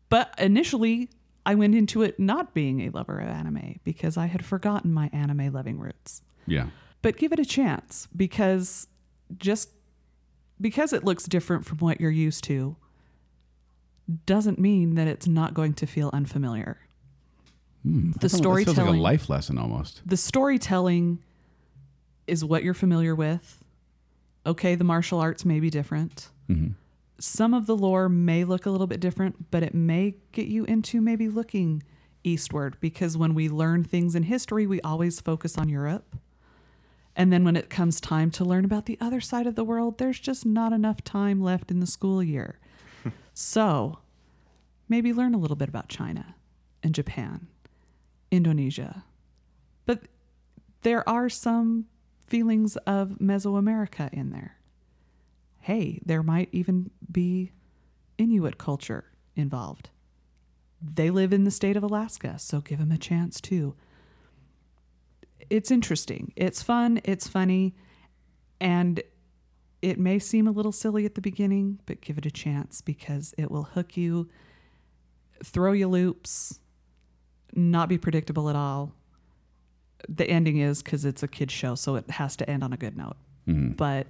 [SPEAKER 2] But initially, I went into it not being a lover of anime because I had forgotten my anime loving roots.
[SPEAKER 3] Yeah.
[SPEAKER 2] But give it a chance because just because it looks different from what you're used to doesn't mean that it's not going to feel unfamiliar. the
[SPEAKER 3] That sounds Hmm. like
[SPEAKER 2] storytelling
[SPEAKER 3] a life lesson almost.
[SPEAKER 2] the storytelling is what you're familiar with. Okay, the martial arts may be different. Some of the lore may look a little bit different, but it may get you into maybe looking eastward because when we learn things in history, we always focus on Europe. And then when it comes time to learn about the other side of the world, there's just not enough time left in the school year. so maybe learn a little bit about China and Japan, Indonesia. But there are some feelings of Mesoamerica in there. Hey, there might even be Inuit culture involved. They live in the state of Alaska, so give them a chance too. It's interesting. It's fun. It's funny. And it may seem a little silly at the beginning, but give it a chance because it will hook you, throw you loops, not be predictable at all. The ending is because it's a kid's show, so it has to end on a good note.
[SPEAKER 4] Mm-hmm.
[SPEAKER 2] But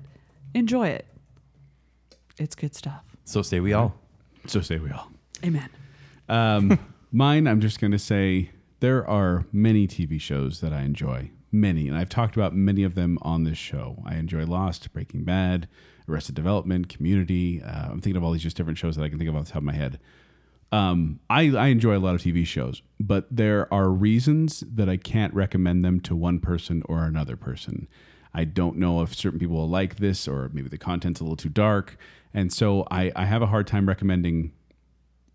[SPEAKER 2] enjoy it. It's good stuff.
[SPEAKER 4] So say we all.
[SPEAKER 3] So say we all.
[SPEAKER 2] Amen.
[SPEAKER 3] Um, mine, I'm just going to say there are many TV shows that I enjoy, many, and I've talked about many of them on this show. I enjoy Lost, Breaking Bad, Arrested Development, Community. Uh, I'm thinking of all these just different shows that I can think of off the top of my head. Um, I, I enjoy a lot of TV shows, but there are reasons that I can't recommend them to one person or another person. I don't know if certain people will like this, or maybe the content's a little too dark. And so I, I have a hard time recommending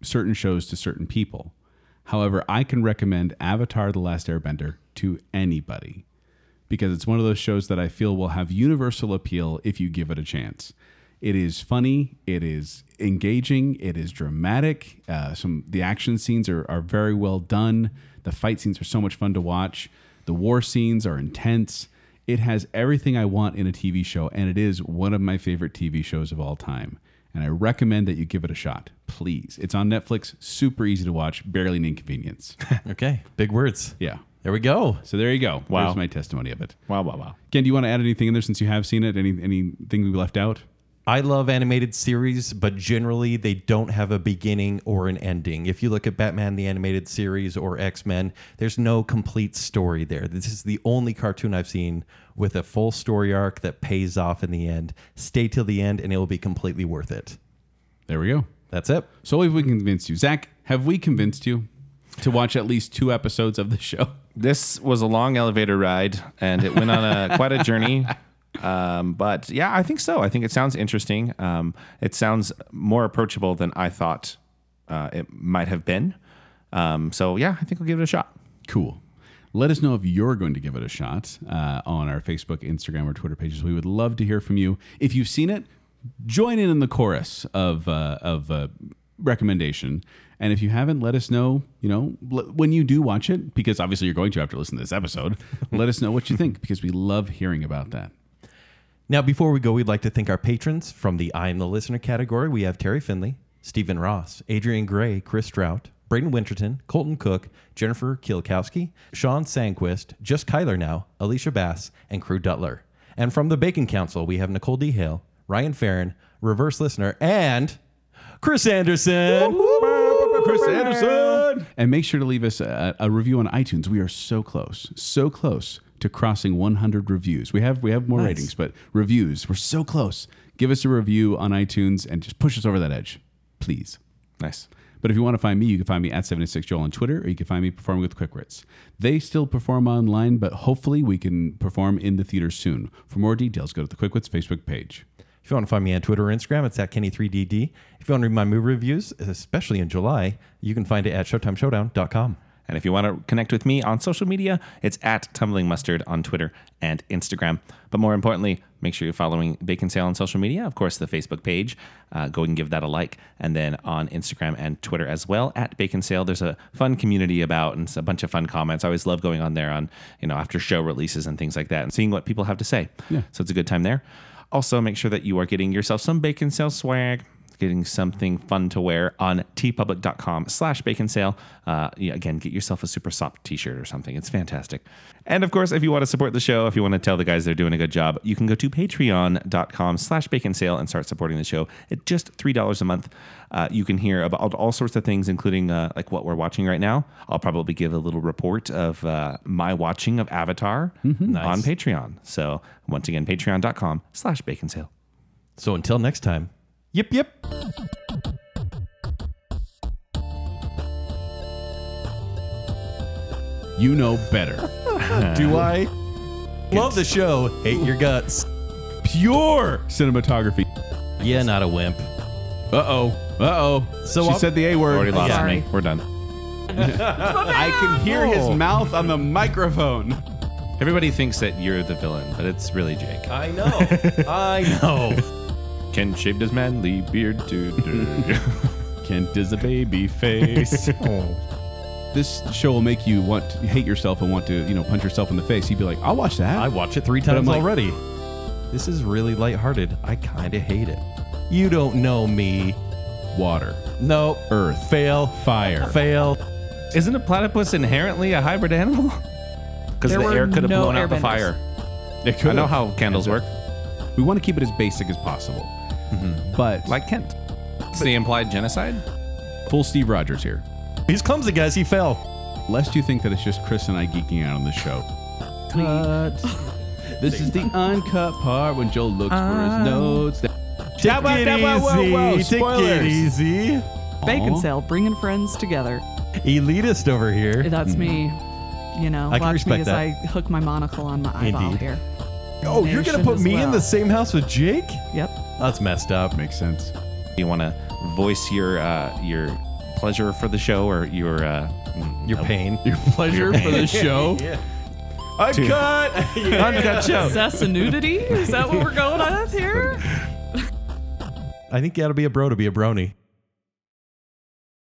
[SPEAKER 3] certain shows to certain people. However, I can recommend Avatar The Last Airbender to anybody because it's one of those shows that I feel will have universal appeal if you give it a chance. It is funny, it is engaging, it is dramatic. Uh, some the action scenes are, are very well done. The fight scenes are so much fun to watch. The war scenes are intense. It has everything I want in a TV show, and it is one of my favorite TV shows of all time. And I recommend that you give it a shot, please. It's on Netflix, super easy to watch, barely an inconvenience.
[SPEAKER 4] Okay. Big words.
[SPEAKER 3] yeah.
[SPEAKER 4] There we go.
[SPEAKER 3] So there you go.
[SPEAKER 5] Wow.
[SPEAKER 3] There's my testimony of it.
[SPEAKER 5] Wow, wow, wow.
[SPEAKER 3] Ken, do you want to add anything in there since you have seen it? Any anything we left out?
[SPEAKER 4] I love animated series, but generally they don't have a beginning or an ending. If you look at Batman the animated series or X Men, there's no complete story there. This is the only cartoon I've seen with a full story arc that pays off in the end. Stay till the end and it will be completely worth it.
[SPEAKER 3] There we go.
[SPEAKER 4] That's it.
[SPEAKER 3] So if we convinced you, Zach, have we convinced you to watch at least two episodes of the show?
[SPEAKER 5] This was a long elevator ride, and it went on a quite a journey. Um, but yeah, I think so. I think it sounds interesting. Um, it sounds more approachable than I thought uh, it might have been. Um, so yeah, I think I'll give it a shot.
[SPEAKER 3] Cool. Let us know if you're going to give it a shot uh, on our Facebook, Instagram, or Twitter pages. We would love to hear from you. If you've seen it, join in in the chorus of uh, of uh, recommendation. And if you haven't, let us know. You know l- when you do watch it, because obviously you're going to after listening to this episode. let us know what you think because we love hearing about that.
[SPEAKER 4] Now, before we go, we'd like to thank our patrons from the I Am the Listener category. We have Terry Finley, Stephen Ross, Adrian Gray, Chris Strout, Braden Winterton, Colton Cook, Jennifer Kielkowski, Sean Sanquist, Just Kyler Now, Alicia Bass, and Crew Dutler. And from the Bacon Council, we have Nicole D. Hale, Ryan Farron, Reverse Listener, and Chris Anderson.
[SPEAKER 3] Chris Anderson. And make sure to leave us a, a review on iTunes. We are so close, so close to crossing 100 reviews. We have we have more ratings, but reviews. We're so close. Give us a review on iTunes and just push us over that edge, please.
[SPEAKER 5] Nice.
[SPEAKER 3] But if you want to find me, you can find me at 76Joel on Twitter, or you can find me performing with Quick Wits. They still perform online, but hopefully we can perform in the theater soon. For more details, go to the Quick Wits Facebook page.
[SPEAKER 4] If you want to find me on Twitter or Instagram, it's at Kenny3DD. If you want to read my movie reviews, especially in July, you can find it at ShowtimeShowdown.com.
[SPEAKER 5] And if you want to connect with me on social media, it's at Tumbling Mustard on Twitter and Instagram. But more importantly, make sure you're following Bacon Sale on social media. Of course, the Facebook page, uh, go and give that a like. And then on Instagram and Twitter as well, at Bacon Sale. There's a fun community about and it's a bunch of fun comments. I always love going on there on, you know, after show releases and things like that and seeing what people have to say.
[SPEAKER 3] Yeah.
[SPEAKER 5] So it's a good time there. Also, make sure that you are getting yourself some Bacon Sale swag. getting something fun to wear on tpublic.com slash bacon sale. Uh, yeah, again, get yourself a super soft t-shirt or something. It's fantastic. And of course, if you want to support the show, if you want to tell the guys they're doing a good job, you can go to patreon.com slash bacon sale and start supporting the show at just $3 a month. Uh, you can hear about all sorts of things, including uh, like what we're watching right now. I'll probably give a little report of uh, my watching of Avatar on Patreon. So once again, patreon.com slash bacon sale.
[SPEAKER 4] So until next time, yip, yip.
[SPEAKER 3] You know better.
[SPEAKER 4] Do I? Love the show. Hate your guts.
[SPEAKER 3] Pure cinematography.
[SPEAKER 4] Yeah, not a wimp.
[SPEAKER 3] Uh oh. Uh oh.
[SPEAKER 4] So
[SPEAKER 3] she
[SPEAKER 4] I'll-
[SPEAKER 3] said the A word.
[SPEAKER 5] Already lost
[SPEAKER 4] Sorry.
[SPEAKER 5] me. We're done.
[SPEAKER 3] I can hear his mouth on the microphone.
[SPEAKER 5] Everybody thinks that you're the villain, but it's really Jake.
[SPEAKER 4] I know. I know.
[SPEAKER 5] Ken shaved his manly beard too.
[SPEAKER 3] Kent is a baby face.
[SPEAKER 4] Oh.
[SPEAKER 3] This show will make you want to hate yourself and want to, you know, punch yourself in the face. You'd be like, I'll watch that.
[SPEAKER 4] I watch it three
[SPEAKER 3] But I'm
[SPEAKER 4] times
[SPEAKER 3] like-
[SPEAKER 4] already. This is really lighthearted. I kind of hate it. You don't know me.
[SPEAKER 3] Water.
[SPEAKER 4] No.
[SPEAKER 3] Earth.
[SPEAKER 4] Fail.
[SPEAKER 3] Fire.
[SPEAKER 4] Fail.
[SPEAKER 5] Isn't a platypus inherently a hybrid animal? Because
[SPEAKER 6] There
[SPEAKER 5] the
[SPEAKER 6] were
[SPEAKER 5] air could have
[SPEAKER 6] no
[SPEAKER 5] blown out the
[SPEAKER 6] airbenders.
[SPEAKER 5] fire.
[SPEAKER 3] It
[SPEAKER 5] I know
[SPEAKER 3] could've.
[SPEAKER 5] how candles work.
[SPEAKER 3] We want to keep it as basic as possible.
[SPEAKER 4] Mm-hmm.
[SPEAKER 3] But like
[SPEAKER 5] Like Kent. It's the implied genocide.
[SPEAKER 3] full Steve Rogers here.
[SPEAKER 4] He's clumsy, guys. He fell.
[SPEAKER 3] Lest you think that it's just Chris and I geeking out on the show. This is the uncut part when Joel looks for his notes.
[SPEAKER 4] Take
[SPEAKER 3] whoa,
[SPEAKER 4] it
[SPEAKER 3] whoa, whoa, whoa,
[SPEAKER 4] easy. Take it
[SPEAKER 3] spoilers.
[SPEAKER 4] easy.
[SPEAKER 2] Bacon
[SPEAKER 3] Aw.
[SPEAKER 2] sale, bringing friends together.
[SPEAKER 4] Elitist over here.
[SPEAKER 6] That's me.
[SPEAKER 2] You know,
[SPEAKER 4] Mm-hmm. I can
[SPEAKER 2] watch me
[SPEAKER 4] respect
[SPEAKER 2] as
[SPEAKER 4] that.
[SPEAKER 2] I hook my monocle on my eyeball
[SPEAKER 4] Indeed.
[SPEAKER 2] here.
[SPEAKER 4] Oh, you're gonna
[SPEAKER 2] Nation
[SPEAKER 4] put
[SPEAKER 2] as
[SPEAKER 4] me in
[SPEAKER 2] well.
[SPEAKER 4] the same house with Jake?
[SPEAKER 2] Yep.
[SPEAKER 4] That's messed up.
[SPEAKER 3] Makes sense.
[SPEAKER 5] You want to voice your uh, your pleasure for the show or your uh, mm,
[SPEAKER 4] Your pain.
[SPEAKER 3] Your pleasure for the show.
[SPEAKER 4] Uncut.
[SPEAKER 5] uncut show.
[SPEAKER 6] Cess and nudity? Is that what we're going on here?
[SPEAKER 4] I think you gotta be a bro to be a brony.